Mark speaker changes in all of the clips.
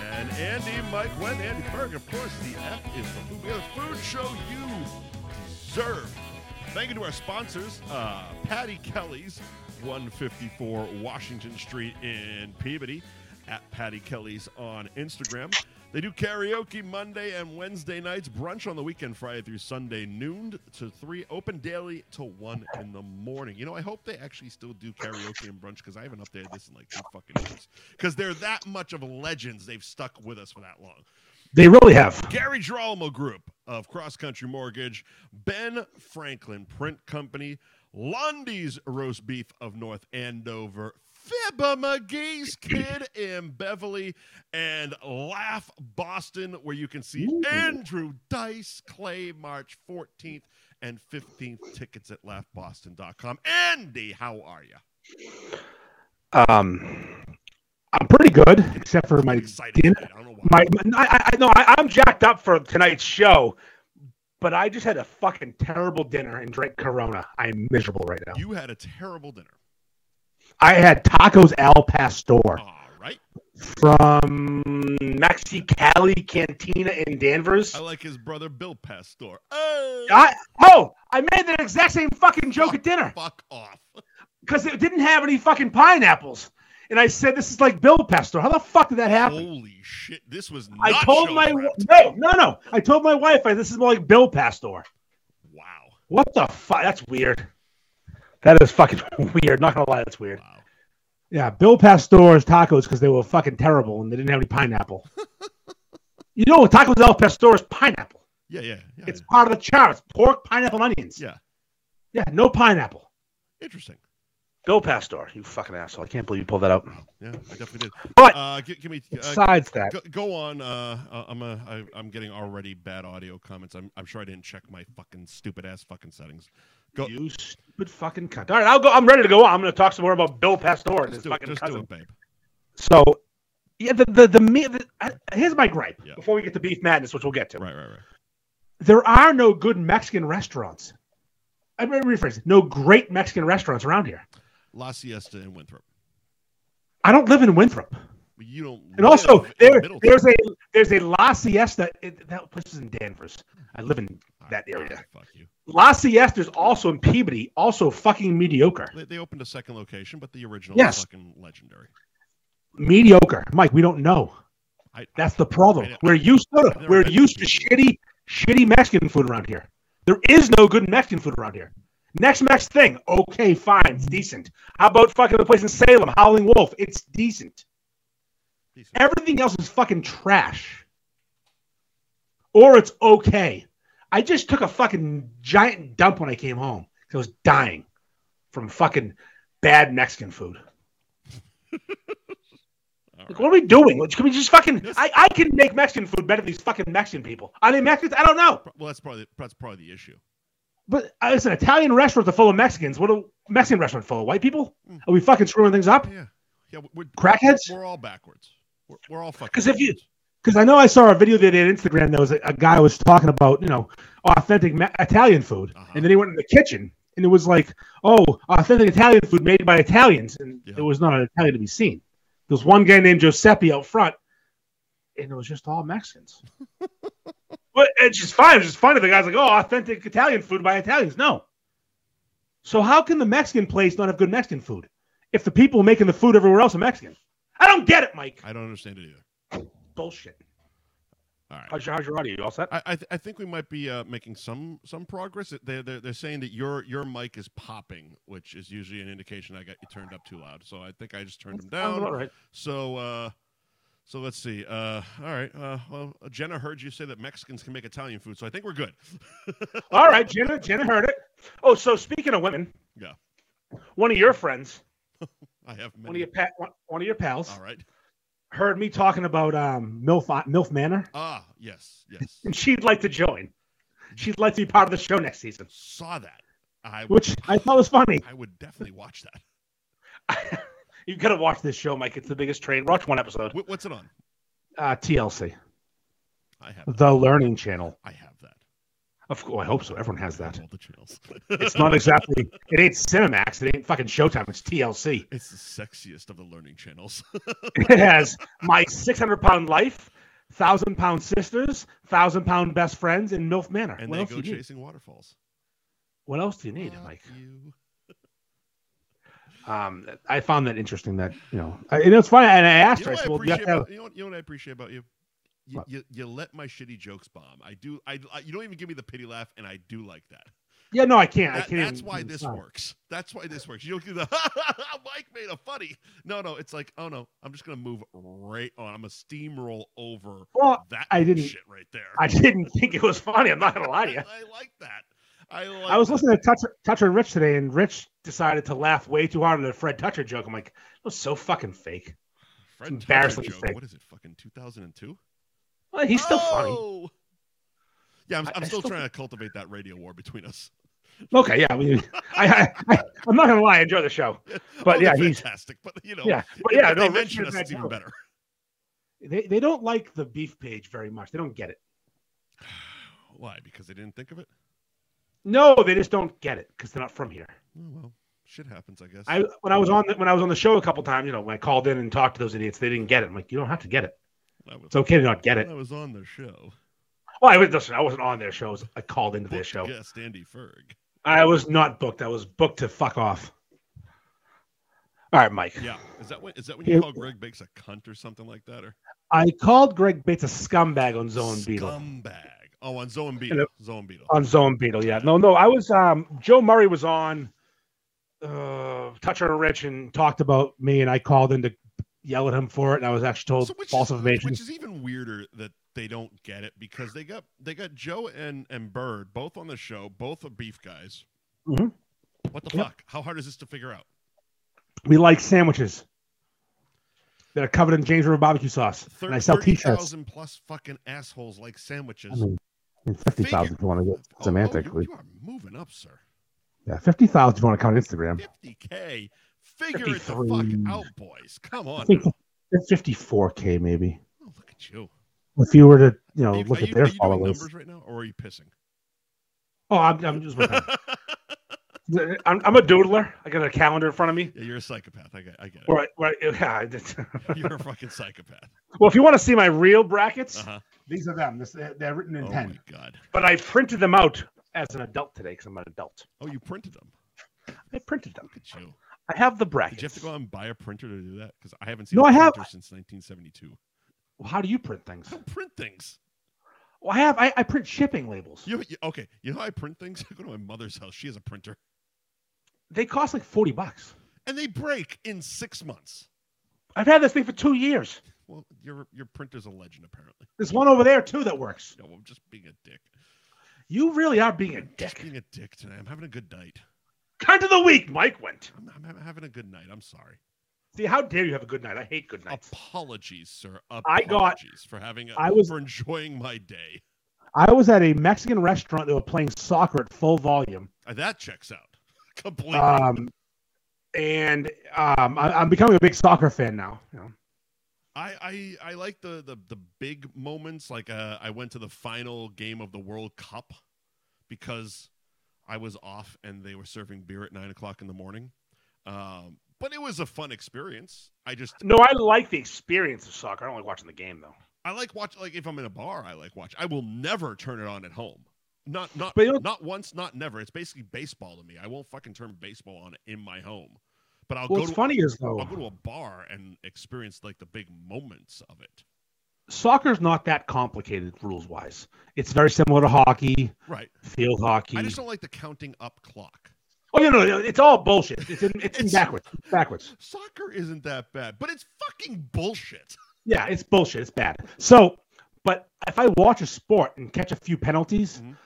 Speaker 1: Andy, Mike, Wen, Andy Berg. Of course, the F is for food. We are the food show you deserve. Thank you to our sponsors, uh, Patty Kelly's, 154 Washington Street in Peabody, at Patty Kelly's on Instagram. They do karaoke Monday and Wednesday nights, brunch on the weekend, Friday through Sunday, noon to 3, open daily till 1 in the morning. You know, I hope they actually still do karaoke and brunch because I haven't updated this in like two fucking years. Because they're that much of legends, they've stuck with us for that long.
Speaker 2: They really have.
Speaker 1: Gary Girolamo Group of Cross Country Mortgage, Ben Franklin Print Company, Lundy's Roast Beef of North Andover, Fibba McGee's Kid in Beverly, and Laugh Boston, where you can see Andrew Dice Clay March 14th and 15th. Tickets at laughboston.com. Andy, how are you?
Speaker 2: Um, I'm pretty good, except for my
Speaker 1: Excited.
Speaker 2: dinner.
Speaker 1: tonight. I don't know why.
Speaker 2: My, my I, I no, I, I'm jacked up for tonight's show, but I just had a fucking terrible dinner and drank Corona. I'm miserable right now.
Speaker 1: you had a terrible dinner.
Speaker 2: I had tacos al pastor
Speaker 1: All right.
Speaker 2: from Mexicali Cantina in Danvers.
Speaker 1: I like his brother Bill Pastor. Oh,
Speaker 2: I, oh, I made that exact same fucking joke at dinner
Speaker 1: fuck off.
Speaker 2: because it didn't have any fucking pineapples. And I said, this is like Bill Pesto. How the fuck did that happen?
Speaker 1: Holy shit! This was. Not
Speaker 2: I told
Speaker 1: show
Speaker 2: my
Speaker 1: prep.
Speaker 2: no, no, no. I told my wife, I, this is more like Bill Pastor.
Speaker 1: Wow.
Speaker 2: What the fuck? That's weird. That is fucking weird. Not gonna lie, that's weird.
Speaker 1: Wow.
Speaker 2: Yeah, Bill Pastor's tacos because they were fucking terrible and they didn't have any pineapple. you know, tacos El Pastor is pineapple.
Speaker 1: Yeah, yeah, yeah.
Speaker 2: It's part of the char. It's pork, pineapple, and onions.
Speaker 1: Yeah.
Speaker 2: Yeah, no pineapple.
Speaker 1: Interesting.
Speaker 2: Bill Pastor, you fucking asshole. I can't believe you pulled that out.
Speaker 1: Yeah, I definitely did.
Speaker 2: But-
Speaker 1: uh, gi- give me. Uh,
Speaker 2: Besides that,
Speaker 1: go, go on. Uh, uh, I'm a, I, I'm getting already bad audio comments. I'm I'm sure I didn't check my fucking stupid ass fucking settings. Go.
Speaker 2: you stupid fucking cunt. All right, I'll go. I'm ready to go on. I'm going to talk some more about Bill Pastor and
Speaker 1: Just
Speaker 2: his
Speaker 1: do it.
Speaker 2: fucking
Speaker 1: Just do
Speaker 2: cousin.
Speaker 1: it, babe.
Speaker 2: So, yeah, the the the, me the I, here's my gripe
Speaker 1: Yeah.
Speaker 2: before we get to beef madness, which we'll get to.
Speaker 1: Right, right, right.
Speaker 2: There are no good Mexican restaurants. I'm going to rephrase. it. No great Mexican restaurants around here.
Speaker 1: La Siesta in Winthrop.
Speaker 2: I don't live in Winthrop,
Speaker 1: You don't.
Speaker 2: and also
Speaker 1: live in
Speaker 2: there
Speaker 1: Middletown.
Speaker 2: there's a there's a La Siesta. It, that place is in Danvers. I live in
Speaker 1: All
Speaker 2: that
Speaker 1: all
Speaker 2: area.
Speaker 1: Ah, Fuck you.
Speaker 2: La Siesta is also in Peabody, also fucking mediocre.
Speaker 1: They, they opened a second location, but the original
Speaker 2: Yes.
Speaker 1: is fucking legendary.
Speaker 2: Mediocre, Mike. We don't know.
Speaker 1: I, I-
Speaker 2: That's the problem.
Speaker 1: I-
Speaker 2: We're used to
Speaker 1: I've never
Speaker 2: we're
Speaker 1: been
Speaker 2: used to
Speaker 1: to
Speaker 2: shitty, shitty Mexican food around here. There is no good Mexican food around here. Next Mex thing, okay, fine, it's decent. How about fucking the place in Salem, Howling Wolf? It's decent.
Speaker 1: decent.
Speaker 2: Everything else is fucking trash. Or it's okay. I just took a fucking giant dump when I came home. 'cause I was dying from fucking bad Mexican food.
Speaker 1: All
Speaker 2: Like,
Speaker 1: right.
Speaker 2: what are we doing? Like, Can we just fucking?
Speaker 1: Yes.
Speaker 2: I, I can make Mexican food better than these fucking Mexican people. Are they Mexicans? I don't know.
Speaker 1: Pro- Well, that's probably that's probably the issue.
Speaker 2: But uh, it's an Italian restaurant that's full of Mexicans. What a Mexican restaurant full of white people?
Speaker 1: Mm.
Speaker 2: Are we fucking screwing things up?
Speaker 1: Yeah, yeah. we- We're,
Speaker 2: Crackheads?
Speaker 1: we're all backwards. We're, we're all fucking.
Speaker 2: 'Cause if you-
Speaker 1: backwards.
Speaker 2: Because I know I saw a video the other day on Instagram that was a, a guy was talking about you know authentic Me- Italian food,
Speaker 1: Uh-huh.
Speaker 2: and then he went in the kitchen and it was like, oh, authentic Italian food made by Italians, and
Speaker 1: Yeah.
Speaker 2: there was not an Italian to be seen. There was one guy named Giuseppe out front, and it was just all Mexicans. but it's just fine. It's just funny. The guy's like, oh, authentic Italian food by Italians. No. So how can the Mexican place not have good Mexican food if the people making the food everywhere else are Mexican? I don't get it, Mike.
Speaker 1: I don't understand it either.
Speaker 2: Bullshit.
Speaker 1: All right.
Speaker 2: How's your, how's your audio? You all set?
Speaker 1: I, I, th- I think we might be uh, making some some progress. It- They're, they're, they're saying that your your mic is popping, which is usually an indication I got you turned up too loud. So I think I just turned them
Speaker 2: Sounds about
Speaker 1: down.
Speaker 2: right.
Speaker 1: So uh, so let's see. Uh, all right. Uh, well, Jenna heard you say that Mexicans can make Italian food, so I think we're good.
Speaker 2: All right, Jenna. Jenna heard it. Oh, so speaking of women,
Speaker 1: Yeah.
Speaker 2: one of your friends,
Speaker 1: I have
Speaker 2: one of
Speaker 1: many.
Speaker 2: your pa- one- one of your pals,
Speaker 1: All right.
Speaker 2: heard me talking about um, milf milf manor,
Speaker 1: Ah, yes, yes.
Speaker 2: and she'd like to join. She'd like to be part of the show next season,
Speaker 1: Saw that. I would,
Speaker 2: which I thought was funny.
Speaker 1: I would definitely watch that.
Speaker 2: you gotta watch this show, Mike. It's the biggest train. Watch one episode.
Speaker 1: Wh- what's it on?
Speaker 2: Uh, TLC,
Speaker 1: I have.
Speaker 2: the Learning Channel.
Speaker 1: I have that.
Speaker 2: Of course, I hope so. Everyone has that.
Speaker 1: All the channels.
Speaker 2: It's not exactly. It ain't Cinemax. It ain't fucking Showtime. It's TLC.
Speaker 1: It's the sexiest of the learning channels.
Speaker 2: It has my 600 pound life, thousand pound sisters, thousand pound best friends, and MILF Manor.
Speaker 1: And
Speaker 2: what
Speaker 1: they
Speaker 2: else
Speaker 1: go
Speaker 2: do you need?
Speaker 1: chasing waterfalls.
Speaker 2: What else do you need,
Speaker 1: Love
Speaker 2: Mike?
Speaker 1: you.
Speaker 2: Um, I found that interesting. That you know, I, and it's funny. And I asked
Speaker 1: You
Speaker 2: her.
Speaker 1: know,
Speaker 2: I
Speaker 1: what I
Speaker 2: said,
Speaker 1: appreciate
Speaker 2: well, do you have to have-
Speaker 1: about, you, know, what- you know what I appreciate about you? You,
Speaker 2: What?
Speaker 1: you, you let my shitty jokes bomb. I do. I, I you don't even give me the pity laugh, and I do like that.
Speaker 2: yeah, no, I can't. I
Speaker 1: That-
Speaker 2: can't.
Speaker 1: that's
Speaker 2: even-
Speaker 1: why this
Speaker 2: uh,
Speaker 1: works. That's why this works. You don't do the Mike made a funny. No, no, it's like, oh no, I'm just gonna move right on. I'm gonna steamroll over
Speaker 2: Well,
Speaker 1: that
Speaker 2: I didn't-
Speaker 1: shit right there.
Speaker 2: I didn't think it was funny. I'm not gonna lie to you.
Speaker 1: I like that. I like
Speaker 2: I was
Speaker 1: that.
Speaker 2: listening to Touch, Toucher and Rich today, and Rich decided to laugh way too hard at a Fred Toucher joke. I'm like, that was so fucking fake.
Speaker 1: Fred Tucker
Speaker 2: embarrassingly
Speaker 1: joke.
Speaker 2: sick.
Speaker 1: What is it? Fucking 2002.
Speaker 2: Well, he's still
Speaker 1: Oh! Yeah, I'm,
Speaker 2: I-
Speaker 1: I'm
Speaker 2: I
Speaker 1: still
Speaker 2: still-
Speaker 1: trying to cultivate that radio war between us.
Speaker 2: funny. Okay, yeah. I mean, I, I, I, I'm not gonna lie. I enjoy the show, But
Speaker 1: Oh,
Speaker 2: yeah,
Speaker 1: they're
Speaker 2: he's-
Speaker 1: fantastic. But you know,
Speaker 2: yeah. But
Speaker 1: if-
Speaker 2: yeah,
Speaker 1: if
Speaker 2: no,
Speaker 1: they
Speaker 2: Rich
Speaker 1: mention
Speaker 2: did
Speaker 1: us,
Speaker 2: that
Speaker 1: it's even
Speaker 2: joke.
Speaker 1: better.
Speaker 2: They, they don't like the beef page very much. They don't get it.
Speaker 1: Why? Because they didn't think of it.
Speaker 2: No, they just don't get it because they're not from here.
Speaker 1: Oh, well, shit happens, I guess.
Speaker 2: I when I was on the, when I was on the show a couple times, you know, when I called in and talked to those idiots, they didn't get it. I'm like, you don't have to get it.
Speaker 1: That was-
Speaker 2: It's okay to not get
Speaker 1: when
Speaker 2: it.
Speaker 1: I was on the show.
Speaker 2: Well, I was listen, I wasn't on their shows. I called into their
Speaker 1: booked
Speaker 2: show.
Speaker 1: Guest Andy Ferg.
Speaker 2: I was not booked. I was booked to fuck off. All right, Mike.
Speaker 1: Yeah, is that when is that when you
Speaker 2: Yeah.
Speaker 1: call Greg Bakes a cunt or something like that, or
Speaker 2: I called Greg Bates a scumbag on Zone Beetle.
Speaker 1: scumbag? Oh, on Zone Beetle. Zone Beetle.
Speaker 2: On Zone Beetle, yeah. No, no. I was um Joe Murray was on uh Touch on Rich and talked about me and I called in to yell at him for it and I was actually told
Speaker 1: So which
Speaker 2: false
Speaker 1: is,
Speaker 2: information.
Speaker 1: Which is even weirder that they don't get it because they got they got Joe and and Bird both on the show, both are beef guys.
Speaker 2: Mhm.
Speaker 1: What the
Speaker 2: Yep.
Speaker 1: fuck? How hard is this to figure out?
Speaker 2: We like sandwiches that are covered in James River barbecue sauce.
Speaker 1: Thir-
Speaker 2: and I sell t-shirts.
Speaker 1: 30,000 plus fucking assholes like sandwiches.
Speaker 2: I mean, I mean, 50,000 if you want to
Speaker 1: Oh,
Speaker 2: get
Speaker 1: oh,
Speaker 2: semantically.
Speaker 1: you, you are moving up, sir.
Speaker 2: yeah, 50,000 if you want to count Instagram.
Speaker 1: 50k. Figure it the fuck
Speaker 2: 53.
Speaker 1: out, boys. Come
Speaker 2: I
Speaker 1: on.
Speaker 2: think
Speaker 1: now.
Speaker 2: 54K maybe.
Speaker 1: Oh, look at you.
Speaker 2: If you were to, you know,
Speaker 1: Are you-
Speaker 2: look
Speaker 1: are
Speaker 2: at
Speaker 1: you, are
Speaker 2: their
Speaker 1: you doing
Speaker 2: followers.
Speaker 1: numbers right now, or are you pissing?
Speaker 2: Oh, I'm, I'm just working. on it. I'm, I'm a doodler. I got a calendar in front of me.
Speaker 1: yeah, you're a psychopath. I get, I get it.
Speaker 2: Where I, where I- yeah, I did.
Speaker 1: You're a fucking psychopath.
Speaker 2: well, if you want to see my real brackets,
Speaker 1: Uh-huh.
Speaker 2: these are them. This, they're, they're written in
Speaker 1: Oh my
Speaker 2: pen.
Speaker 1: god.
Speaker 2: But I printed them out as an adult today because I'm an adult.
Speaker 1: Oh, you printed them.
Speaker 2: I printed them.
Speaker 1: Look at you.
Speaker 2: I have the brackets.
Speaker 1: Did you have to go out and buy a printer to do that? Because I haven't seen
Speaker 2: No,
Speaker 1: a
Speaker 2: I have-
Speaker 1: printer since 1972.
Speaker 2: How do you print things?
Speaker 1: I don't print things.
Speaker 2: Well, I have. I, I print shipping labels.
Speaker 1: You, you- okay? You know how I print things? I go to my mother's house. She has a printer,
Speaker 2: They cost like forty bucks.
Speaker 1: and they break in six months.
Speaker 2: I've had this thing for two years.
Speaker 1: Well, your your printer's a legend apparently.
Speaker 2: There's one over there too that works.
Speaker 1: No, I'm just being a dick.
Speaker 2: You really are being a
Speaker 1: Just
Speaker 2: dick.
Speaker 1: being a dick today. I'm having a good night.
Speaker 2: Cunt of the week, Mike went.
Speaker 1: I'm, I'm ha- having a good night. I'm sorry.
Speaker 2: See, how dare you have a good night? I hate good nights.
Speaker 1: Apologies, sir.
Speaker 2: I got-
Speaker 1: Apologies for having. A,
Speaker 2: I was-
Speaker 1: for enjoying my day.
Speaker 2: I was at a Mexican restaurant that were playing soccer at full volume.
Speaker 1: Uh, That checks out completely.
Speaker 2: Um, and um, I, I'm becoming a big soccer fan now. You know.
Speaker 1: I, I I like the the the big moments. Like uh, I went to the final game of the World Cup because I was off and they were serving beer at nine o'clock in the morning. Um, but it was a fun experience. I just
Speaker 2: No, I like the experience of soccer. I don't like watching the game though.
Speaker 1: I like watch like if I'm in a bar, I like watch. I will never turn it on at home. Not not
Speaker 2: But you know-
Speaker 1: not once, not never. It's basically baseball to me. I won't fucking turn baseball on in my home. But I'll
Speaker 2: What's
Speaker 1: go to
Speaker 2: funny is though,
Speaker 1: I'll go to a bar and experience like the big moments of it.
Speaker 2: soccer's not that complicated rules wise. It's very similar to hockey,
Speaker 1: Right.
Speaker 2: field hockey.
Speaker 1: I just don't like the counting up clock.
Speaker 2: Oh no, no, no, it's all bullshit. It's in, it's, in
Speaker 1: It's-
Speaker 2: backwards, backwards.
Speaker 1: Soccer isn't that bad, but it's fucking bullshit.
Speaker 2: Yeah, it's bullshit. It's bad. So, but if I watch a sport and catch a few penalties
Speaker 1: Mhm.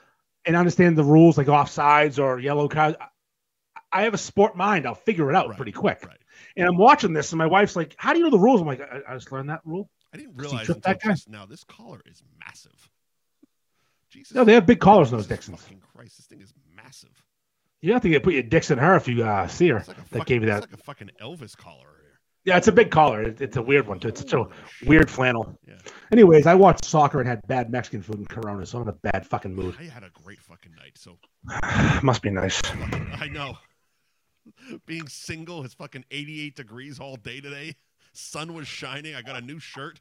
Speaker 2: and understand the rules like offsides or yellow cards, I- I have a sport mind. I'll figure it out
Speaker 1: Right,
Speaker 2: pretty quick.
Speaker 1: right.
Speaker 2: And I'm watching this, and my wife's like, "How do you know the rules?" I'm like, "I, I just learned that rule."
Speaker 1: I didn't
Speaker 2: Does he
Speaker 1: realize
Speaker 2: trip
Speaker 1: until
Speaker 2: that guy?
Speaker 1: just now this collar is massive. Jesus.
Speaker 2: No, they have big collars in those
Speaker 1: Jesus
Speaker 2: Dixons.
Speaker 1: Fucking Christ, this thing is massive.
Speaker 2: You have to get put your dicks in her if you uh, see her.
Speaker 1: It's like a
Speaker 2: That
Speaker 1: fucking,
Speaker 2: gave you
Speaker 1: it's
Speaker 2: that.
Speaker 1: like a fucking Elvis collar here.
Speaker 2: Yeah, it's a big collar. It, it's a weird one too. It's such a
Speaker 1: Holy shit.
Speaker 2: weird flannel.
Speaker 1: Yeah.
Speaker 2: Anyways, I watched soccer and had bad Mexican food and Corona, so I'm in a bad fucking mood.
Speaker 1: I had a great fucking night, so
Speaker 2: Must be nice.
Speaker 1: I know. Being single, it's fucking 88 degrees all day today. Sun was shining. I got a new shirt.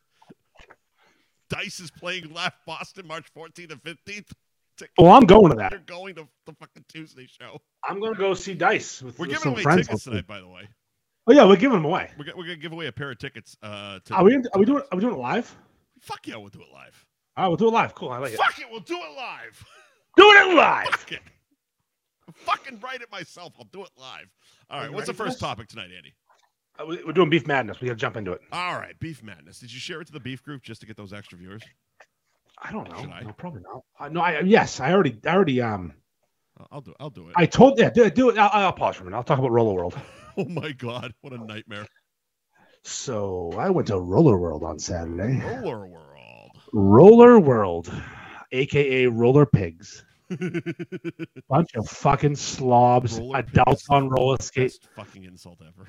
Speaker 1: Dice is playing Left Boston March 14th and 15th. Tick-
Speaker 2: Well, I'm going to that.
Speaker 1: You're going to the fucking Tuesday show.
Speaker 2: I'm going to go see Dice with,
Speaker 1: We're
Speaker 2: with
Speaker 1: giving
Speaker 2: some
Speaker 1: away
Speaker 2: friends.
Speaker 1: tickets
Speaker 2: hopefully.
Speaker 1: tonight, by the way.
Speaker 2: Oh yeah, we're giving them away.
Speaker 1: We're, go- we're gonna give away a pair of tickets. Uh, to
Speaker 2: Are we? Are we doing? Are we doing it live?
Speaker 1: Fuck yeah, we'll do it live.
Speaker 2: All right, Uh, we'll do it live. Cool. I like it.
Speaker 1: Fuck it, we'll do it live.
Speaker 2: Doing it live.
Speaker 1: Fuck it. I'm fucking write it myself. I'll do it live. All
Speaker 2: Are
Speaker 1: right,
Speaker 2: you
Speaker 1: what's the
Speaker 2: ready for
Speaker 1: first
Speaker 2: this?
Speaker 1: topic tonight, Andy?
Speaker 2: Uh, we- We're doing Beef Madness. We got to jump into it.
Speaker 1: All right, beef madness. Did you share it to the beef group just to get those extra viewers?
Speaker 2: I don't know.
Speaker 1: Should I?
Speaker 2: No, probably not. Uh, no, I yes, I already, I already, um,
Speaker 1: I'll- Uh, I'll do. I'll do it.
Speaker 2: I told, yeah, do, do it. I'll, I'll pause for a minute. I'll talk about Roller World.
Speaker 1: oh my god, what a nightmare!
Speaker 2: So I went to Roller World on Saturday.
Speaker 1: Roller world.
Speaker 2: Roller World, aka Roller Pigs, bunch of fucking slobs,
Speaker 1: Roller
Speaker 2: adults
Speaker 1: pigs.
Speaker 2: on roller skates.
Speaker 1: Best fucking insult ever.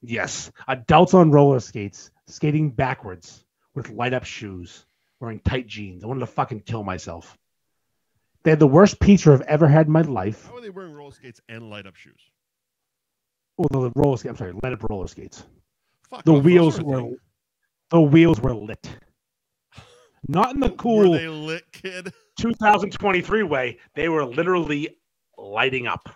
Speaker 2: Yes, adults on roller skates, skating backwards with light up shoes, wearing tight jeans. I wanted to fucking kill myself. They had the worst pizza I've ever had in my life.
Speaker 1: How are they wearing roller skates and light up shoes?
Speaker 2: Well, Oh, the roller skate. I'm sorry, light up roller skates.
Speaker 1: Fuck.
Speaker 2: The
Speaker 1: off, those
Speaker 2: wheels
Speaker 1: are a
Speaker 2: were
Speaker 1: thing.
Speaker 2: the wheels were lit. Not in the
Speaker 1: Were
Speaker 2: cool
Speaker 1: they lit, kid?
Speaker 2: 2023 way. They were literally lighting up.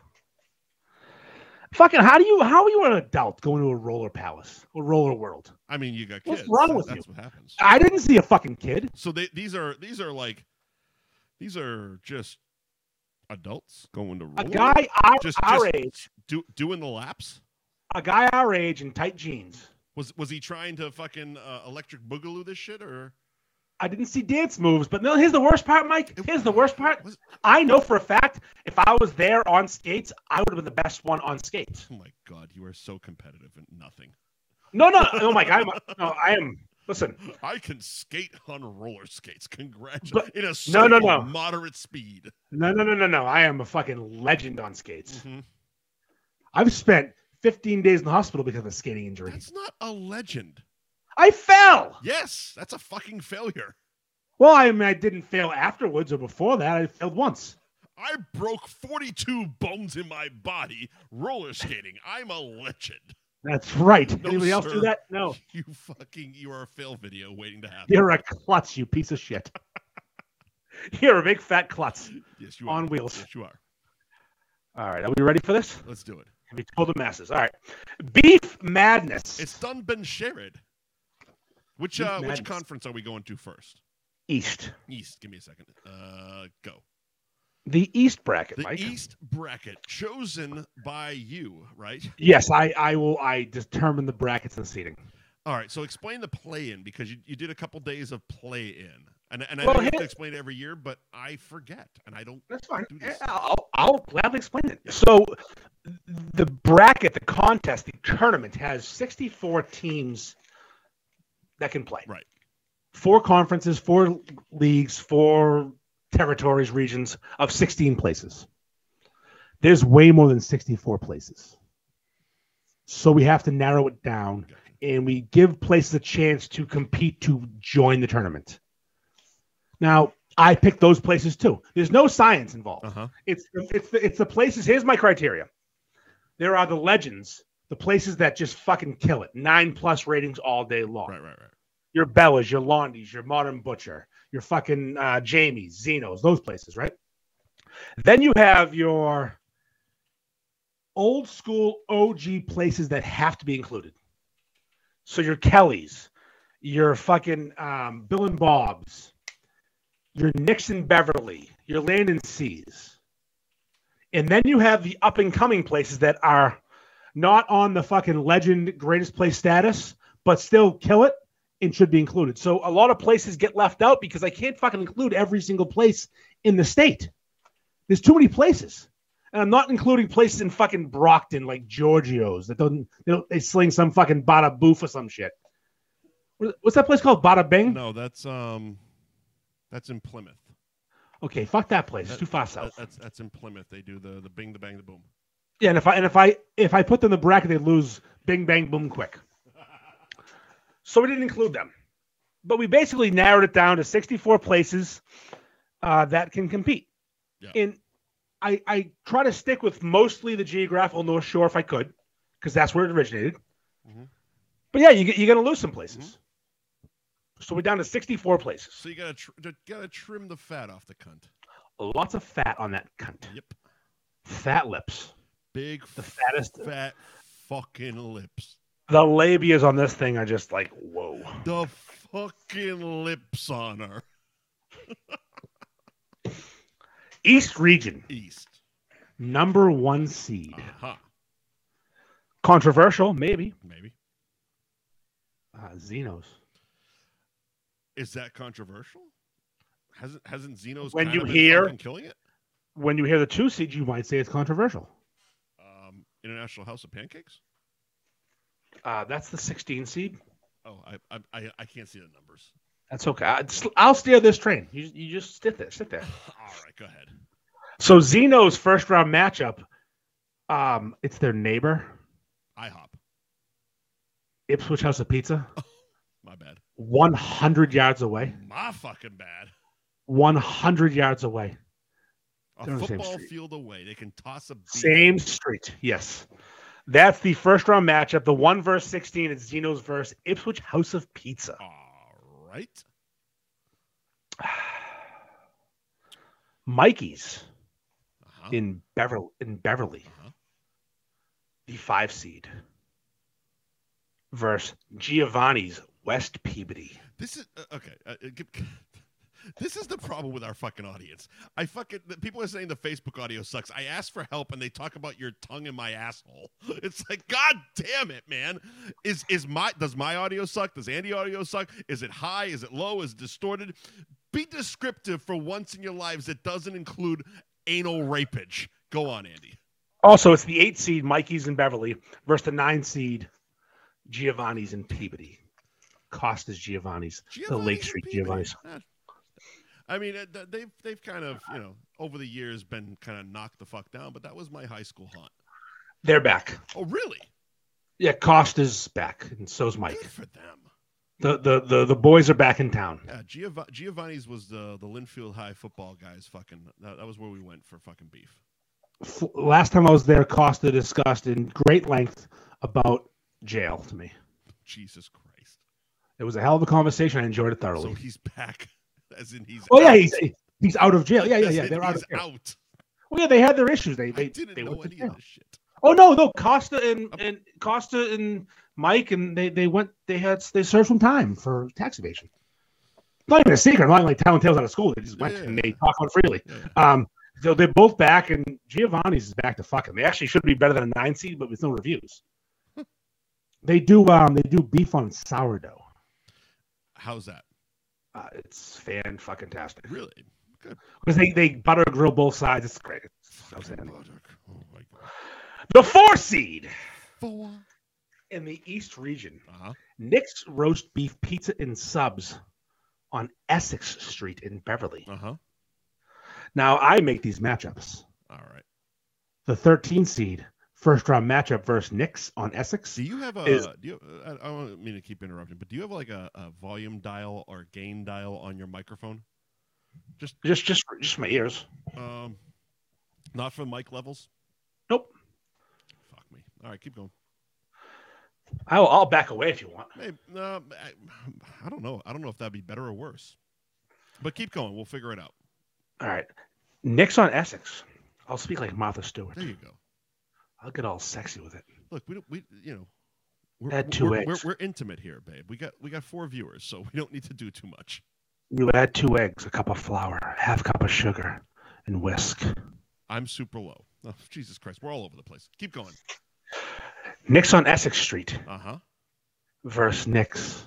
Speaker 2: Fucking how do you how are you an adult going to a roller palace or roller world?
Speaker 1: I mean, you got kids.
Speaker 2: What's wrong
Speaker 1: That-
Speaker 2: with
Speaker 1: That's what happens.
Speaker 2: I didn't see a fucking kid.
Speaker 1: So they, these are these are like these are just adults going to roller
Speaker 2: A guy our,
Speaker 1: Just-
Speaker 2: our
Speaker 1: just-
Speaker 2: age,
Speaker 1: do, doing the laps.
Speaker 2: a guy our age in tight jeans.
Speaker 1: Was was he trying to fucking uh, electric boogaloo this shit or?
Speaker 2: I didn't see dance moves, but no, here's the worst part, Mike. Here's the worst part.
Speaker 1: Was-
Speaker 2: I know for a fact if I was there on skates, I would have been the best one on skates.
Speaker 1: oh my god, you are so competitive and nothing.
Speaker 2: No, no, oh my god, I'm, no, I am. Listen,
Speaker 1: I can skate on roller skates. Congratulations!
Speaker 2: But-
Speaker 1: In a
Speaker 2: no, no,
Speaker 1: circle,
Speaker 2: no.
Speaker 1: moderate speed.
Speaker 2: no, no, no, no, no, I am a fucking legend on skates.
Speaker 1: Mhm.
Speaker 2: I've spent 15 days in the hospital because of a skating injury.
Speaker 1: That's not a legend.
Speaker 2: I fell.
Speaker 1: Yes, that's a fucking failure.
Speaker 2: Well, I mean, I didn't fail afterwards or before that. I failed once.
Speaker 1: I broke 42 bones in my body roller skating. I'm a legend.
Speaker 2: That's right.
Speaker 1: No,
Speaker 2: Anybody else
Speaker 1: sir.
Speaker 2: do that? No.
Speaker 1: You fucking, you are a fail video waiting to happen.
Speaker 2: You're a klutz, you piece of shit. You're a big fat klutz.
Speaker 1: yes, you are.
Speaker 2: on wheels.
Speaker 1: Yes, you are.
Speaker 2: All right, are we ready for this?
Speaker 1: Let's do it.
Speaker 2: Have you told the masses? All right, beef madness.
Speaker 1: It's done been shared. Which
Speaker 2: You've
Speaker 1: uh, which
Speaker 2: madness.
Speaker 1: conference are we going to first?
Speaker 2: East.
Speaker 1: East. Give me a second. Uh, go.
Speaker 2: The East bracket,
Speaker 1: The
Speaker 2: Mike.
Speaker 1: East bracket chosen by you, right?
Speaker 2: Yes, I, I will. I determine the brackets and seating.
Speaker 1: All right. So explain the play in because you, you did a couple days of play in, and and I
Speaker 2: Well,
Speaker 1: know you have
Speaker 2: here-
Speaker 1: to explain it every year, but I forget and I don't.
Speaker 2: That's fine.
Speaker 1: Do this.
Speaker 2: I'll, I'll gladly explain it. So, the bracket, the contest, the tournament has 64 teams that can play.
Speaker 1: Right.
Speaker 2: Four conferences, four leagues, four territories, regions of 16 places. There's way more than 64 places. So, we have to narrow it down
Speaker 1: Gotcha.
Speaker 2: and we give places a chance to compete to join the tournament. Now, I picked those places too. There's no science involved.
Speaker 1: Uh huh.
Speaker 2: It's it's the, it's the places. Here's my criteria. There are the legends, the places that just fucking kill it. Nine plus ratings all day long.
Speaker 1: Right. Right. Right.
Speaker 2: Your Bellas, your Laundys, your Modern Butcher, your fucking uh, Jamie's, Zeno's, those places, right? Then you have your old school OG places that have to be included. So your Kelly's, your fucking um, Bill and Bob's, your Nixon Beverly, your Landon Seas. And then you have the up and coming places that are not on the fucking legend greatest place status, but still kill it and should be included. So a lot of places get left out because I can't fucking include every single place in the state. There's too many places. And I'm not including places in fucking Brockton like Giorgio's that don't they, don't, they sling some fucking bada boof or some shit. What- What's that place called? Bada Bing?
Speaker 1: No, that's um, that's in Plymouth.
Speaker 2: Okay, fuck that place. It's
Speaker 1: That-
Speaker 2: too far
Speaker 1: That,
Speaker 2: south.
Speaker 1: that's that's in Plymouth. They do the the bing, the bang, the boom.
Speaker 2: Yeah, and if I and if I if I put them in the bracket, they lose bing bang boom quick. So we didn't include them, but we basically narrowed it down to 64 places uh, that can compete.
Speaker 1: Yeah.
Speaker 2: And I I try to stick with mostly the geographical North Shore if I could, because that's where it originated.
Speaker 1: Mhm.
Speaker 2: But yeah, you, get- you're gonna lose some places.
Speaker 1: Mm-hmm.
Speaker 2: So we're down to 64 places.
Speaker 1: So you gotta tr- d- gotta trim the fat off the cunt.
Speaker 2: Lots of fat on that cunt.
Speaker 1: Yep.
Speaker 2: Fat lips.
Speaker 1: Big
Speaker 2: The fattest.
Speaker 1: fat fucking lips.
Speaker 2: The labias on this thing are just like, whoa.
Speaker 1: The fucking lips on her.
Speaker 2: East region,
Speaker 1: East.
Speaker 2: number one seed.
Speaker 1: Uh-huh.
Speaker 2: Controversial, maybe.
Speaker 1: Maybe.
Speaker 2: Uh, Xenos.
Speaker 1: Is that controversial? Hasn't hasn't Zeno's
Speaker 2: When
Speaker 1: kinda
Speaker 2: you
Speaker 1: been
Speaker 2: hear-
Speaker 1: fucking killing it?
Speaker 2: When you hear the two seed, you might say it's controversial.
Speaker 1: Um, International House of Pancakes?
Speaker 2: Uh, that's the 16 seed.
Speaker 1: Oh, I I, I, I can't see the numbers.
Speaker 2: That's okay. I, I'll steer this train. You, you just sit there. Sit there.
Speaker 1: All right, go ahead.
Speaker 2: So Zeno's first round matchup, um, it's their neighbor,
Speaker 1: IHOP.
Speaker 2: Ipswich House of Pizza,
Speaker 1: My bad.
Speaker 2: 100 yards away.
Speaker 1: My fucking bad.
Speaker 2: 100 yards away.
Speaker 1: A
Speaker 2: They're on the same
Speaker 1: football
Speaker 2: street.
Speaker 1: field away. They can toss a beat.
Speaker 2: Same street. Yes. That's the first round matchup. The one verse 16 is Zeno's verse Ipswich House of Pizza.
Speaker 1: All right.
Speaker 2: Mikey's
Speaker 1: Uh-huh.
Speaker 2: in Beverly, in Beverly
Speaker 1: uh-huh.
Speaker 2: the five seed, versus Giovanni's West Peabody.
Speaker 1: This is uh, okay. Uh, uh, g- g- this is the problem with our fucking audience. I fucking the people are saying the Facebook audio sucks. I ask for help and they talk about your tongue in my asshole. It's like, god damn it, man. Is is my does my audio suck? Does Andy audio suck? Is it high? Is it low? Is it distorted? Be descriptive for once in your lives that doesn't include anal rapage. Go on, Andy.
Speaker 2: Also, it's the eight seed Mikey's in Beverly versus the nine seed Giovanni's in Peabody. Costa's Giovanni's. Lake
Speaker 1: and
Speaker 2: Street
Speaker 1: Peabody.
Speaker 2: Giovanni's.
Speaker 1: Yeah. I mean, uh, th- they've they've kind of you know over the years been kind of knocked the fuck down, but that was my high school haunt.
Speaker 2: They're back.
Speaker 1: Oh, really?
Speaker 2: Yeah, Costa's back, and so's Mike.
Speaker 1: Good for them.
Speaker 2: The the the, the boys are back in town.
Speaker 1: Yeah, Giov- Giovanni's was the the Linfield High football guys. Fucking that, that was where we went for fucking beef.
Speaker 2: F- last time I was there, Costa discussed in great length about jail to me.
Speaker 1: Jesus Christ!
Speaker 2: It was a hell of a conversation. I enjoyed it
Speaker 1: So
Speaker 2: thoroughly.
Speaker 1: he's back, as in he's.
Speaker 2: oh yeah,
Speaker 1: out.
Speaker 2: he's he's out of jail. Yeah, yeah,
Speaker 1: As
Speaker 2: yeah.
Speaker 1: in
Speaker 2: They're out
Speaker 1: he's
Speaker 2: of jail.
Speaker 1: out.
Speaker 2: Well, yeah, they had their issues. They
Speaker 1: I
Speaker 2: they
Speaker 1: didn't
Speaker 2: they
Speaker 1: know
Speaker 2: went to
Speaker 1: any of
Speaker 2: jail.
Speaker 1: this shit.
Speaker 2: Oh no, no, Costa and and Costa and Mike and they they went they had they served some time for tax evasion. Not even a secret. I'm not like telling tales out of school. They just went and they talk on freely.
Speaker 1: Yeah.
Speaker 2: Um, so they're both back, and Giovanni's is back to fucking. They actually should be better than a nine seed, but with no reviews. they do um they do beef on sourdough.
Speaker 1: How's that?
Speaker 2: Uh, it's fan fucking tastic
Speaker 1: Really?
Speaker 2: because they they butter grill both sides. It's great. Outstanding.
Speaker 1: Buttock. Oh my god.
Speaker 2: The four seed
Speaker 1: Four.
Speaker 2: in the East region.
Speaker 1: Uh-huh.
Speaker 2: Nick's Roast Beef Pizza and Subs on Essex Street in Beverly.
Speaker 1: Uh-huh.
Speaker 2: Now I make these matchups.
Speaker 1: All right.
Speaker 2: The 13 seed first round matchup versus Nick's on Essex.
Speaker 1: Do you have a?
Speaker 2: Is-
Speaker 1: do you, I, I don't mean to keep interrupting, but do you have like a, a volume dial or gain dial on your microphone?
Speaker 2: Just just just my ears.
Speaker 1: Um, not for mic levels.
Speaker 2: Nope.
Speaker 1: Fuck me. All right, keep going.
Speaker 2: I'll, I'll back away if you want.
Speaker 1: Hey, no, I, I don't know. I don't know if that'd be better or worse. But keep going. We'll figure it out.
Speaker 2: All right. Nick's on Essex. I'll speak like Martha Stewart.
Speaker 1: There you go.
Speaker 2: I'll get all sexy with it.
Speaker 1: Look, we don't. We you know. We're,
Speaker 2: Add two
Speaker 1: we're, we're,
Speaker 2: eggs.
Speaker 1: we're intimate here, babe. We got we got four viewers, so we don't need to do too much.
Speaker 2: You add two eggs, a cup of flour, half cup of sugar, and whisk.
Speaker 1: I'm super low. Oh, Jesus Christ, we're all over the place. Keep going.
Speaker 2: Nick's on Essex Street
Speaker 1: Uh huh.
Speaker 2: versus Nick's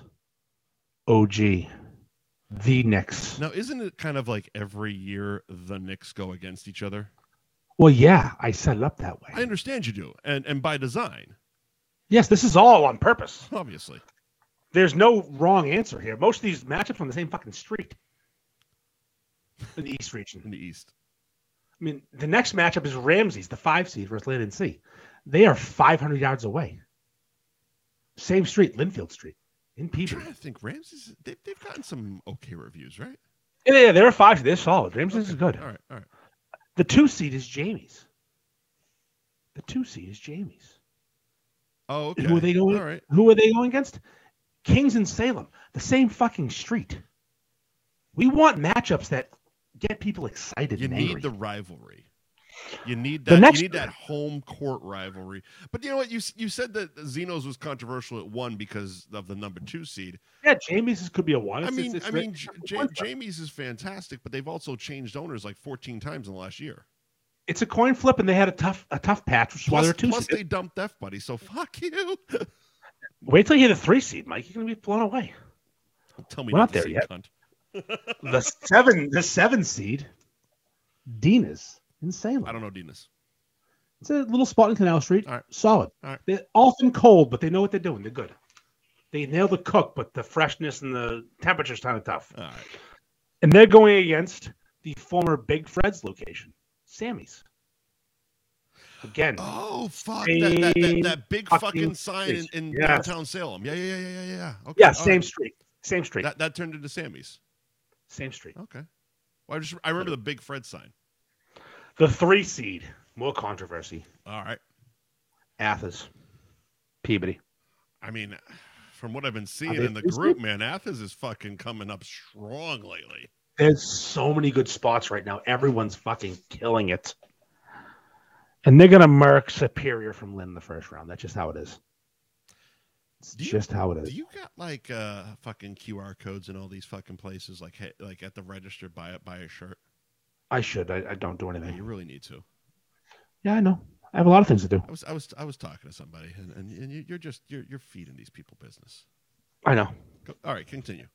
Speaker 2: OG. The Knicks.
Speaker 1: Now, isn't it kind of like every year the Knicks go against each other?
Speaker 2: Well, yeah, I set it up that way.
Speaker 1: I understand you do, and and by design,
Speaker 2: Yes, this is all on purpose.
Speaker 1: obviously.
Speaker 2: There's no wrong answer here. Most of these matchups are on the same fucking street in the East region.
Speaker 1: In the East,
Speaker 2: I mean, the next matchup is Ramsey's, the five seed versus Landon C. They are 500 yards away. Same street, Linfield Street, in
Speaker 1: I'm
Speaker 2: Peabody.
Speaker 1: trying to think. Ramsey's they, they've gotten some okay reviews, right?
Speaker 2: Yeah, yeah, they're a five. seed. They're solid. Ramsey's is
Speaker 1: Okay.
Speaker 2: good.
Speaker 1: All right, all right.
Speaker 2: The two seed is Jamie's. The two seed is Jamie's.
Speaker 1: Oh, okay.
Speaker 2: Who are they going-
Speaker 1: Oh, All right.
Speaker 2: Who are they going against? Kings and Salem, the same fucking street. We want matchups that get people excited.
Speaker 1: You
Speaker 2: and
Speaker 1: need
Speaker 2: angry.
Speaker 1: the rivalry. You need
Speaker 2: The
Speaker 1: that.
Speaker 2: next-
Speaker 1: you need that home court rivalry. But you know what? You s- you said that Zeno's was controversial at one because of the number two seed.
Speaker 2: yeah, Jamie's could be a one.
Speaker 1: I
Speaker 2: It's-
Speaker 1: mean,
Speaker 2: it's-
Speaker 1: I
Speaker 2: it's-
Speaker 1: mean, J- J-
Speaker 2: one side.
Speaker 1: Jamie's is fantastic, but they've also changed owners like 14 times in the last year.
Speaker 2: it's a coin flip, and they had a tough a tough patch, which is why
Speaker 1: Plus,
Speaker 2: they're two.
Speaker 1: plus
Speaker 2: seed.
Speaker 1: they dumped F Buddy, so fuck you.
Speaker 2: Wait till you hit a three seed, Mike. You're gonna be blown away.
Speaker 1: Tell me
Speaker 2: We're
Speaker 1: not
Speaker 2: not there
Speaker 1: to say
Speaker 2: yet.
Speaker 1: cunt.
Speaker 2: The seven, the seven seed, Dina's in Salem.
Speaker 1: I don't know, Dinas.
Speaker 2: It's a little spot in Canal Street.
Speaker 1: All right.
Speaker 2: Solid.
Speaker 1: All right.
Speaker 2: They're often cold, but they know what they're doing. They're good. They nail the cook, but the freshness and the temperature's kind of tough.
Speaker 1: All right.
Speaker 2: And they're going against the former Big Fred's location, Sammy's. Again,
Speaker 1: Oh fuck! That, that, that, that big
Speaker 2: Fucking
Speaker 1: fucking sign in,
Speaker 2: place.
Speaker 1: in
Speaker 2: Yes.
Speaker 1: downtown Salem. Yeah, yeah, yeah, yeah, yeah, yeah. Okay,
Speaker 2: yeah,
Speaker 1: all
Speaker 2: same
Speaker 1: right.
Speaker 2: street, same street,
Speaker 1: That that turned into Sammy's.
Speaker 2: same street.
Speaker 1: Okay. Well, I just I remember the big Fred sign.
Speaker 2: The three seed, more controversy.
Speaker 1: All right.
Speaker 2: Athens, Peabody.
Speaker 1: I mean, from what I've been seeing
Speaker 2: they
Speaker 1: in the
Speaker 2: three
Speaker 1: group, man, Athens is fucking coming up strong lately.
Speaker 2: There's so many good spots right now. Everyone's fucking killing it. And they're gonna murk Superior from Lynn in the first round. That's just how it is. It's
Speaker 1: Do you-
Speaker 2: just how it
Speaker 1: Do
Speaker 2: is.
Speaker 1: you got like uh fucking QR codes in all these fucking places? Like hey, like at the register, buy it, buy a shirt.
Speaker 2: I should. I, I don't do
Speaker 1: Yeah,
Speaker 2: anything.
Speaker 1: you really need to.
Speaker 2: Yeah, I know. I have a lot of things to do.
Speaker 1: I was I was I was talking to somebody, and and, and you, you're just you're you're feeding these people business.
Speaker 2: I know.
Speaker 1: Go, all right, continue.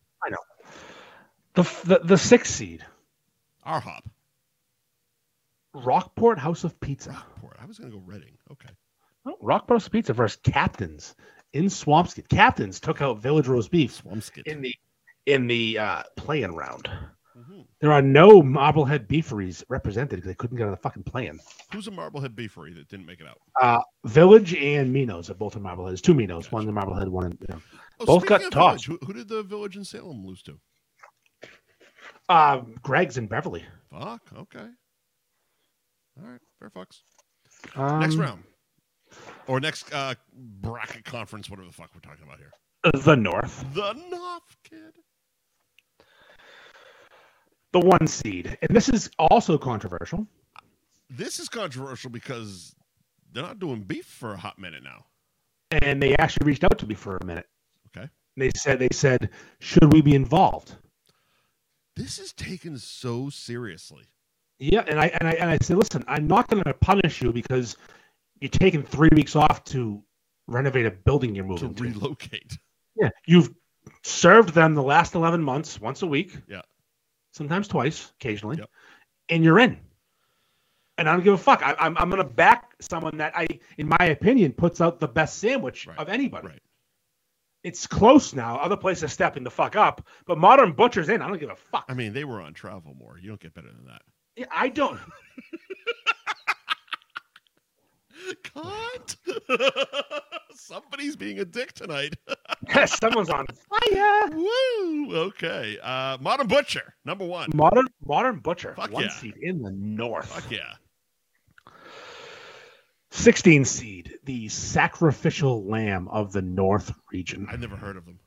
Speaker 2: The f- the, the sixth seed,
Speaker 1: Our hop.
Speaker 2: Rockport House of Pizza.
Speaker 1: Rockport. I was gonna go Reading. Okay.
Speaker 2: Oh, Rockport House of Pizza versus Captains in Swampscott. Captains took out Village Roast Beef
Speaker 1: Swampskit.
Speaker 2: in the in the uh, play-in round.
Speaker 1: Mhm.
Speaker 2: There are no Marblehead beeferys represented because they couldn't get on the fucking play-in.
Speaker 1: Who's a Marblehead beefery that didn't make it out?
Speaker 2: Village and Minos are both in Marblehead. There's two Minos, one in Marblehead, one in. You know.
Speaker 1: Oh,
Speaker 2: Both
Speaker 1: speaking
Speaker 2: got
Speaker 1: of
Speaker 2: tossed.
Speaker 1: Village, Who, who did the Village in Salem lose to?
Speaker 2: Uh, Greg's in Beverly.
Speaker 1: Fuck. Okay. All right. Fair fucks.
Speaker 2: Um,
Speaker 1: next round. Or next uh, bracket conference, whatever the fuck we're talking about here.
Speaker 2: The North,
Speaker 1: The Knopf kid.
Speaker 2: the one seed, and this is also controversial.
Speaker 1: This is controversial because they're not doing beef for a hot minute now.
Speaker 2: And they actually reached out to me for a minute.
Speaker 1: Okay.
Speaker 2: They said they said, should we be involved?
Speaker 1: This is taken so seriously.
Speaker 2: Yeah, and I and I and I said, listen, I'm not going to punish you because you're taking three weeks off to renovate a building you're
Speaker 1: to
Speaker 2: moving to.
Speaker 1: relocate.
Speaker 2: Yeah, you've served them the last 11 months once a week.
Speaker 1: Yeah.
Speaker 2: Sometimes twice, occasionally.
Speaker 1: Yep.
Speaker 2: And you're in. And I don't give a fuck. I, I'm, I'm going to back someone that I, in my opinion, puts out the best sandwich
Speaker 1: Right,
Speaker 2: of anybody.
Speaker 1: right.
Speaker 2: It's close now. Other places are stepping the fuck up, but Modern Butcher's in. I don't give a fuck.
Speaker 1: I mean, they were on travel more. You don't get better than that.
Speaker 2: Yeah, I don't.
Speaker 1: Cunt! Somebody's being a dick tonight.
Speaker 2: Someone's on fire.
Speaker 1: Woo! Okay. Uh, Modern Butcher, number one.
Speaker 2: Modern Modern Butcher,
Speaker 1: Fuck
Speaker 2: one
Speaker 1: yeah.
Speaker 2: seed in the north.
Speaker 1: Fuck yeah.
Speaker 2: 16 seed, the sacrificial lamb of the North region.
Speaker 1: I've never heard of them.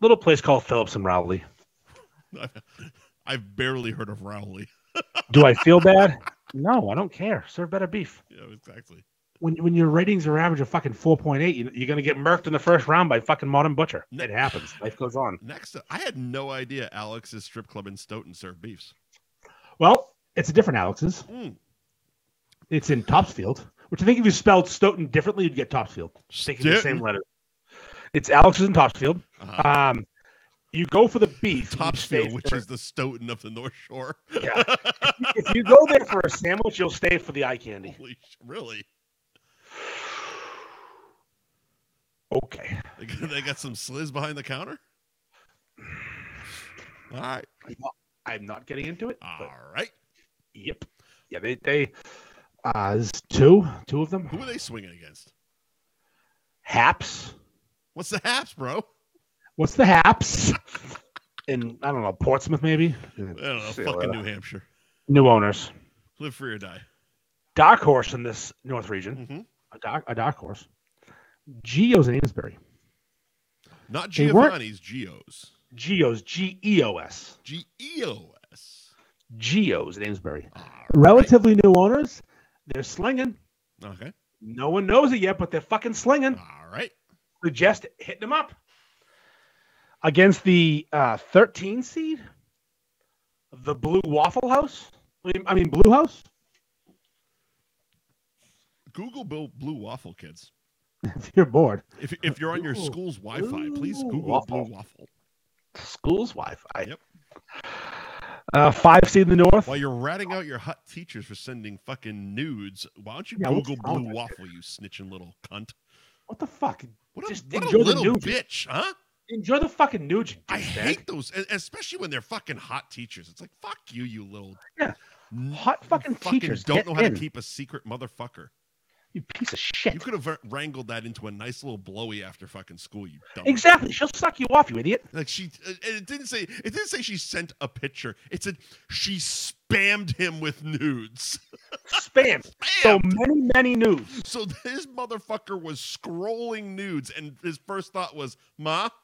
Speaker 2: little place called Phillips and Rowley.
Speaker 1: I've barely heard of Rowley.
Speaker 2: Do I feel bad? No, I don't care. Serve better beef.
Speaker 1: Yeah, exactly.
Speaker 2: When, when your ratings are average of fucking 4.8, you- you're going to get murked in the first round by fucking Modern Butcher. It happens. Life goes on.
Speaker 1: Next, up, I had no idea Alex's strip club in Stoughton served beefs.
Speaker 2: Well, it's a different Alex's.
Speaker 1: Mm.
Speaker 2: It's in Topsfield, which I think if you spelled Stoughton differently, you'd get Topsfield. Thinking the
Speaker 1: Stoughton?
Speaker 2: same letter. It's Alex's in Topsfield.
Speaker 1: Uh-huh.
Speaker 2: Um, you go for the beef. you stay
Speaker 1: Topsfield, which
Speaker 2: for-
Speaker 1: is the Stoughton of the North Shore.
Speaker 2: Yeah. if you go there for a sandwich, you'll stay for the eye candy.
Speaker 1: Holy sh- really?
Speaker 2: Okay.
Speaker 1: They got, they got some sliz behind the counter? All right.
Speaker 2: I'm not getting into it.
Speaker 1: All
Speaker 2: but
Speaker 1: right.
Speaker 2: yep. Yeah, they they uh there's two, two of them.
Speaker 1: Who are they swinging against?
Speaker 2: Haps.
Speaker 1: What's the haps, bro?
Speaker 2: What's the Haps? In I don't know, Portsmouth maybe?
Speaker 1: I don't know.
Speaker 2: See you
Speaker 1: fucking
Speaker 2: later.
Speaker 1: New Hampshire.
Speaker 2: New owners.
Speaker 1: Live free or die.
Speaker 2: Dark horse in this
Speaker 1: Hmm.
Speaker 2: North region.
Speaker 1: Mm-hmm.
Speaker 2: A dark, a dark horse. Geo's in Amesbury.
Speaker 1: Not
Speaker 2: They weren't-
Speaker 1: Giovanni's, Geo's.
Speaker 2: Geos, G E O S.
Speaker 1: G E O S.
Speaker 2: Geos in Amesbury.
Speaker 1: All right.
Speaker 2: Relatively new owners. They're slinging.
Speaker 1: Okay.
Speaker 2: No one knows it yet, but they're fucking slinging.
Speaker 1: All right.
Speaker 2: They're just hitting them up. Against the uh, 13 seed, the Blue Waffle House. I mean, I mean Blue House.
Speaker 1: Google Bill Blue Waffle Kids.
Speaker 2: If you're bored.
Speaker 1: If, if you're on your
Speaker 2: Ooh.
Speaker 1: school's Wi Fi, please
Speaker 2: Ooh,
Speaker 1: Google
Speaker 2: waffle.
Speaker 1: Blue Waffle.
Speaker 2: School's Wi-Fi.
Speaker 1: Yep.
Speaker 2: Uh, five seed in the north.
Speaker 1: While you're ratting out your hot teachers for sending fucking nudes, why don't you
Speaker 2: Yeah, what's
Speaker 1: Google
Speaker 2: wrong
Speaker 1: Blue
Speaker 2: with
Speaker 1: Waffle, you snitching little cunt?
Speaker 2: What the fuck?
Speaker 1: What a,
Speaker 2: Just
Speaker 1: what a
Speaker 2: enjoy the
Speaker 1: little
Speaker 2: nudes.
Speaker 1: bitch, huh?
Speaker 2: Enjoy the fucking Nugent.
Speaker 1: I
Speaker 2: douchebag.
Speaker 1: hate those, e- especially when they're fucking hot teachers. It's like fuck you, you little
Speaker 2: Yeah.
Speaker 1: n-
Speaker 2: hot fucking,
Speaker 1: fucking
Speaker 2: teachers.
Speaker 1: don't
Speaker 2: get
Speaker 1: know how
Speaker 2: in,
Speaker 1: to keep a secret, motherfucker.
Speaker 2: you piece of shit.
Speaker 1: You could have wr- wrangled that into a nice little blowy after fucking school. You dumb.
Speaker 2: Exactly. She'll suck you off, you idiot.
Speaker 1: Like she, uh, and it didn't say it didn't say she sent a picture. It said she spammed him with nudes.
Speaker 2: Spam. so
Speaker 1: Bam!
Speaker 2: many, many news.
Speaker 1: So, this motherfucker was scrolling nudes, and his first thought was, "Ma."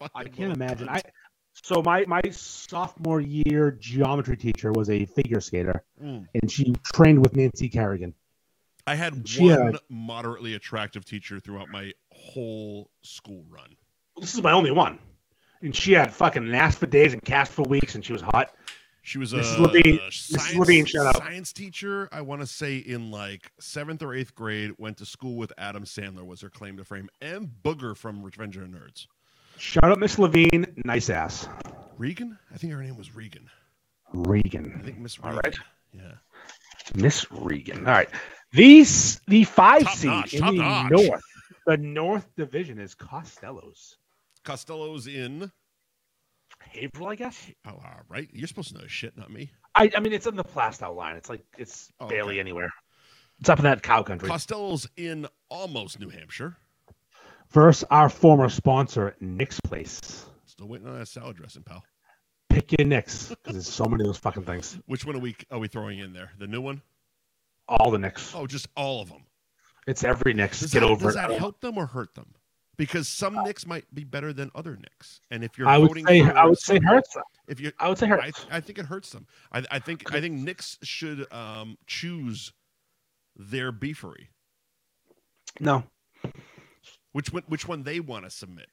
Speaker 2: I
Speaker 1: Fucking
Speaker 2: can't
Speaker 1: little
Speaker 2: imagine.
Speaker 1: cunt.
Speaker 2: I so my my sophomore year geometry teacher was a figure skater,
Speaker 1: Mm.
Speaker 2: and she trained with Nancy Kerrigan.
Speaker 1: I had
Speaker 2: Yeah.
Speaker 1: one moderately attractive teacher throughout my whole school run.
Speaker 2: This is my only one, and she had fucking an ass for days and cast for weeks, and she was hot.
Speaker 1: She was a
Speaker 2: Mrs. Levine- Mrs.
Speaker 1: science,
Speaker 2: Levine, shut up.
Speaker 1: science teacher, I want to say in like seventh or eighth grade, went to school with Adam Sandler, was her claim to fame, and Booger from Revenge of the Nerds.
Speaker 2: Shout out Miss Levine, nice ass.
Speaker 1: Regan? I think her name was Regan. I
Speaker 2: Regan,
Speaker 1: think Miss
Speaker 2: All
Speaker 1: Regan.
Speaker 2: right.
Speaker 1: Yeah.
Speaker 2: Miss Regan. All right, these the five
Speaker 1: Top
Speaker 2: seed
Speaker 1: notch,
Speaker 2: in
Speaker 1: top
Speaker 2: the
Speaker 1: notch.
Speaker 2: north. The North Division is Costello's.
Speaker 1: Costello's in.
Speaker 2: Haverhill, I guess.
Speaker 1: Oh, all right. You're supposed to know this shit, not me.
Speaker 2: I, I mean, it's in the Plastow line. It's like it's
Speaker 1: Oh,
Speaker 2: barely
Speaker 1: okay.
Speaker 2: anywhere. It's up in that cow country.
Speaker 1: Costello's in almost New Hampshire.
Speaker 2: Versus our former sponsor, Nick's Place.
Speaker 1: Still waiting on that salad dressing, pal.
Speaker 2: Pick your Nick's because there's so many of those fucking things.
Speaker 1: Which one are we are we throwing in there? The new one?
Speaker 2: All the Nick's.
Speaker 1: Oh, just all of them.
Speaker 2: It's every Nick's.
Speaker 1: Does
Speaker 2: Get
Speaker 1: that,
Speaker 2: over
Speaker 1: does
Speaker 2: it.
Speaker 1: that help them or hurt them? Because some Knicks might be better than other Knicks, and if you're
Speaker 2: I would
Speaker 1: voting
Speaker 2: say
Speaker 1: for
Speaker 2: I would say
Speaker 1: some-
Speaker 2: hurts.
Speaker 1: If you,
Speaker 2: I would say
Speaker 1: I,
Speaker 2: hurts.
Speaker 1: I think it hurts them. I, I think I think Knicks should um, choose their beefery,
Speaker 2: No,
Speaker 1: which one, which one they want to submit.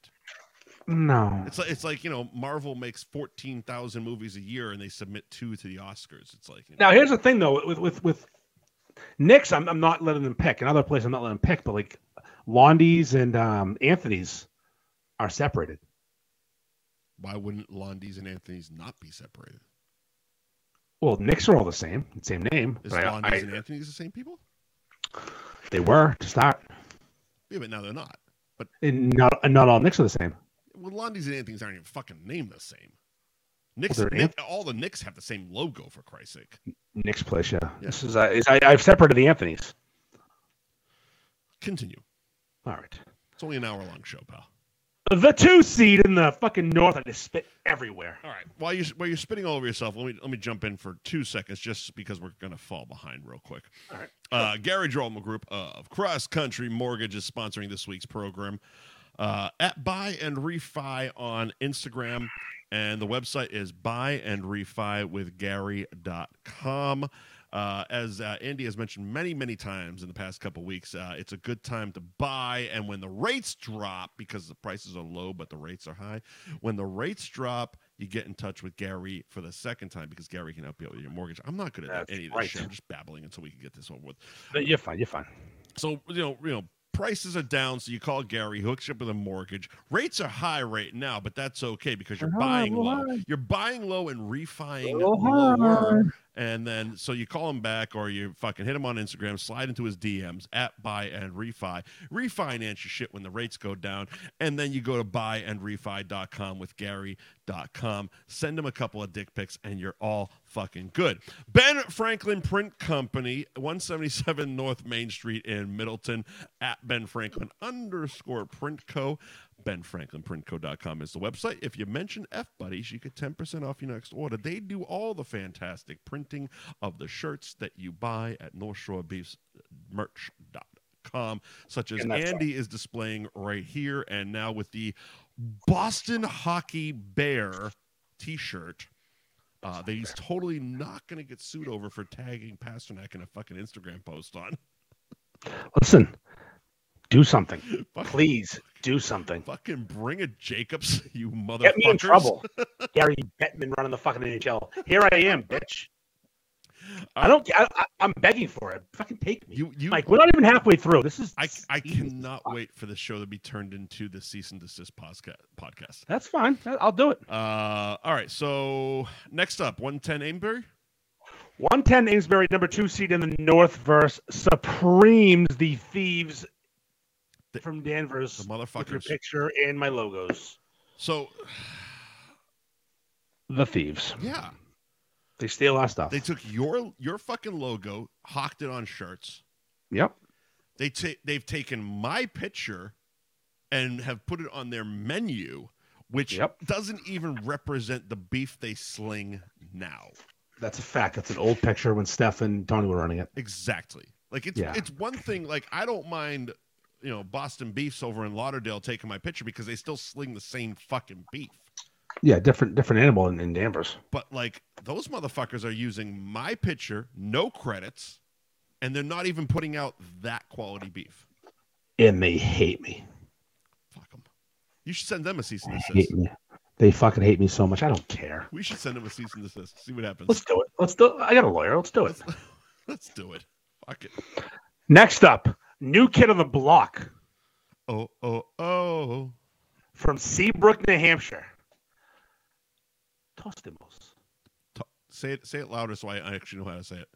Speaker 2: no.
Speaker 1: It's like it's like you know Marvel makes fourteen thousand movies a year, and they submit two to the Oscars. It's like you know,
Speaker 2: Now here's the thing though with with with Nick's, I'm I'm not letting them pick. Another place I'm not letting them pick, but like Londy's and um, Anthony's are separated.
Speaker 1: why wouldn't Londy's and Anthony's not be separated?
Speaker 2: Well, Knicks are all the same, same name.
Speaker 1: Is
Speaker 2: but I- I-
Speaker 1: Londy's and Anthony's the same people?
Speaker 2: they were to start,
Speaker 1: Yeah, but now they're not.
Speaker 2: and not and not all Knicks are the same.
Speaker 1: Well, Londy's and Anthony's aren't even fucking named the same. Knicks,
Speaker 2: they're
Speaker 1: Knick- all the Knicks have the same logo for Christ's sake.
Speaker 2: Knicks place, yeah.
Speaker 1: Yeah.
Speaker 2: This is, uh, is I, I've separated the Anthony's.
Speaker 1: Continue.
Speaker 2: All right.
Speaker 1: It's only an hour long show, pal.
Speaker 2: The two seed in the fucking north. I just spit everywhere.
Speaker 1: All right. While you while you're spitting all over yourself, let me let me jump in for two seconds, just because we're gonna fall behind real quick.
Speaker 2: All right.
Speaker 1: Uh, Gary Drolman Group uh, of Cross Country Mortgage is sponsoring this week's program. Uh, at Buy and Refi on Instagram, and the website is Buy and Refi with Gary.com. Uh, as uh, Andy has mentioned many, many times in the past couple weeks, uh, it's a good time to buy. And when the rates drop, because the prices are low but the rates are high, when the rates drop, you get in touch with Gary for the second time because Gary can help you out with your mortgage. I'm not good at
Speaker 2: That's
Speaker 1: any of this
Speaker 2: right.
Speaker 1: shit. I'm just babbling until we can get this over with.
Speaker 2: But you're fine. You're fine.
Speaker 1: So you know, you know, prices are down. So you call Gary, he hooks you up with a mortgage. Rates are high right now, but that's okay because you're
Speaker 2: They're high,
Speaker 1: buying
Speaker 2: they're
Speaker 1: low.
Speaker 2: high.
Speaker 1: You're buying low and refining
Speaker 2: They're high.
Speaker 1: lower. And then so you call him back or you fucking hit him on Instagram, slide into his DMs at buy and refi, refinance your shit when the rates go down, and then you go to buy and refi.com with Gary.com, send him a couple of dick pics, and you're all fucking good. Ben Franklin Print Company, 177 North Main Street in Middleton, at Ben Franklin underscore print co. BenFranklinPrintCo.com is the website. If you mention F Buddies, you get 10% off your next order. They do all the fantastic printing of the shirts that you buy at North Shore Beefs merch.com. www.bostonharbor.com, such as
Speaker 2: And that's
Speaker 1: Andy is displaying right here. And now with the Boston Hockey Bear t shirt. Uh, that he's totally not going to get sued over for tagging Pasternak in a fucking Instagram post on.
Speaker 2: Listen, do something.
Speaker 1: Fuck-
Speaker 2: Please do something.
Speaker 1: Fucking bring it, Jacobs, you motherfuckers.
Speaker 2: Get me in trouble. Gary Bettman running the fucking NHL. Here I am, bitch. I don't. I, I, I'm begging for it. Fucking take me.
Speaker 1: Uh, You, you,
Speaker 2: Like we're not even halfway through. This is.
Speaker 1: I, I cannot wait for the show to be turned into the cease and desist posca- podcast.
Speaker 2: That's fine. I- I'll do it.
Speaker 1: Uh, all right. So next up, 110 Amber.
Speaker 2: 110 Amesbury, number two seed in the North verse, supremes the thieves
Speaker 1: The-
Speaker 2: from
Speaker 1: The
Speaker 2: Danvers with your
Speaker 1: motherfuckers.
Speaker 2: picture and my logos.
Speaker 1: So
Speaker 2: The thieves.
Speaker 1: yeah,
Speaker 2: They steal our stuff.
Speaker 1: they took your your fucking logo, hawked it on shirts.
Speaker 2: yep.
Speaker 1: They ta- they've taken my picture and have put it on their menu, which
Speaker 2: Yep.
Speaker 1: doesn't even represent the beef they sling now.
Speaker 2: That's a fact. That's an old picture when Steph and Tony were running it.
Speaker 1: Exactly. Like it's
Speaker 2: Yeah.
Speaker 1: it's one thing. Like I don't mind, you know, Boston beefs over in Lauderdale taking my picture because they still sling the same fucking beef.
Speaker 2: Yeah, different different animal in, in Danvers.
Speaker 1: But like those motherfuckers are using my picture, no credits, and they're not even putting out that quality beef.
Speaker 2: And they hate me.
Speaker 1: Fuck them. You should send them a cease and
Speaker 2: hate
Speaker 1: desist.
Speaker 2: me. They fucking hate me so much. I don't care.
Speaker 1: We should send them a cease and desist. See what happens.
Speaker 2: Let's do it. Let's do. I got a lawyer. Let's do it.
Speaker 1: Let's do it. Fuck it.
Speaker 2: Next up, new kid on the block
Speaker 1: Oh oh oh.
Speaker 2: from Seabrook, New Hampshire. Tostimos.
Speaker 1: Say it. Say it louder so I I actually know how to say it.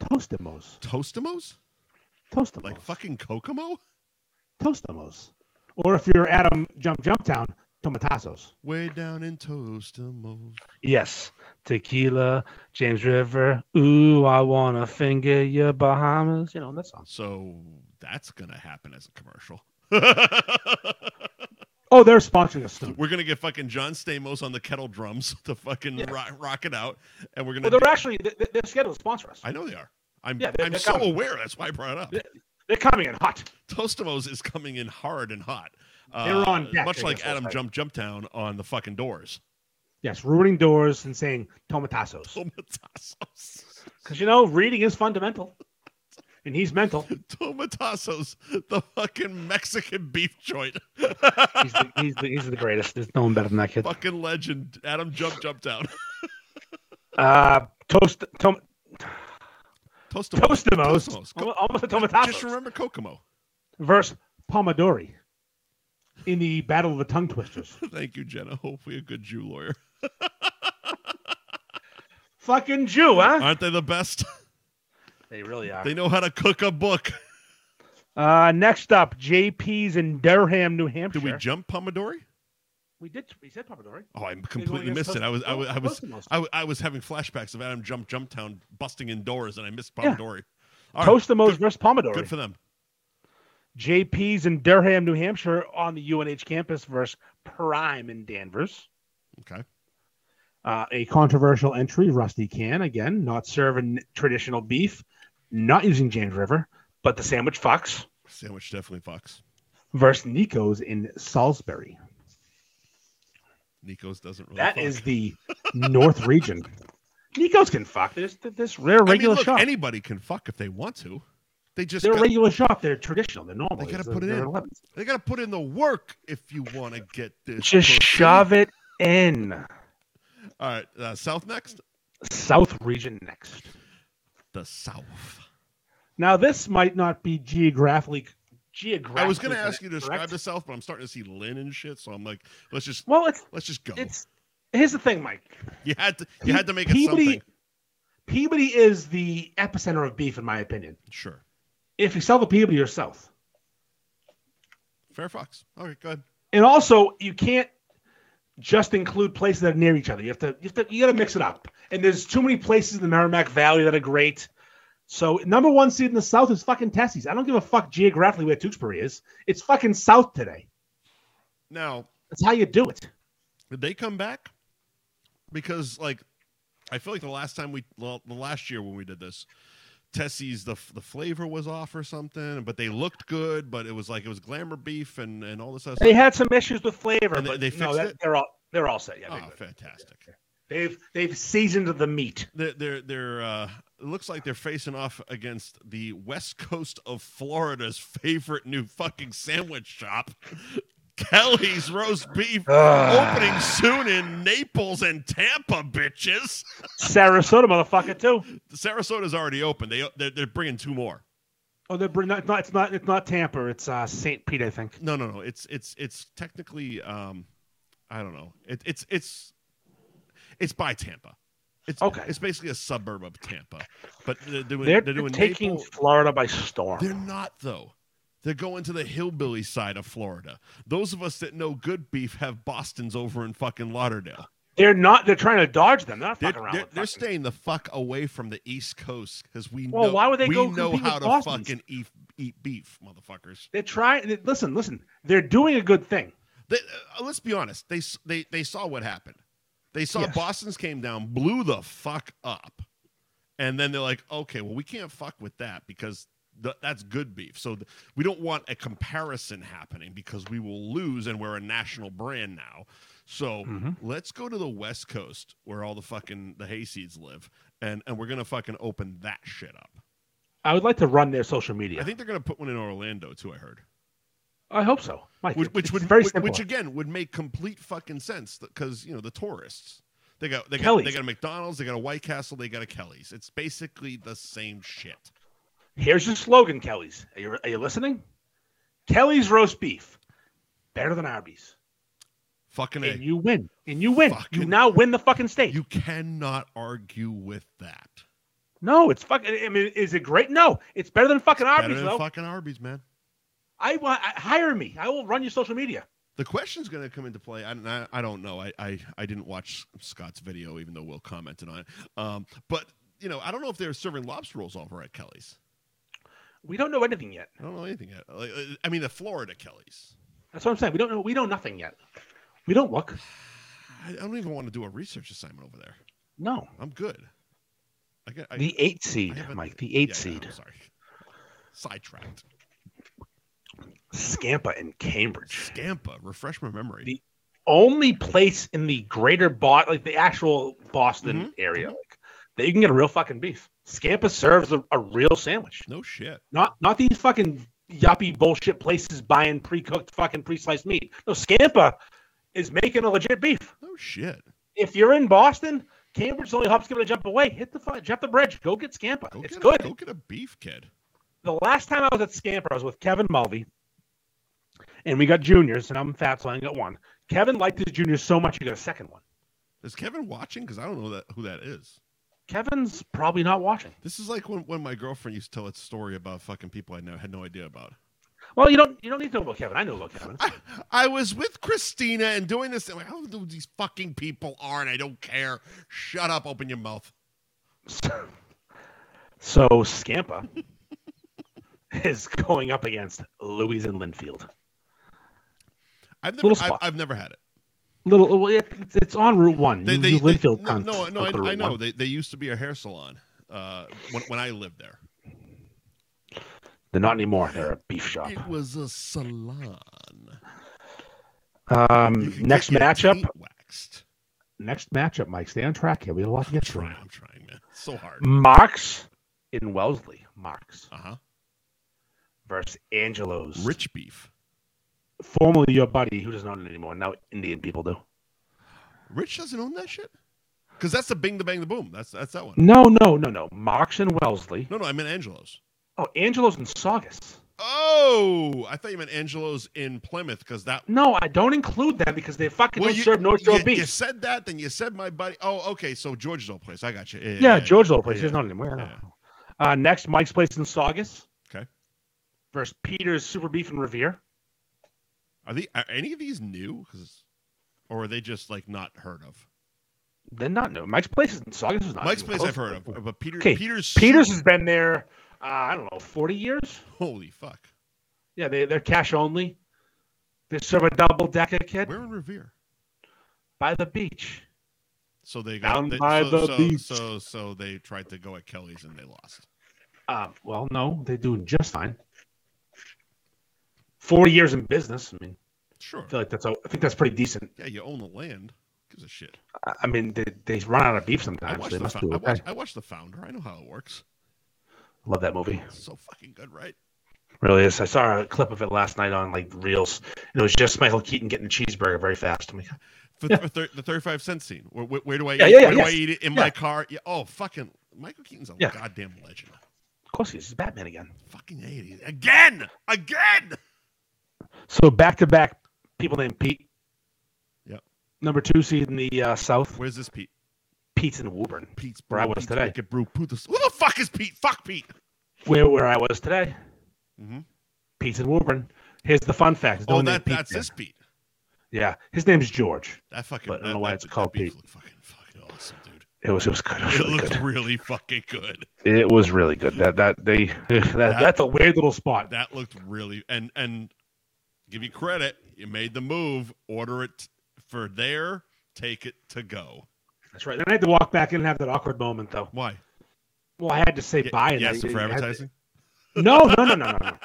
Speaker 2: Tostimos.
Speaker 1: Toastamos?
Speaker 2: Tostimos.
Speaker 1: Like fucking Kokomo?
Speaker 2: Tostimos. Or if you're Adam Jump Jump Town, Tomatazos.
Speaker 1: Way down in Toastamos.
Speaker 2: Yes. Tequila, James River. Ooh, I wanna finger your Bahamas. You know that song.
Speaker 1: So that's gonna happen as a commercial.
Speaker 2: Oh, they're sponsoring us. soon.
Speaker 1: we're gonna get fucking John Stamos on the kettle drums to fucking
Speaker 2: Yeah.
Speaker 1: rock, rock it out, and we're gonna.
Speaker 2: Well, they're
Speaker 1: do-
Speaker 2: actually they- they- they're scheduled to sponsor us.
Speaker 1: I know they are. I'm
Speaker 2: Yeah, they're-
Speaker 1: I'm
Speaker 2: they're
Speaker 1: so
Speaker 2: coming.
Speaker 1: aware. That's why I brought it up.
Speaker 2: They're- They're coming in hot.
Speaker 1: Toastamos is coming in hard and hot. Uh,
Speaker 2: They're on deck,
Speaker 1: much
Speaker 2: I
Speaker 1: like
Speaker 2: guess we'll
Speaker 1: Adam
Speaker 2: say.
Speaker 1: Jump Jump Town on the fucking doors.
Speaker 2: Yes, ruining doors and saying
Speaker 1: Oh.
Speaker 2: tomatazos.
Speaker 1: Tomatazos.
Speaker 2: Because you know, reading is fundamental. And he's mental.
Speaker 1: Tomatazos, the fucking Mexican beef joint.
Speaker 2: He's the, he's the, he's the greatest. There's no one better than that kid.
Speaker 1: fucking legend, Adam Jump Jump Town.
Speaker 2: Uh, toast, tom,
Speaker 1: Toastamos.
Speaker 2: Toastamos.
Speaker 1: Toastamos. Go-
Speaker 2: Almo- Almost a
Speaker 1: Just
Speaker 2: tomatazos.
Speaker 1: remember Kokomo.
Speaker 2: Versus Pomodori in the Battle of the Tongue Twisters.
Speaker 1: Thank you, Jenna. Hopefully, a good Jew lawyer.
Speaker 2: Fucking Jew, huh?
Speaker 1: Aren't they the best?
Speaker 2: They really are.
Speaker 1: They know how to cook a book.
Speaker 2: Uh, next up, JP's in Durham, New Hampshire.
Speaker 1: Did we jump Pomodori?
Speaker 2: we did. We said Pomodori.
Speaker 1: Oh, I completely missed it. I was, I was, I was,
Speaker 2: Toastamos.
Speaker 1: I was, I was having flashbacks of Adam Jump Jump Town busting in doors, and I missed
Speaker 2: Yeah.
Speaker 1: Pomodori. All right,
Speaker 2: Toastamos
Speaker 1: good-
Speaker 2: versus Pomodori.
Speaker 1: Good for them.
Speaker 2: JP's in Durham, New Hampshire on the UNH campus versus Prime in Danvers.
Speaker 1: Okay.
Speaker 2: Uh, a controversial entry, Rusty Can, again, not serving traditional beef, not using James River, but the sandwich fox
Speaker 1: Sandwich definitely fucks.
Speaker 2: versus Nico's in Salisbury.
Speaker 1: Nico's doesn't really.
Speaker 2: That
Speaker 1: fuck.
Speaker 2: is the North region. Nico's can fuck. This, this rare
Speaker 1: I mean,
Speaker 2: regular
Speaker 1: look,
Speaker 2: shop.
Speaker 1: Anybody can fuck if they want to. They just
Speaker 2: they're a
Speaker 1: got-
Speaker 2: regular shop. They're traditional. They're normal.
Speaker 1: They gotta
Speaker 2: It's a-
Speaker 1: put it
Speaker 2: they're
Speaker 1: in.
Speaker 2: 11s.
Speaker 1: they got to put in the work if you want to get this.
Speaker 2: Just
Speaker 1: pussy.
Speaker 2: shove it in.
Speaker 1: All right, uh, South next.
Speaker 2: South region next.
Speaker 1: The South.
Speaker 2: Now, this might not be geographically geographically.
Speaker 1: I was going to ask you to describe
Speaker 2: correct.
Speaker 1: the South, but I'm starting to see Lynn and shit, so I'm like, let's just
Speaker 2: Well, it's
Speaker 1: let's just go.
Speaker 2: it's here's the thing, Mike.
Speaker 1: You had to you had to make it
Speaker 2: Peabody,
Speaker 1: something.
Speaker 2: Peabody is the epicenter of beef, in my opinion.
Speaker 1: Sure,
Speaker 2: If you sell the Peabody yourself,
Speaker 1: fair fox. All right, go ahead.
Speaker 2: and also you can't just include places that are near each other. You have to you have to you got to mix it up. And there's too many places in the Merrimack Valley that are great. So number one seed in the South is fucking Tessie's. I don't give a fuck geographically where Tewksbury is. It's fucking South today.
Speaker 1: Now
Speaker 2: That's how you do it.
Speaker 1: did they come back? Because like, I feel like the last time we well, the last year when we did this, Tessie's the the flavor was off or something, but they looked good. But it was like it was glamour beef and and all this other
Speaker 2: They
Speaker 1: stuff.
Speaker 2: had some issues with flavor,
Speaker 1: And they-
Speaker 2: but
Speaker 1: they
Speaker 2: no,
Speaker 1: fixed
Speaker 2: that,
Speaker 1: it?
Speaker 2: they're all they're all set. Yeah, they're
Speaker 1: Oh,
Speaker 2: good.
Speaker 1: fantastic!
Speaker 2: they've they've seasoned the meat.
Speaker 1: They're they're, they're uh, it looks like they're facing off against the west coast of Florida's favorite new fucking sandwich shop, Kelly's roast beef.
Speaker 2: Ah.
Speaker 1: Opening soon in Naples and Tampa, bitches.
Speaker 2: Sarasota, motherfucker, too.
Speaker 1: Sarasota's already open. They they're, they're bringing two more.
Speaker 2: Oh, they're bring- not, it's not it's not it's not Tampa. It's uh, Saint Pete, I think.
Speaker 1: No, no, no. It's it's it's technically um I don't know. It, it's it's it's by Tampa. It's
Speaker 2: Okay.
Speaker 1: It's basically a suburb of Tampa, but they're doing
Speaker 2: They're,
Speaker 1: they're, doing
Speaker 2: taking
Speaker 1: Naples-
Speaker 2: Florida by storm.
Speaker 1: They're not though. They're going to the hillbilly side of Florida. Those of us that know good beef have Boston's over in fucking Lauderdale.
Speaker 2: They're not. They're trying to dodge them. They're not
Speaker 1: They're,
Speaker 2: fucking around.
Speaker 1: they're,
Speaker 2: with
Speaker 1: they're
Speaker 2: fucking-
Speaker 1: staying the fuck away from the East Coast because we
Speaker 2: Well,
Speaker 1: know
Speaker 2: why would they
Speaker 1: we
Speaker 2: go
Speaker 1: know
Speaker 2: compete
Speaker 1: how
Speaker 2: with
Speaker 1: to
Speaker 2: Boston's?
Speaker 1: fucking eat eat beef, motherfuckers.
Speaker 2: They're trying. they- Listen, listen. They're doing a good thing.
Speaker 1: They, uh, let's be honest. They s- they they saw what happened. They saw
Speaker 2: Yes.
Speaker 1: Boston's came down, blew the fuck up, and then they're like, okay, well we can't fuck with that because th- that's good beef. So th- we don't want a comparison happening because we will lose, and we're a national brand now. So
Speaker 2: Mhm.
Speaker 1: let's go to the West Coast where all the fucking the hayseeds live, and and we're gonna fucking open that shit up.
Speaker 2: I would like to run their social media.
Speaker 1: I think they're gonna put one in Orlando too. I heard.
Speaker 2: I hope so. Mike,
Speaker 1: which,
Speaker 2: it's-
Speaker 1: which
Speaker 2: it's
Speaker 1: would
Speaker 2: very
Speaker 1: which,
Speaker 2: simple.
Speaker 1: which again would make complete fucking sense because you know the tourists they got they got
Speaker 2: Kelly's.
Speaker 1: they got a McDonald's, they got a White Castle, they got a Kelly's. It's basically the same shit.
Speaker 2: Here's your slogan, Kelly's. Are you, are you listening? Kelly's roast beef, better than Arby's,
Speaker 1: Fucking
Speaker 2: and
Speaker 1: a.
Speaker 2: you win. And you win. You
Speaker 1: Fucking-
Speaker 2: now win the fucking state.
Speaker 1: You cannot argue with that.
Speaker 2: no, it's fucking. I mean, is it great? No, it's better than fucking Arby's
Speaker 1: Better than
Speaker 2: though.
Speaker 1: fucking Arby's, man.
Speaker 2: I want I, hire me. I will run your social media.
Speaker 1: The question's going to come into play. I, I, I don't know. I, I, I didn't watch Scott's video, even though Will commented on it. Um, but, you know, I don't know if they're serving lobster rolls over at Kelly's.
Speaker 2: We don't know anything yet.
Speaker 1: I don't know anything yet. Like, uh, I mean, the Florida Kelly's.
Speaker 2: That's what I'm saying. We don't know. We know nothing yet. We don't look.
Speaker 1: I, I don't even want to do a research assignment over there.
Speaker 2: No,
Speaker 1: I'm good. I got I,
Speaker 2: the eight seed,
Speaker 1: haven't-
Speaker 2: Mike. The eight
Speaker 1: yeah, yeah,
Speaker 2: seed,
Speaker 1: I'm sorry, sidetracked.
Speaker 2: Scampa in Cambridge.
Speaker 1: Scampa, refresh my memory.
Speaker 2: The- Only place in the greater Boston, like the actual Boston
Speaker 1: Mhm,
Speaker 2: area, like that you can get a real fucking beef. Scampa serves a, a real sandwich.
Speaker 1: no shit.
Speaker 2: Not not these fucking yuppie bullshit places buying pre-cooked fucking pre-sliced meat. No, Scampa is making a legit beef.
Speaker 1: No shit.
Speaker 2: if you're in Boston, Cambridge only hops giving a jump away. Hit the fu- jump the bridge. Go get Scampa.
Speaker 1: Go
Speaker 2: it's
Speaker 1: get
Speaker 2: good.
Speaker 1: A, go get a beef, kid.
Speaker 2: The last time I was at Scamper, I was with Kevin Mulvey, and we got juniors, and I'm fat, so I only got one. Kevin liked his juniors so much he got a second one.
Speaker 1: Is Kevin watching? Because I don't know that who that is.
Speaker 2: Kevin's probably not watching.
Speaker 1: This is like when, when my girlfriend used to tell its story about fucking people I know had no idea about.
Speaker 2: Well, you don't you don't need to know about Kevin. I know about Kevin.
Speaker 1: I, I was with Christina and doing this. I'm like, I don't know who these fucking people are, and I don't care. Shut up. Open your mouth.
Speaker 2: So Scampa is going up against Louise and Linfield.
Speaker 1: I've never,
Speaker 2: Little
Speaker 1: I've,
Speaker 2: spot.
Speaker 1: I've never had it.
Speaker 2: Little, well, it- it's- it's on Route One.
Speaker 1: they,
Speaker 2: You-
Speaker 1: they,
Speaker 2: you
Speaker 1: they-
Speaker 2: Linfield
Speaker 1: no,
Speaker 2: cunts
Speaker 1: no, no,
Speaker 2: don't go to
Speaker 1: I, I
Speaker 2: Route
Speaker 1: know
Speaker 2: One.
Speaker 1: they, they used to be a hair salon uh, when, when I lived there.
Speaker 2: They're not anymore. They're a beef shop.
Speaker 1: It was a salon. You
Speaker 2: Um,
Speaker 1: could
Speaker 2: next
Speaker 1: get your
Speaker 2: matchup.
Speaker 1: taint waxed.
Speaker 2: Next matchup, Mike. Stay on track here. We have a lot to
Speaker 1: I'm
Speaker 2: get through.
Speaker 1: trying, I'm trying, man. It's so hard.
Speaker 2: Marks in Wellesley. Marks
Speaker 1: Uh huh.
Speaker 2: versus Angelos.
Speaker 1: Rich beef.
Speaker 2: formerly your buddy, who doesn't own it anymore. Now Indian people do.
Speaker 1: Rich doesn't own that shit. Because that's the Bing the Bang the Boom. That's that's that one.
Speaker 2: No, no, no, no. Marks in Wellesley.
Speaker 1: No, no, I meant Angelo's.
Speaker 2: Oh, Angelos in Saugus.
Speaker 1: Oh, I thought you meant Angelo's in Plymouth because that.
Speaker 2: No, I don't include that because they fucking
Speaker 1: Well,
Speaker 2: don't
Speaker 1: you,
Speaker 2: serve North Shore
Speaker 1: you,
Speaker 2: beef.
Speaker 1: you said that, then you said my buddy. Oh, okay, so George's old place. I got you. Yeah,
Speaker 2: yeah, George's old place.
Speaker 1: yeah,
Speaker 2: There's not anymore.
Speaker 1: yeah.
Speaker 2: Uh, next, Mike's place in Saugus.
Speaker 1: Okay.
Speaker 2: Versus Peter's Super Beef in Revere.
Speaker 1: Are they are any of these new? 'Cause- or are they just like not heard of?
Speaker 2: They're not new. Mike's place is in Saugus. Is not
Speaker 1: Mike's
Speaker 2: even
Speaker 1: place I've
Speaker 2: close.
Speaker 1: heard of, but Peter
Speaker 2: Okay,
Speaker 1: Peter's
Speaker 2: Peters has been there. Uh, I don't know, forty years.
Speaker 1: holy fuck.
Speaker 2: Yeah, they they're cash only. They serve a double decker kid
Speaker 1: We're in Revere,
Speaker 2: by the beach.
Speaker 1: so they got
Speaker 2: Down
Speaker 1: they,
Speaker 2: by
Speaker 1: so,
Speaker 2: the
Speaker 1: so,
Speaker 2: beach.
Speaker 1: so so they tried to go at Kelly's and they lost.
Speaker 2: Uh, well, no, they're doing just fine. Forty years in business. I mean,
Speaker 1: Sure.
Speaker 2: I feel like that's a, I think that's pretty decent.
Speaker 1: Yeah, you own the land. Gives a shit.
Speaker 2: I I mean, they, they run out of beef
Speaker 1: I
Speaker 2: sometimes.
Speaker 1: watched,
Speaker 2: They
Speaker 1: the,
Speaker 2: must
Speaker 1: fou-
Speaker 2: do
Speaker 1: I,
Speaker 2: okay.
Speaker 1: watched, I watched The Founder. I know how it works.
Speaker 2: Love that movie.
Speaker 1: It's so fucking good, right?
Speaker 2: Really is. I saw a clip of it last night on like Reels, and it was just Michael Keaton getting a cheeseburger very fast. I'm like,
Speaker 1: For for thir- the 35 cent scene. Where, where, where do I
Speaker 2: Yeah,
Speaker 1: eat?
Speaker 2: yeah, yeah,
Speaker 1: where
Speaker 2: yes.
Speaker 1: do I eat it? In my car? Yeah. Oh, fucking. Michael Keaton's a
Speaker 2: Yeah.
Speaker 1: goddamn legend.
Speaker 2: of course he's Batman again.
Speaker 1: Fucking 80s. Again! Again!
Speaker 2: So back to back, people named Pete.
Speaker 1: Yep.
Speaker 2: Number two seed in the uh, South,
Speaker 1: Where's this Pete?
Speaker 2: Pete's in Woburn,
Speaker 1: Pete's
Speaker 2: Where I
Speaker 1: Brew,
Speaker 2: was
Speaker 1: Pete's
Speaker 2: today.
Speaker 1: Wicked Brew, Pete's- Who the fuck is Pete? Fuck Pete.
Speaker 2: where where I was today. Mm-hmm.
Speaker 1: Mhm.
Speaker 2: Pete's in Woburn. Here's the fun fact. There's no
Speaker 1: oh,
Speaker 2: one
Speaker 1: that,
Speaker 2: named Pete
Speaker 1: that's
Speaker 2: there.
Speaker 1: this Pete.
Speaker 2: Yeah, his name's George.
Speaker 1: That fucking.
Speaker 2: But I don't
Speaker 1: that-
Speaker 2: know why
Speaker 1: that-
Speaker 2: it's called
Speaker 1: that beef
Speaker 2: Pete.
Speaker 1: looked fucking, fucking awesome, dude.
Speaker 2: It was it was good. It was
Speaker 1: It
Speaker 2: really
Speaker 1: looked
Speaker 2: good.
Speaker 1: really fucking good.
Speaker 2: It was really good. That that they that, that's a weird little spot.
Speaker 1: That looked really and and give you credit. You made the move. Order it for there. Take it to go.
Speaker 2: That's right. Then I had to walk back in and have that awkward moment though.
Speaker 1: Why?
Speaker 2: Well, I had to say
Speaker 1: Ye-
Speaker 2: bye. and
Speaker 1: yes,
Speaker 2: I-
Speaker 1: for
Speaker 2: I had to-
Speaker 1: advertising.
Speaker 2: No, no, no, no, no, no,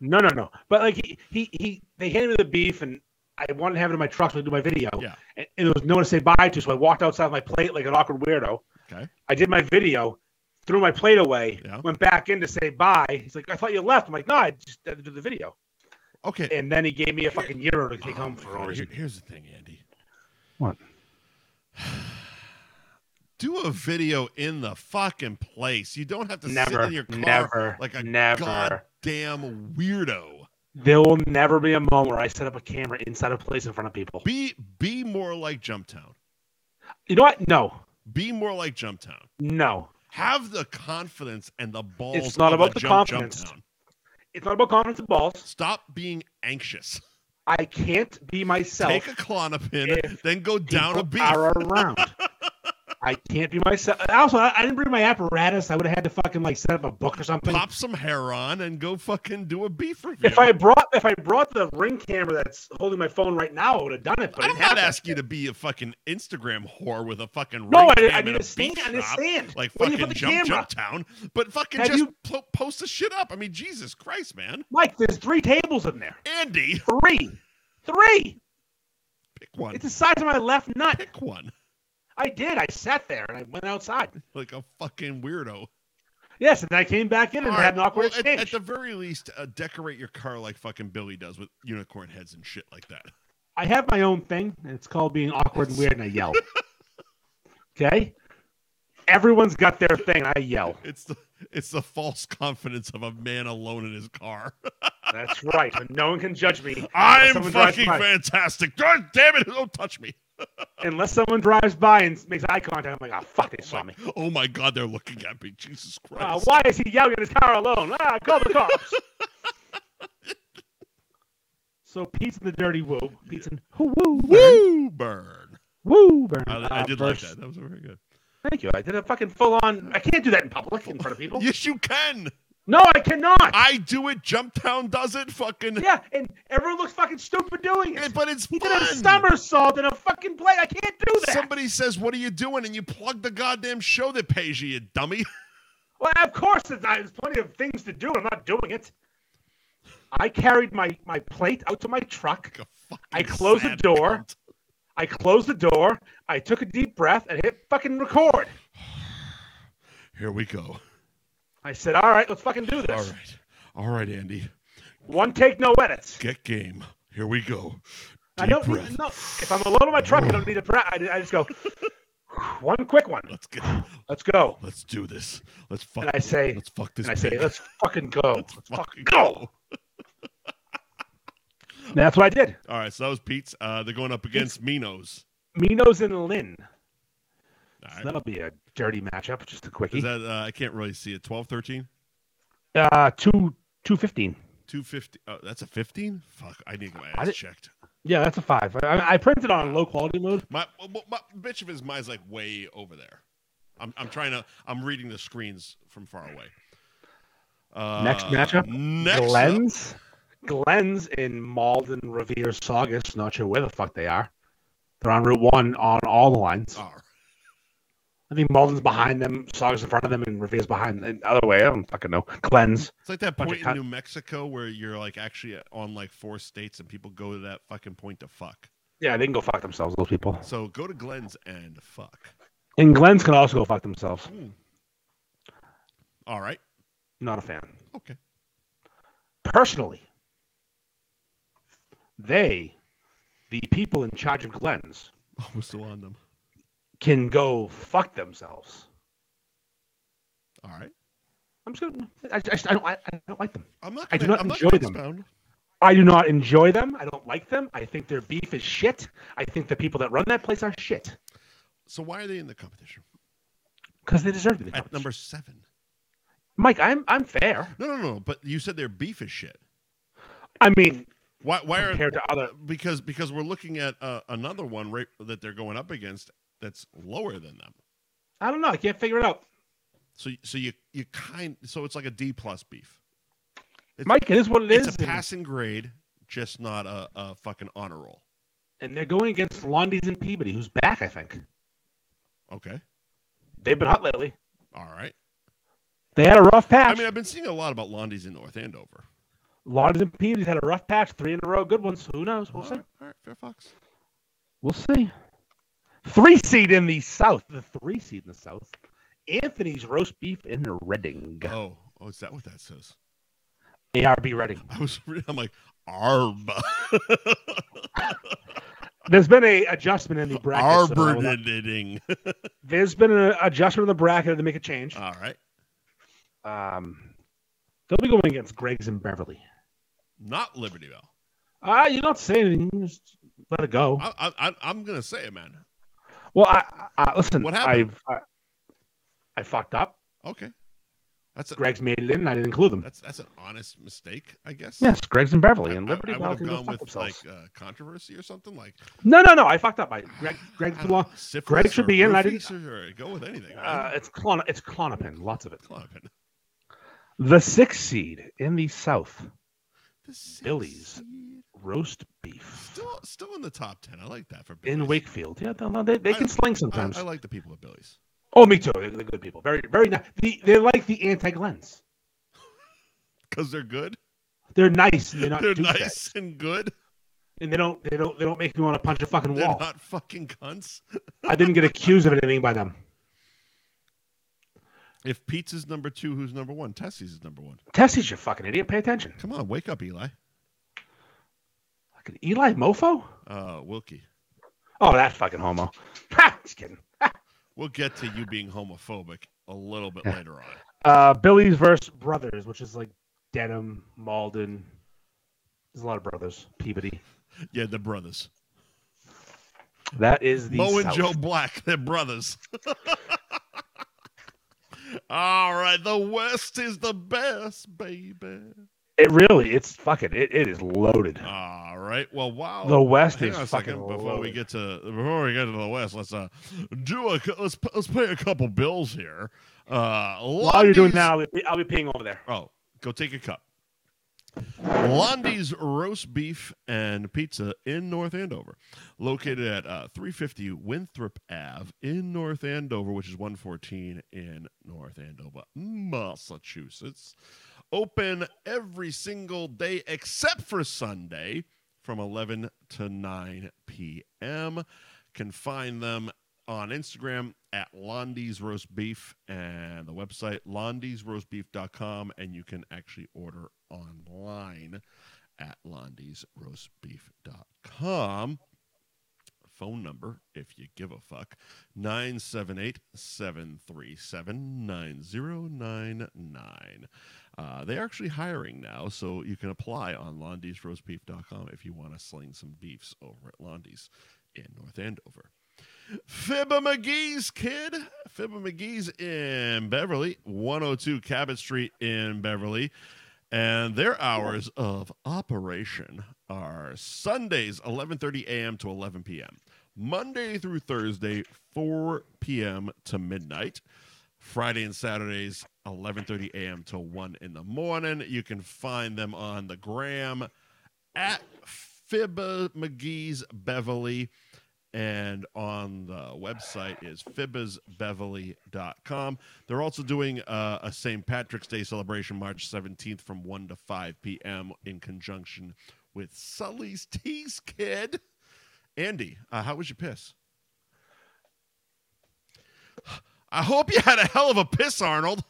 Speaker 2: no, no, no. But like he, he, he they handed me the beef, and I wanted to have it in my truck so I could do my video.
Speaker 1: Yeah.
Speaker 2: And, and there was no one to say bye to, so I walked outside my plate like an awkward weirdo.
Speaker 1: Okay.
Speaker 2: I did my video, threw my plate away,
Speaker 1: Yeah.
Speaker 2: went back in to say bye. He's like, "I thought you left." I'm like, "No, I just had to do the video."
Speaker 1: Okay.
Speaker 2: And then he gave me a fucking euro to take home for no
Speaker 1: Oh Here-
Speaker 2: reason.
Speaker 1: here's the thing, Andy.
Speaker 2: What?
Speaker 1: Do a video in the fucking place. You don't have to sit
Speaker 2: Never,
Speaker 1: in your car
Speaker 2: never,
Speaker 1: like a
Speaker 2: never.
Speaker 1: goddamn weirdo.
Speaker 2: There will never be a moment where I set up a camera inside a place in front of people.
Speaker 1: Be be more like Jumptown.
Speaker 2: You know what? No,
Speaker 1: Be more like Jumptown.
Speaker 2: no.
Speaker 1: Have the confidence and the balls.
Speaker 2: It's not
Speaker 1: of
Speaker 2: about
Speaker 1: a
Speaker 2: the
Speaker 1: jump,
Speaker 2: confidence.
Speaker 1: Jumptown.
Speaker 2: It's not about confidence and balls.
Speaker 1: Stop being anxious.
Speaker 2: I can't be myself.
Speaker 1: Take a clonopin, then go down a
Speaker 2: people
Speaker 1: beat.
Speaker 2: Are around. I can't be myself. Also, I, I didn't bring my apparatus. I would have had to fucking like set up a book or something.
Speaker 1: Pop some hair on and go fucking do a beef review.
Speaker 2: If I brought if I brought the ring camera that's holding my phone right now, I would have done it. But
Speaker 1: I'm
Speaker 2: it
Speaker 1: not
Speaker 2: happened.
Speaker 1: asking you to be a fucking Instagram whore with a fucking
Speaker 2: No,
Speaker 1: ring
Speaker 2: I, I
Speaker 1: cam and a
Speaker 2: understand.
Speaker 1: beef
Speaker 2: I
Speaker 1: strap,
Speaker 2: understand.
Speaker 1: Like
Speaker 2: Where do you
Speaker 1: fucking
Speaker 2: put the
Speaker 1: jump,
Speaker 2: camera?
Speaker 1: jump town, but fucking
Speaker 2: Have
Speaker 1: just
Speaker 2: you-
Speaker 1: po- post the shit up. I mean, Jesus Christ, man,
Speaker 2: Mike, there's three tables in there.
Speaker 1: Andy,
Speaker 2: Three, three.
Speaker 1: pick one,
Speaker 2: It's the size of my left nut.
Speaker 1: pick one,
Speaker 2: I did. I sat there and I went outside.
Speaker 1: like a fucking weirdo.
Speaker 2: Yes, and then I came back in
Speaker 1: All
Speaker 2: and had
Speaker 1: right,
Speaker 2: an awkward
Speaker 1: well, at,
Speaker 2: exchange.
Speaker 1: at the very least, uh, decorate your car like fucking Billy does with unicorn heads and shit like that.
Speaker 2: I have my own thing, and it's called being awkward and weird, and I yell. okay? Everyone's got their thing. I yell.
Speaker 1: It's the it's the false confidence of a man alone in his car.
Speaker 2: That's right. But no one can judge me.
Speaker 1: I'm
Speaker 2: someone drives
Speaker 1: fucking
Speaker 2: by-
Speaker 1: fantastic. God damn it! Don't touch me.
Speaker 2: Unless someone drives by and makes eye contact, I'm like, oh, fuck, they saw me.
Speaker 1: Oh my God, they're looking at me. Jesus
Speaker 2: Uh,
Speaker 1: Christ.
Speaker 2: why is he yelling in his car alone? Ah, call the cops. so Pete's in the dirty woo. Pete's in woo woo burn.
Speaker 1: Woo burn.
Speaker 2: woo burn.
Speaker 1: I, I
Speaker 2: Uh,
Speaker 1: did like
Speaker 2: verse-
Speaker 1: that. That was very good.
Speaker 2: Thank you. I did a fucking full on. I can't do that in public in front of people.
Speaker 1: Yes, you can.
Speaker 2: No, I cannot.
Speaker 1: I do it. Jumptown does it. Fucking.
Speaker 2: Yeah, and everyone looks fucking stupid doing it.
Speaker 1: But it's
Speaker 2: He did
Speaker 1: fun.
Speaker 2: a somersault in a fucking play. I can't do that.
Speaker 1: Somebody says, "What are you doing?" and you plug the goddamn show that pays you, you dummy.
Speaker 2: Well, of course, there's, there's plenty of things to do. I'm not doing it. I carried my, my plate out to my truck.
Speaker 1: Like a fucking
Speaker 2: I closed the
Speaker 1: sad
Speaker 2: door.
Speaker 1: cunt.
Speaker 2: I closed the door. I took a deep breath and hit fucking record.
Speaker 1: Here we go.
Speaker 2: I said, all right, let's fucking do this.
Speaker 1: All right, all right, Andy.
Speaker 2: One take, no edits.
Speaker 1: Get game. Here we go.
Speaker 2: I
Speaker 1: Deep
Speaker 2: don't
Speaker 1: breath.
Speaker 2: need, no, if I'm alone in my truck, I don't need a breath. I, I just go, one quick one.
Speaker 1: Let's get.
Speaker 2: Let's go.
Speaker 1: Let's do this. Let's fuck.
Speaker 2: And I say-
Speaker 1: let's fuck this.
Speaker 2: And I say,
Speaker 1: pig.
Speaker 2: let's fucking go. Let's fucking go.
Speaker 1: go.
Speaker 2: And that's what I did.
Speaker 1: All right, so that was Pete's. Uh, they're going up against Minos.
Speaker 2: Minos and Lynn.
Speaker 1: All
Speaker 2: So
Speaker 1: right.
Speaker 2: that'll be a dirty matchup. Just a quickie.
Speaker 1: Is that uh, I can't really see it. 12, 13,
Speaker 2: Uh, two two fifteen.
Speaker 1: 250. Oh, that's a 15? Fuck, I need to get my
Speaker 2: I
Speaker 1: ass
Speaker 2: did-
Speaker 1: checked.
Speaker 2: Yeah, that's a five. I- I, I printed on low quality mode.
Speaker 1: My, my, my bitch of his mind's like way over there. I'm, I'm trying to, I'm reading the screens from far away. Uh,
Speaker 2: Next matchup?
Speaker 1: Next up-
Speaker 2: Glens, Glens in Malden, Revere, Saugus. Oh. Not sure where the fuck they are. They're on Route One on all the lines.
Speaker 1: Oh,
Speaker 2: I think Malden's behind them, Saga's in front of them, and Riviera's behind. The other way, I don't fucking know. Cleanse.
Speaker 1: It's like that
Speaker 2: Bunch of
Speaker 1: point in
Speaker 2: cunt.
Speaker 1: New Mexico where you're like actually on like four states and people go to that fucking point to fuck.
Speaker 2: Yeah, they can go fuck themselves. Those people.
Speaker 1: So go to Glenn's and fuck.
Speaker 2: And Glens can also go fuck themselves.
Speaker 1: All right.
Speaker 2: Not a fan.
Speaker 1: Okay.
Speaker 2: Personally, they, the people in charge of Glens,
Speaker 1: Oh, we're still on them.
Speaker 2: can go fuck themselves.
Speaker 1: All right.
Speaker 2: I'm just gonna. I, I, just- I don't. I, I don't like them.
Speaker 1: I'm not. Gonna,
Speaker 2: I do not
Speaker 1: I'm
Speaker 2: enjoy
Speaker 1: gonna
Speaker 2: them.
Speaker 1: expound.
Speaker 2: I do not enjoy them. I don't like them. I think their beef is shit. I think the people that run that place are shit
Speaker 1: So why are they in the competition
Speaker 2: because they deserve to be.
Speaker 1: at
Speaker 2: punished.
Speaker 1: number seven?
Speaker 2: Mike, I'm I'm fair.
Speaker 1: No, no, no. But you said their beef is shit.
Speaker 2: I mean,
Speaker 1: Why? Why are
Speaker 2: compared to other,
Speaker 1: because because we're looking at uh, another one right that they're going up against that's lower than them.
Speaker 2: I don't know. I can't figure it out.
Speaker 1: So so you you kind so it's like a D plus beef. It's-
Speaker 2: Mike, it is what it
Speaker 1: It's
Speaker 2: is.
Speaker 1: a passing grade, just not a, a fucking honor roll.
Speaker 2: And, and they're going against Londy's and Peabody, who's back. I think
Speaker 1: Okay,
Speaker 2: they've been hot lately.
Speaker 1: all right.
Speaker 2: They had a rough
Speaker 1: I
Speaker 2: patch.
Speaker 1: mean, I've been seeing a lot about Londy's in North Andover.
Speaker 2: Londy's and Peabody's had a rough patch. Three in a row, good ones. Who knows? We'll
Speaker 1: all,
Speaker 2: see.
Speaker 1: right, all right, fair fox.
Speaker 2: We'll see. Three seed in the South. The three seed in the South. Anthony's roast beef in Reading.
Speaker 1: Oh, oh, is that what that says?
Speaker 2: ARB Reading.
Speaker 1: I was, re- I'm like, arb,
Speaker 2: There's been a adjustment in the bracket. so I will not-
Speaker 1: arboridating.
Speaker 2: there's been an adjustment in the bracket to make a change.
Speaker 1: All right,
Speaker 2: Um, they'll be going against Greg's and Beverly.
Speaker 1: not Liberty Bell.
Speaker 2: Ah, you don't say anything. You just let it go.
Speaker 1: I, I, I, I'm gonna say it, man.
Speaker 2: Well, I, I listen.
Speaker 1: What happened?
Speaker 2: I've, I, I fucked up.
Speaker 1: Okay, that's a,
Speaker 2: Greg's made it in, and I didn't include them.
Speaker 1: that's that's an honest mistake, I guess.
Speaker 2: Yes, Greg's and
Speaker 1: I,
Speaker 2: Beverly
Speaker 1: I,
Speaker 2: and Liberty.
Speaker 1: I
Speaker 2: Bell
Speaker 1: would
Speaker 2: can
Speaker 1: have
Speaker 2: go
Speaker 1: gone
Speaker 2: fuck
Speaker 1: with like
Speaker 2: themselves.
Speaker 1: uh, controversy or something like.
Speaker 2: No, no, no. I fucked up. I Greg, Greg
Speaker 1: I don't
Speaker 2: belong.
Speaker 1: know, syphilis
Speaker 2: Greg should
Speaker 1: or
Speaker 2: be in, I
Speaker 1: roofies or- or go with anything.
Speaker 2: Uh,
Speaker 1: man.
Speaker 2: it's Clon- it's Clonopin, lots of it.
Speaker 1: Come on, man.
Speaker 2: The sixth seed in the South,
Speaker 1: The six
Speaker 2: Billy's.
Speaker 1: seed.
Speaker 2: roast beef
Speaker 1: Still, still in the top ten. I like that for Billy's.
Speaker 2: in Wakefield. Yeah, no, no, they, they
Speaker 1: I-
Speaker 2: can sling
Speaker 1: I,
Speaker 2: sometimes.
Speaker 1: I like the people at Billy's.
Speaker 2: oh, me too. They're, they're good people. Very, very nice. The, they're like the anti Glens.
Speaker 1: Because they're good.
Speaker 2: They're nice. And they're not.
Speaker 1: They're
Speaker 2: douchebags.
Speaker 1: nice and good.
Speaker 2: and they don't. They don't. They don't make me want to punch a fucking
Speaker 1: They're
Speaker 2: wall.
Speaker 1: not fucking cunts.
Speaker 2: I didn't get accused of anything by them.
Speaker 1: If pizza's number two, who's number one? Tessie's is number one.
Speaker 2: Tessie's your fucking idiot. Pay attention.
Speaker 1: Come on, wake up, Eli.
Speaker 2: Fucking Eli Mofo.
Speaker 1: Uh, Wilkie.
Speaker 2: Oh, that fucking homo. Ha, just kidding.
Speaker 1: We'll get to you being homophobic a little bit
Speaker 2: Yeah.
Speaker 1: later on.
Speaker 2: Uh, Billy's versus Brothers, which is like Denham, Malden. There's a lot of brothers. Peabody.
Speaker 1: Yeah, the brothers.
Speaker 2: That is the
Speaker 1: Mo and
Speaker 2: South.
Speaker 1: Joe Black, they're brothers. All right, the West is the best, baby.
Speaker 2: It really, it's fucking, it, it is loaded.
Speaker 1: All right, well, wow.
Speaker 2: the West
Speaker 1: Oh, Hang
Speaker 2: is
Speaker 1: on a
Speaker 2: fucking
Speaker 1: second before we
Speaker 2: loaded.
Speaker 1: get to before we get to the West. Let's uh do a cou- let's p- let's pay a couple bills here. Uh,
Speaker 2: While you're doing
Speaker 1: Londy's-
Speaker 2: that, I'll be, I'll be peeing over there.
Speaker 1: Oh, go take a cup. Londy's Roast Beef and Pizza in North Andover, located at uh, 350 Winthrop Ave in North Andover, which is 114 in North Andover, Massachusetts. Open every single day except for Sunday from 11 to 9 p.m. Can find them on Instagram at Londy's Roast Beef and the website londysroastbeef.com. And you can actually order online at londysroastbeef.com. Phone number, if you give a fuck, 978 737 9099. Uh, They're actually hiring now, so you can apply on londysroastbeef.com if you want to sling some beefs over at Londy's in North Andover. Fibber McGee's kid. Fibber McGee's in Beverly, 102 Cabot Street in Beverly. And their hours of operation are Sundays, 11:30 a.m. to 11 p.m. Monday through Thursday, 4 p.m. to midnight. Friday and Saturdays, 11:30 a.m. to 1 in the morning. You can find them on the gram at Fibber McGee's Beverly and on the website is fibbasbeverly.com. They're also doing uh, a St. Patrick's Day celebration March 17th from 1 to 5 p.m. in conjunction with Sully's Tease Kid. Andy, uh, how was your piss? I hope you had a hell of a piss, Arnold.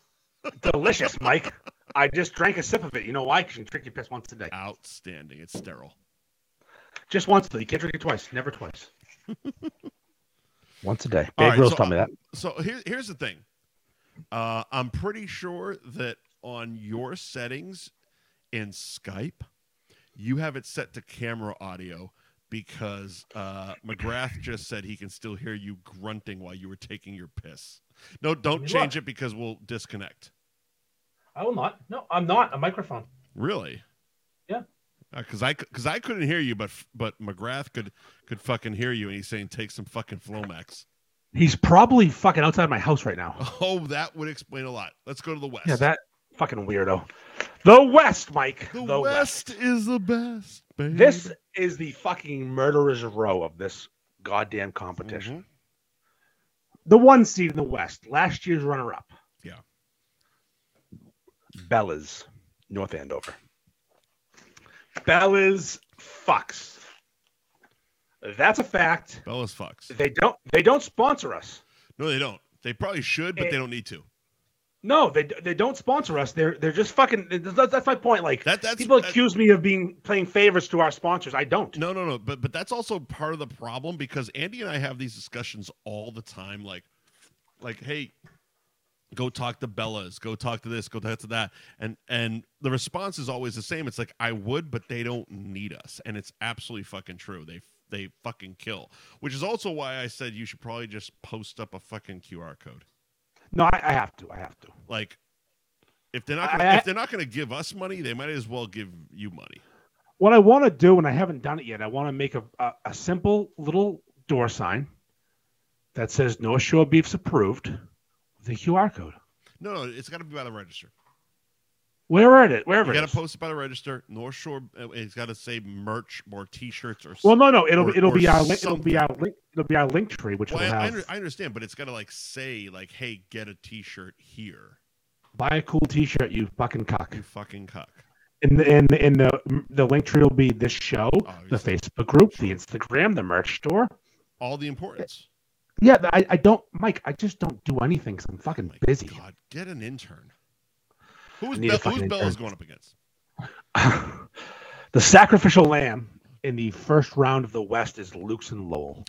Speaker 2: Delicious, Mike. I just drank a sip of it. You know why? Because you can drink your piss once a day.
Speaker 1: Outstanding. It's sterile.
Speaker 2: Just once, though. You can't drink it twice. Never twice. once a day.
Speaker 1: All
Speaker 2: Big
Speaker 1: right,
Speaker 2: Rules
Speaker 1: so
Speaker 2: tell me
Speaker 1: I-
Speaker 2: that.
Speaker 1: So here, here's the thing. Uh, I'm pretty sure that on your settings in Skype, you have it set to camera audio because uh, McGrath just said he can still hear you grunting while you were taking your piss. No, don't
Speaker 2: me
Speaker 1: change it because we'll disconnect.
Speaker 2: I will not. No, I'm not. A microphone.
Speaker 1: Really?
Speaker 2: Yeah.
Speaker 1: Because I because I couldn't hear you, but but McGrath could could fucking hear you, and he's saying take some fucking Flomax.
Speaker 2: He's probably fucking outside my house right now.
Speaker 1: Oh, that would explain a lot. Let's go to the west.
Speaker 2: Yeah, that fucking weirdo. The West, Mike.
Speaker 1: The, West, is the best, baby.
Speaker 2: This is the fucking murderer's row of this goddamn competition.
Speaker 1: Mhm.
Speaker 2: The one seed in the West, last year's runner up.
Speaker 1: Yeah.
Speaker 2: Bella's, North Andover. Bella's fucks. That's a fact.
Speaker 1: Bella's fucks.
Speaker 2: They don't they don't sponsor us.
Speaker 1: No, they don't. They probably should, but
Speaker 2: Eh.
Speaker 1: they don't need to.
Speaker 2: No, they they don't sponsor us. They're they're just fucking that's that's my point like
Speaker 1: That that's
Speaker 2: people
Speaker 1: that-
Speaker 2: accuse me of being playing favors to our sponsors. I don't.
Speaker 1: no, no, no. But but that's also part of the problem because Andy and I have these discussions all the time. Like, like, hey, go talk to Bella's. Go talk to this. Go talk to that. And and the response is always the same. It's like I would, but they don't need us. And it's absolutely fucking true. They they fucking kill. Which is also why I said you should probably just post up a fucking QR code.
Speaker 2: No, I, I have to. I have to.
Speaker 1: like if they're not gonna,
Speaker 2: I-
Speaker 1: if they're not going to give us money, they might as well give you money.
Speaker 2: What I want to do, and I haven't done it yet, I want to make a, a, a simple little door sign that says North Shore Beef's approved with a QR code.
Speaker 1: No, no, it's got to be by the register.
Speaker 2: Where is it? Wherever
Speaker 1: You
Speaker 2: it
Speaker 1: got
Speaker 2: is.
Speaker 1: to post it by the register. North Shore, uh, it's got to say merch or T-shirts or. s-
Speaker 2: well, no, no, it'll
Speaker 1: or-
Speaker 2: it'll
Speaker 1: or
Speaker 2: be our link, it'll be our link it'll be our link tree, which
Speaker 1: Well,
Speaker 2: will
Speaker 1: I, I
Speaker 2: have
Speaker 1: under- I understand, but it's got to like say like, "Hey, get a T-shirt here,
Speaker 2: buy a cool T-shirt, you fucking cuck.
Speaker 1: you fucking cuck."
Speaker 2: And the, and the, and the the link tree will be this show, the
Speaker 1: Obviously.
Speaker 2: Facebook group, the Instagram, the merch store.
Speaker 1: All the importance.
Speaker 2: Yeah, I, I don't, Mike. I just don't do anything because I'm fucking
Speaker 1: Oh My
Speaker 2: busy.
Speaker 1: God, get an intern. Who's
Speaker 2: need
Speaker 1: Be-
Speaker 2: a fucking
Speaker 1: who's Bella's
Speaker 2: intern.
Speaker 1: going up against?
Speaker 2: the sacrificial lamb in the first round of the West is Luke's and Lowell.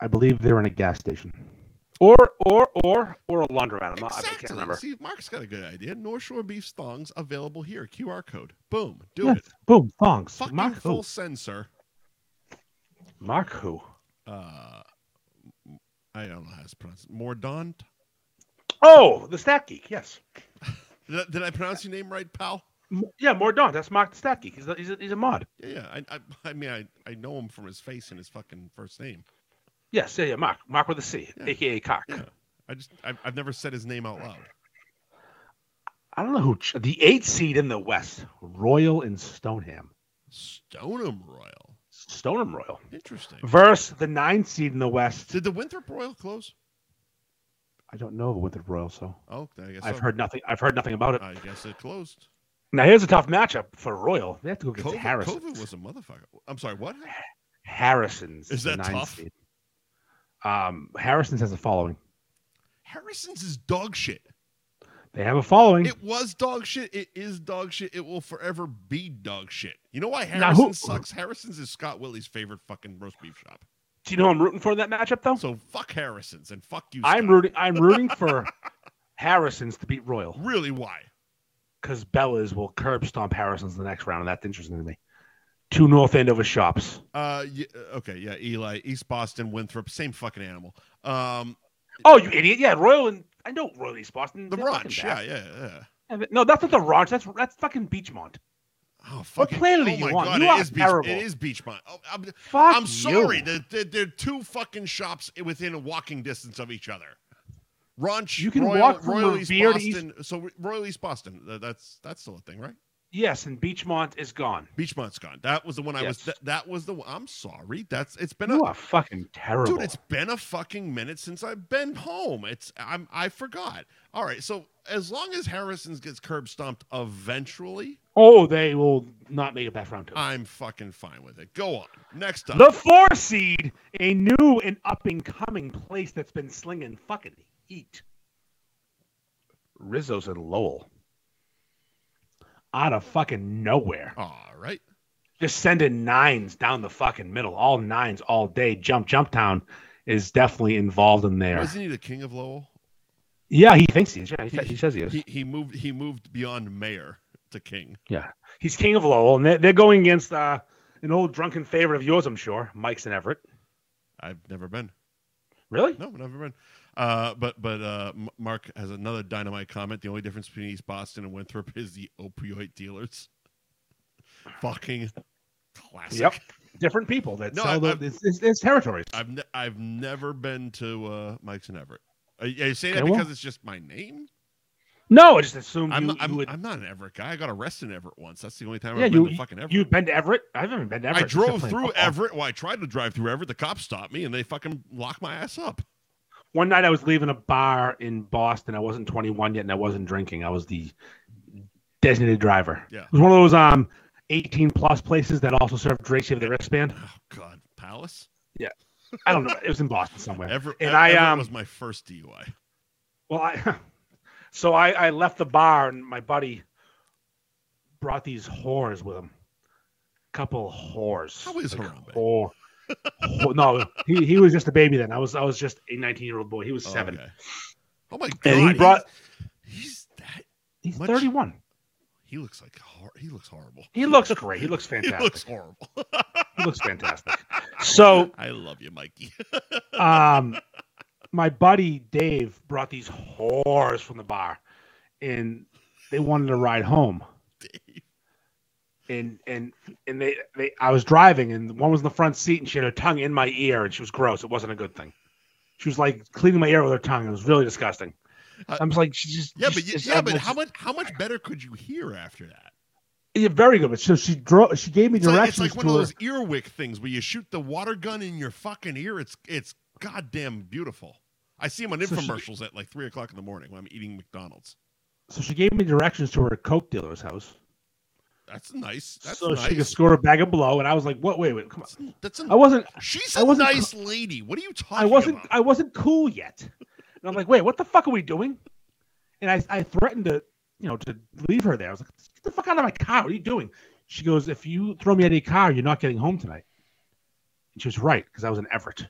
Speaker 2: I believe they're in a gas station, or or or or a laundromat. I'm not, I can't
Speaker 1: Exactly.
Speaker 2: remember.
Speaker 1: See, Mark's got a good idea. North Shore Beef's thongs available here. QR code. Boom. Do
Speaker 2: Yeah.
Speaker 1: it.
Speaker 2: Boom, thongs.
Speaker 1: Fucking
Speaker 2: Mark
Speaker 1: full
Speaker 2: who?
Speaker 1: send, sir.
Speaker 2: Mark who?
Speaker 1: uh I don't know how to pronounce it. Mordaunt.
Speaker 2: Oh, the stat geek. Yes.
Speaker 1: Did I, did I pronounce your name right, pal?
Speaker 2: M- Yeah, Mordaunt. That's Mark the stat geek. He's a, he's a, he's a mod.
Speaker 1: Yeah, yeah. I, I, I mean, I, I know him from his face and his fucking first name.
Speaker 2: Yes. Yeah. Yeah. Mark. Mark with a C,
Speaker 1: Yeah.
Speaker 2: aka cock.
Speaker 1: Yeah. I just, I've, I've never said his name out loud.
Speaker 2: I don't know who. ch- The eight seed in the West, Royal and Stoneham.
Speaker 1: Stoneham Royal.
Speaker 2: Stoneham Royal.
Speaker 1: Interesting.
Speaker 2: versus the nine seed in the West.
Speaker 1: Did the Winthrop Royal close?
Speaker 2: I don't know the Winthrop Royal, so
Speaker 1: Oh, then I guess
Speaker 2: I've
Speaker 1: so.
Speaker 2: heard nothing. I've heard nothing about it.
Speaker 1: I guess it closed.
Speaker 2: Now here's a tough matchup for Royal. They have to go against
Speaker 1: COVID,
Speaker 2: Harrison.
Speaker 1: COVID was a motherfucker. I'm sorry. What?
Speaker 2: Harrison's
Speaker 1: Is
Speaker 2: the
Speaker 1: that
Speaker 2: nine
Speaker 1: tough?
Speaker 2: seed. Um, Harrison's has a following.
Speaker 1: Harrison's is dog shit.
Speaker 2: They have a following.
Speaker 1: It was dog shit. It is dog shit. It will forever be dog shit. You know why
Speaker 2: Now, who-
Speaker 1: Harrison sucks? Harrison's is Scott Willie's favorite fucking roast beef shop.
Speaker 2: Do you know who I'm rooting for in that matchup though?
Speaker 1: So fuck Harrison's and fuck you.
Speaker 2: I'm
Speaker 1: Scott.
Speaker 2: rooting. I'm rooting for Harrison's to beat Royal
Speaker 1: really why?
Speaker 2: because Bella's will curb stomp Harrison's in the next round, and that's interesting to me. Two North Andover shops.
Speaker 1: Uh, y- okay, yeah, Eli, East Boston, Winthrop, same fucking animal. Um,
Speaker 2: Oh, you idiot! Yeah, Royal and I know Royal East Boston.
Speaker 1: the
Speaker 2: They're fucking
Speaker 1: ranch,
Speaker 2: bad.
Speaker 1: yeah, yeah, yeah.
Speaker 2: Yeah, but- No, that's not the ranch. That's that's fucking Beachmont.
Speaker 1: Oh fuck!
Speaker 2: planet do
Speaker 1: oh
Speaker 2: you
Speaker 1: my
Speaker 2: want?
Speaker 1: God,
Speaker 2: You
Speaker 1: it
Speaker 2: are
Speaker 1: is
Speaker 2: terrible.
Speaker 1: Beach. It is Beachmont. Oh, I'm,
Speaker 2: Fuck
Speaker 1: I'm
Speaker 2: you.
Speaker 1: sorry. There, there, there are two fucking shops within a walking distance of each other. Ranch.
Speaker 2: You can
Speaker 1: Royal,
Speaker 2: walk from
Speaker 1: Royal East
Speaker 2: Revere to East-
Speaker 1: Boston. So Royal East Boston. Th- That's that's still a thing, right?
Speaker 2: Yes, and Beachmont is gone.
Speaker 1: Beachmont's gone. That was the one I was.
Speaker 2: Yes.
Speaker 1: That, that was the. one- I'm sorry. That's. It's been
Speaker 2: You
Speaker 1: a
Speaker 2: are fucking terrible.
Speaker 1: dude. It's been a fucking minute since I've been home. It's. I'm. I forgot. All right. So as long as Harrison's gets curb stomped eventually,
Speaker 2: oh, they will not make it back round two.
Speaker 1: I'm fucking fine with it. Go on. Next up.
Speaker 2: The four seed, a new and up and coming place that's been slinging fucking heat. Rizzo's and Lowell. Out of fucking nowhere.
Speaker 1: All right.
Speaker 2: Just sending nines down the fucking middle. All nines all day. Jump, jump town is definitely involved in there.
Speaker 1: Wasn't he the king of Lowell?
Speaker 2: Yeah, he thinks he is. Yeah, he, sa- he says he is.
Speaker 1: He he moved. He moved beyond mayor to king.
Speaker 2: He's king of Lowell, and they're, they're going against uh, an old drunken favorite of yours, I'm sure, Mike's and Everett.
Speaker 1: I've never been.
Speaker 2: Really?
Speaker 1: No, never been. Uh, but but uh, M- Mark has another dynamite comment. The only difference between East Boston and Winthrop is the opioid dealers. Fucking classic.
Speaker 2: Yep. Different people that
Speaker 1: No, I-
Speaker 2: sell the,
Speaker 1: I-
Speaker 2: it's, it's, it's territories.
Speaker 1: I've ne- I've never been to uh, Mike's and Everett. Are you are you saying that
Speaker 2: Okay, well-
Speaker 1: because it's just my name?
Speaker 2: No, I just assumed
Speaker 1: I'm
Speaker 2: you,
Speaker 1: not, I'm,
Speaker 2: you would.
Speaker 1: I'm not an Everett guy. I got arrested in Everett once. That's the only time
Speaker 2: Yeah,
Speaker 1: I've been
Speaker 2: you-
Speaker 1: to fucking Everett.
Speaker 2: You've been to Everett? I haven't been to Everett.
Speaker 1: I drove
Speaker 2: except uh,
Speaker 1: through
Speaker 2: playing football.
Speaker 1: Everett. Well, I tried to drive through Everett. The cops stopped me and they fucking locked my ass up.
Speaker 2: One night I was leaving a bar in Boston. I wasn't 21 yet and I wasn't drinking. I was the designated driver.
Speaker 1: Yeah.
Speaker 2: It was one of those um 18 plus places that also serve drinks. You have the wristband.
Speaker 1: Oh God, Palace.
Speaker 2: I don't know. It was in Boston somewhere.
Speaker 1: Everett,
Speaker 2: And
Speaker 1: Ev-
Speaker 2: I,
Speaker 1: Everett
Speaker 2: um,
Speaker 1: was my first DUI.
Speaker 2: Well, I so I, I left the bar and my buddy brought these whores with him. Couple whores.
Speaker 1: How is
Speaker 2: Like,
Speaker 1: Harambe?
Speaker 2: whore- whore- no, he, he was just a baby then. I was I was just a 19 year old boy. He was
Speaker 1: Oh,
Speaker 2: seven.
Speaker 1: okay. Oh my god!
Speaker 2: And he brought-
Speaker 1: He's, he's that.
Speaker 2: He's
Speaker 1: Much-
Speaker 2: 31.
Speaker 1: He looks like hor- he looks horrible.
Speaker 2: He looks great. He looks fantastic.
Speaker 1: He looks horrible.
Speaker 2: fantastic. So,
Speaker 1: I love you, Mikey.
Speaker 2: um, my buddy Dave brought these whores from the bar, and they wanted to ride home.
Speaker 1: Dave.
Speaker 2: and and and they, they I was driving and one was in the front seat and she had her tongue in my ear and she was gross. It wasn't a good thing. She was like cleaning my ear with her tongue. It was really disgusting.
Speaker 1: Uh,
Speaker 2: I'm just like she just
Speaker 1: Yeah, but
Speaker 2: just-
Speaker 1: you,
Speaker 2: it's-
Speaker 1: yeah,
Speaker 2: I
Speaker 1: but
Speaker 2: was-
Speaker 1: how much how much better could you hear after that?
Speaker 2: yeah, very good. But so she drew she gave me
Speaker 1: It's like, it's
Speaker 2: directions
Speaker 1: like one
Speaker 2: to
Speaker 1: of those
Speaker 2: her.
Speaker 1: earwick things where you shoot the water gun in your fucking ear. It's it's goddamn beautiful. I see them on
Speaker 2: So she-
Speaker 1: infomercials at like three o'clock in the morning when I'm eating McDonald's.
Speaker 2: so she gave me directions to her coke dealer's house.
Speaker 1: That's nice. That's
Speaker 2: so
Speaker 1: nice.
Speaker 2: she could score a bag of blow. And I was like, what? Wait, wait, come on.
Speaker 1: That's a- that's a-
Speaker 2: I wasn't
Speaker 1: she's
Speaker 2: I
Speaker 1: a
Speaker 2: wasn't-
Speaker 1: nice lady. What are you talking
Speaker 2: I wasn't
Speaker 1: about?
Speaker 2: I wasn't cool yet. And I'm like, wait, what the fuck are we doing? And I, I threatened to, you know, to leave her there. I was like, get the fuck out of my car. What are you doing? She goes, if you throw me out of your car, you're not getting home tonight. And she was right because I was in Everett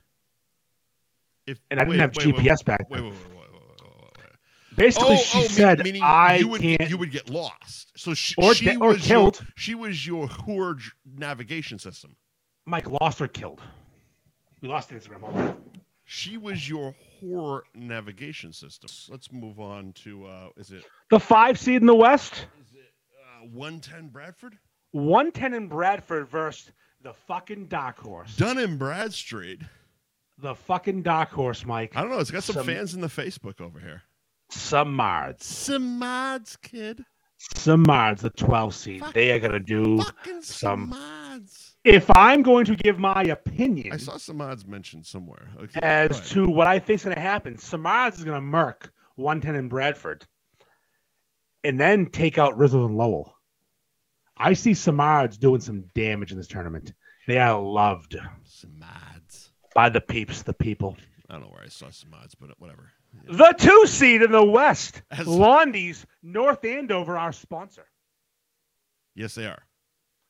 Speaker 1: If-
Speaker 2: and I
Speaker 1: wait,
Speaker 2: didn't have
Speaker 1: wait, wait,
Speaker 2: GPS back.
Speaker 1: Wait,
Speaker 2: then.
Speaker 1: wait, wait, wait, wait, wait, wait, wait, wait. Oh,
Speaker 2: Basically, she
Speaker 1: me-
Speaker 2: said,
Speaker 1: meaning
Speaker 2: I
Speaker 1: you would,
Speaker 2: can't
Speaker 1: You would get lost. So she,
Speaker 2: or
Speaker 1: she
Speaker 2: de- or
Speaker 1: was your-
Speaker 2: killed.
Speaker 1: she was your hoard navigation system.
Speaker 2: Mike lost or killed. We lost Instagram. Hold on.
Speaker 1: She was your horror navigation system. Let's move on to uh, is it
Speaker 2: The five seed in the West,
Speaker 1: is it uh, one ten Bradford?
Speaker 2: 110 in Bradford versus the fucking dark horse.
Speaker 1: Dunham Bradstreet.
Speaker 2: The fucking dark horse, Mike.
Speaker 1: I don't know. It's got some,
Speaker 2: Some-
Speaker 1: fans in the Facebook over here.
Speaker 2: Samard's.
Speaker 1: Some mods, kid.
Speaker 2: Samard's the 12 seed.
Speaker 1: Fuck.
Speaker 2: They are going to do.
Speaker 1: Fucking some
Speaker 2: Some-
Speaker 1: mods.
Speaker 2: If I'm going to give my opinion
Speaker 1: I saw some mods mentioned somewhere. Okay, go ahead.
Speaker 2: as to what I think is going to happen, Samard's is going to murk 110 in Bradford and then take out Rizzo and Lowell. I see Samard's doing some damage in this tournament. They are loved
Speaker 1: some mods.
Speaker 2: by the peeps, the people.
Speaker 1: I don't know where I saw some mods, but whatever. Yeah.
Speaker 2: The two seed in the West,
Speaker 1: As-
Speaker 2: Londy's North Andover, our sponsor.
Speaker 1: Yes, they are.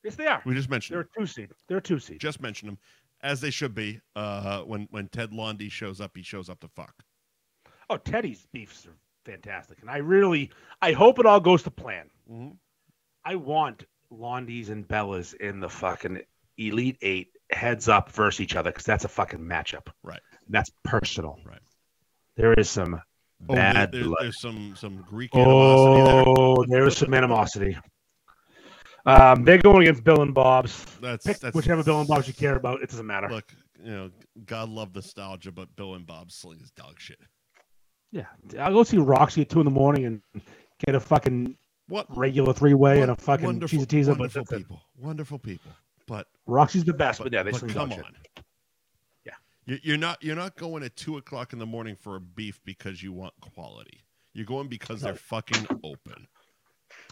Speaker 2: Yes, they are.
Speaker 1: We just mentioned
Speaker 2: They're
Speaker 1: them.
Speaker 2: a two seed. They're a two seed.
Speaker 1: just mentioned them, as they should be. Uh, when when Ted Londy shows up, he shows up to fuck.
Speaker 2: Oh, Teddy's beefs are fantastic, and I really, I hope it all goes to plan.
Speaker 1: Mm-hmm.
Speaker 2: I want Londies and Bellas in the fucking Elite Eight heads up versus each other because that's a fucking matchup.
Speaker 1: Right.
Speaker 2: That's personal.
Speaker 1: Right.
Speaker 2: There is some
Speaker 1: Oh, there,
Speaker 2: bad
Speaker 1: there-
Speaker 2: blood.
Speaker 1: there's some some Greek animosity there.
Speaker 2: Oh, there is some animosity. Um, they're going against Bill and Bob's.
Speaker 1: That's
Speaker 2: Pick
Speaker 1: that's
Speaker 2: whichever Bill and Bob's you care about. It doesn't matter.
Speaker 1: Look, you know, God love nostalgia, but Bill and Bob Sling is dog shit.
Speaker 2: Yeah, I'll go see Roxy at two in the morning and get a fucking
Speaker 1: What
Speaker 2: regular three way and a
Speaker 1: what
Speaker 2: fucking
Speaker 1: wonderful,
Speaker 2: cheese teaser, but
Speaker 1: wonderful
Speaker 2: that's it.
Speaker 1: people, wonderful people. But
Speaker 2: Roxy's the best. But,
Speaker 1: but,
Speaker 2: yeah, they
Speaker 1: but
Speaker 2: swing
Speaker 1: come
Speaker 2: dog shit.
Speaker 1: on.
Speaker 2: Yeah.
Speaker 1: You- You're not you're not going at two o'clock in the morning for a beef because you want quality. You're going because they're fucking open.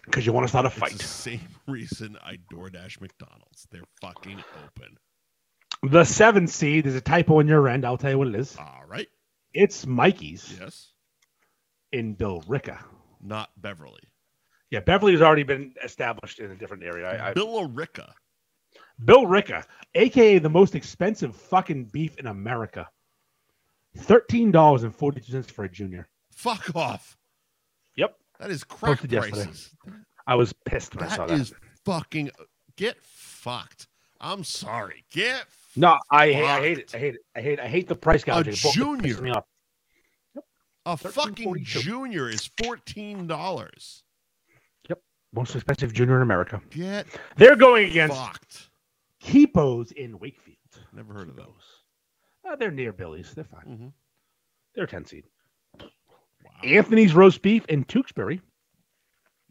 Speaker 2: because you want to start a
Speaker 1: It's
Speaker 2: fight.
Speaker 1: the same reason I DoorDash McDonald's. They're fucking open.
Speaker 2: The seven seed. There's a typo in your end. I'll tell you what it is.
Speaker 1: All right.
Speaker 2: It's Mikey's
Speaker 1: Yes.
Speaker 2: in Billerica.
Speaker 1: Not Beverly.
Speaker 2: Yeah, Beverly's already been established in a different area. I, I,
Speaker 1: Billerica. Mm-hmm.
Speaker 2: Bill Ricka, aka the most expensive fucking beef in America. Thirteen dollars and forty two cents for a junior.
Speaker 1: Fuck off.
Speaker 2: Yep.
Speaker 1: That is crack
Speaker 2: Posted yesterday.
Speaker 1: prices.
Speaker 2: I was pissed when I saw
Speaker 1: That
Speaker 2: that.
Speaker 1: is fucking get fucked. I'm sorry. Get
Speaker 2: no, I, hate, I hate it. I hate it. I hate. I hate the price gouging. It pisses
Speaker 1: junior.
Speaker 2: Me off.
Speaker 1: a fucking
Speaker 2: 13.42.
Speaker 1: junior is fourteen dollars.
Speaker 2: Most expensive junior in America.
Speaker 1: Get
Speaker 2: They're going against
Speaker 1: fucked.
Speaker 2: Kipos in Wakefield.
Speaker 1: Never heard of those.
Speaker 2: Uh, they're near Billy's. They're fine.
Speaker 1: Mhm.
Speaker 2: They're ten seed.
Speaker 1: Wow.
Speaker 2: Anthony's roast beef in Tewksbury.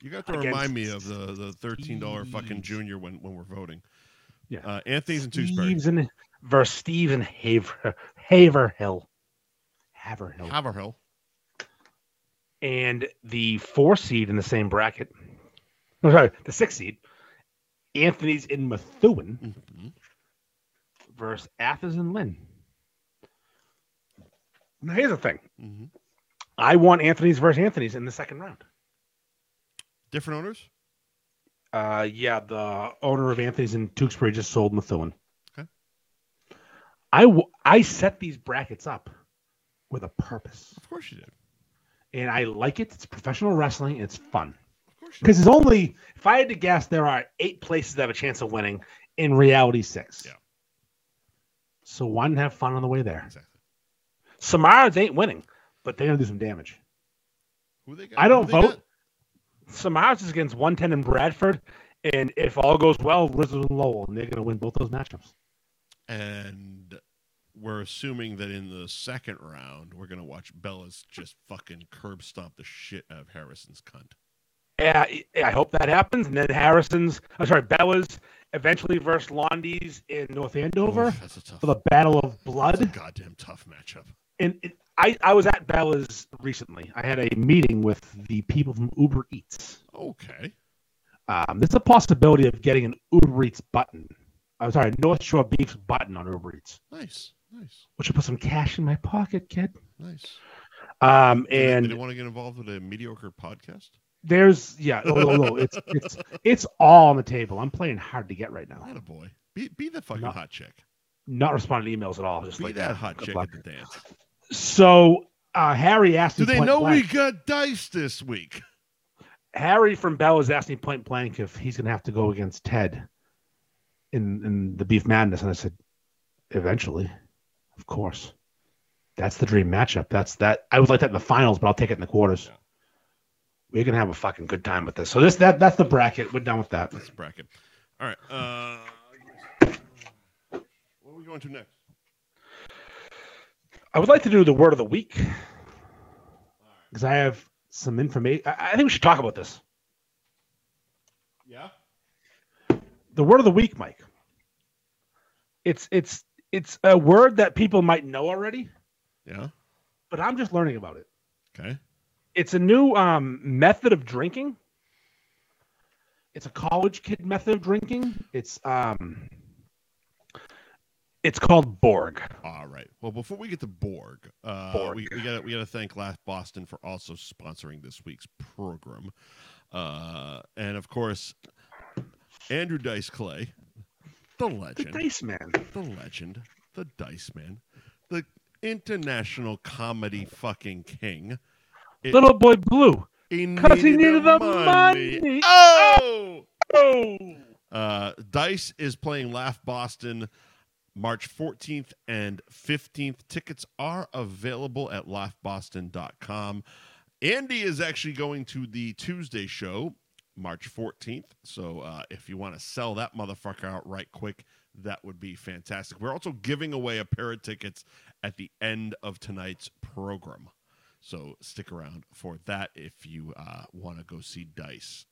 Speaker 1: You got to
Speaker 2: Against-
Speaker 1: remind me of the the thirteen dollar fucking
Speaker 2: Steve.
Speaker 1: junior when when we're voting.
Speaker 2: Yeah.
Speaker 1: Uh, Anthony's and Tewksbury.
Speaker 2: Steve's in versus Steve's in Haver Haverhill. Haverhill.
Speaker 1: Haverhill.
Speaker 2: and the four seed in the same bracket. No, sorry, the six seed. Anthony's in Methuen
Speaker 1: Mhm.
Speaker 2: versus Athens and Lynn. Now here's the thing.
Speaker 1: Mhm.
Speaker 2: I want Anthony's versus Anthony's in the second round.
Speaker 1: Different owners.
Speaker 2: Uh, yeah, the owner of Anthony's in Tewksbury just sold Methuen.
Speaker 1: Okay.
Speaker 2: I w- I set these brackets up with a purpose,
Speaker 1: Of course you did.
Speaker 2: and I like it. It's professional wrestling. It's fun.
Speaker 1: Of course you did.
Speaker 2: Because it's only, if I had to guess, there are eight places that have a chance of winning. In reality, six.
Speaker 1: Yeah.
Speaker 2: So why not have fun on the way there?
Speaker 1: Exactly.
Speaker 2: Samara's ain't winning, but they're gonna do some damage.
Speaker 1: Who they got?
Speaker 2: I
Speaker 1: Who
Speaker 2: don't
Speaker 1: they
Speaker 2: vote.
Speaker 1: got?
Speaker 2: Samara's is against 110 in Bradford, and if all goes well, Rizzo and Lowell, and they're gonna win both those matchups.
Speaker 1: And we're assuming that in the second round, we're gonna watch Bella's just fucking curb stomp the shit out of Harrison's cunt.
Speaker 2: Yeah, I- I hope that happens. And then Harrison's, I'm sorry, Bella's eventually versus Londy's in North Andover
Speaker 1: Oof, that's a tough.
Speaker 2: for the Battle of
Speaker 1: that's a
Speaker 2: Blood.
Speaker 1: goddamn tough matchup.
Speaker 2: and it, I, I was at Bella's recently. I had a meeting with the people from Uber Eats.
Speaker 1: Okay.
Speaker 2: Um, there's a possibility of getting an Uber Eats button. I'm sorry, North Shore Beef's button on Uber Eats,
Speaker 1: Nice. Nice.
Speaker 2: which would put some cash in my pocket, kid.
Speaker 1: Nice.
Speaker 2: Um,
Speaker 1: Do they- do
Speaker 2: and
Speaker 1: they want to get involved with a mediocre podcast?
Speaker 2: there's yeah, no, no, no, it's it's it's all on the table. I'm playing hard to get right now.
Speaker 1: Not a boy. Be be the fucking
Speaker 2: No.
Speaker 1: hot chick.
Speaker 2: Not responding to emails at all. Just
Speaker 1: Be
Speaker 2: like
Speaker 1: that hot
Speaker 2: Good
Speaker 1: chick
Speaker 2: luck.
Speaker 1: at the dance.
Speaker 2: So uh, Harry asked
Speaker 1: Do
Speaker 2: me.
Speaker 1: they
Speaker 2: point
Speaker 1: know
Speaker 2: blank-
Speaker 1: we got dice this week?
Speaker 2: Harry from Bella's asked me point blank if he's going to have to go against Ted in in the Beef Madness, and I said, eventually, of course. That's the dream matchup. That's that. I would like that in the finals, but I'll take it in the quarters.
Speaker 1: Yeah.
Speaker 2: We're gonna have a fucking good time with this. So this that that's the bracket. We're done with that.
Speaker 1: That's the bracket. All right. Uh, what are we going to next?
Speaker 2: I would like to do the word of the week because I have some information. I, I think we should talk about this.
Speaker 1: Yeah.
Speaker 2: the word of the week, Mike. It's it's it's a word that people might know already,
Speaker 1: Yeah.
Speaker 2: but I'm just learning about it.
Speaker 1: Okay.
Speaker 2: It's a new um, method of drinking. It's a college kid method of drinking. It's um, it's called Borg.
Speaker 1: All right. Well, before we get to Borg, uh,
Speaker 2: Borg.
Speaker 1: we got to we got to thank Laugh Boston for also sponsoring this week's program, uh, and of course, Andrew Dice Clay, the
Speaker 2: The
Speaker 1: legend.
Speaker 2: Dice Man.
Speaker 1: the legend, the Dice Man, the international comedy fucking king. It-
Speaker 2: Little boy blue.
Speaker 1: He
Speaker 2: Cause he needed the money.
Speaker 1: Oh!
Speaker 2: Oh.
Speaker 1: Uh, Dice is playing Laugh Boston March 14th and 15th. Tickets are available at laughboston.com. Andy is actually going to the Tuesday show, March 14th. So uh, if you want to sell that motherfucker out right quick, that would be fantastic. We're also giving away a pair of tickets at the end of tonight's program. So stick around for that if you uh, want to go see Dice.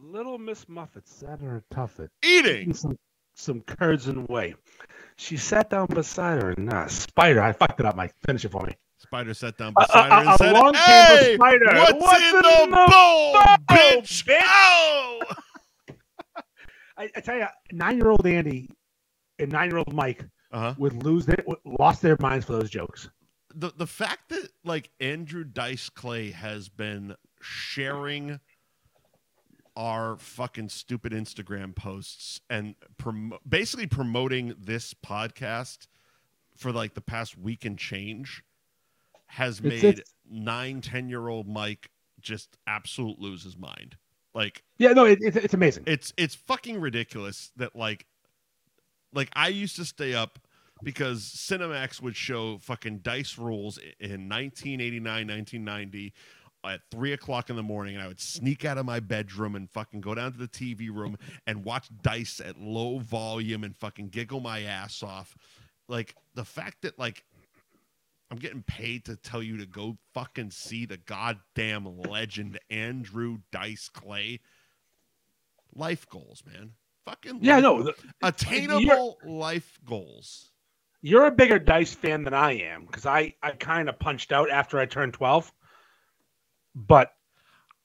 Speaker 2: Little Miss Muffet sat on her tuffet,
Speaker 1: Eating.
Speaker 2: eating some, some curds and whey. She sat down beside her, and a spider. I fucked it up. Mike, finish it for me.
Speaker 1: Spider sat down
Speaker 2: A-
Speaker 1: beside
Speaker 2: a-
Speaker 1: her and
Speaker 2: a-
Speaker 1: said,
Speaker 2: along came a
Speaker 1: "Hey,
Speaker 2: spider.
Speaker 1: what's,
Speaker 2: What's
Speaker 1: in, the,
Speaker 2: in the
Speaker 1: bowl,
Speaker 2: bowl,
Speaker 1: bitch?
Speaker 2: bitch?"
Speaker 1: Ow!"
Speaker 2: I, I tell you, nine-year-old Andy and nine-year-old Mike
Speaker 1: Uh-huh.
Speaker 2: would lose their would, lost their minds for those jokes.
Speaker 1: The the fact that like Andrew Dice Clay has been sharing our fucking stupid Instagram posts and prom- basically promoting this podcast for like the past week and change has
Speaker 2: It's-
Speaker 1: made
Speaker 2: it's-
Speaker 1: nine ten year old Mike just absolute lose his mind. Like
Speaker 2: Yeah, no, it, it's it's amazing.
Speaker 1: it's it's fucking ridiculous that like like I used to stay up because Cinemax would show fucking dice rolls i- in 1989, 1990 at three o'clock in the morning, and I would sneak out of my bedroom and fucking go down to the TV room and watch dice at low volume and fucking giggle my ass off. Like the fact that like I'm getting paid to tell you to go fucking see the goddamn legend Andrew Dice Clay. Life goals, man. Fucking
Speaker 2: yeah,
Speaker 1: life
Speaker 2: no, th-
Speaker 1: attainable life goals.
Speaker 2: you're a bigger dice fan than I am because I I kind of punched out after I turned twelve. But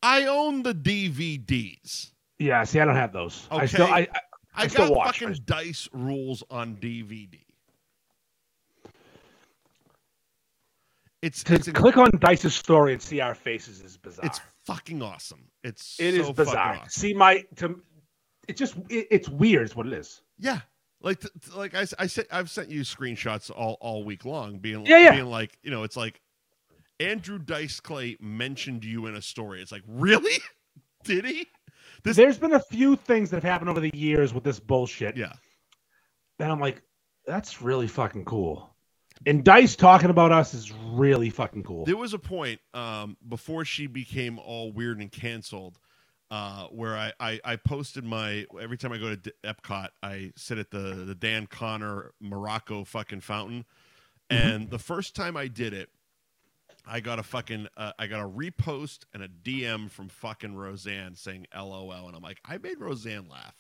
Speaker 1: I own the DVDs.
Speaker 2: yeah, see, I don't have those. I still
Speaker 1: Okay.
Speaker 2: I, I
Speaker 1: I,
Speaker 2: I still
Speaker 1: got
Speaker 2: watch
Speaker 1: fucking dice rules on DVD. It's
Speaker 2: to
Speaker 1: it's,
Speaker 2: click on Dice's story and see our faces is bizarre.
Speaker 1: it's fucking awesome. It's
Speaker 2: It
Speaker 1: so
Speaker 2: is
Speaker 1: fucking
Speaker 2: bizarre.
Speaker 1: awesome.
Speaker 2: See my to it just it, it's weird is what it is.
Speaker 1: Yeah. Like, t- t- like I, s- I said, I've sent you screenshots all, all week long, being,
Speaker 2: Yeah, yeah.
Speaker 1: being like, you know, it's like Andrew Dice Clay mentioned you in a story. It's like, really? Did he? This-
Speaker 2: There's been a few things that have happened over the years with this bullshit.
Speaker 1: Yeah.
Speaker 2: And I'm like, that's really fucking cool. And Dice talking about us is really fucking cool.
Speaker 1: There was a point um, before she became all weird and canceled uh, where I, I, I posted my every time I go to D- Epcot, I sit at the, the Dan Connor Morocco fucking fountain. And the first time I did it, I got a fucking uh, I got a repost and a DM from fucking Roseanne saying LOL, and I'm like, I made Roseanne laugh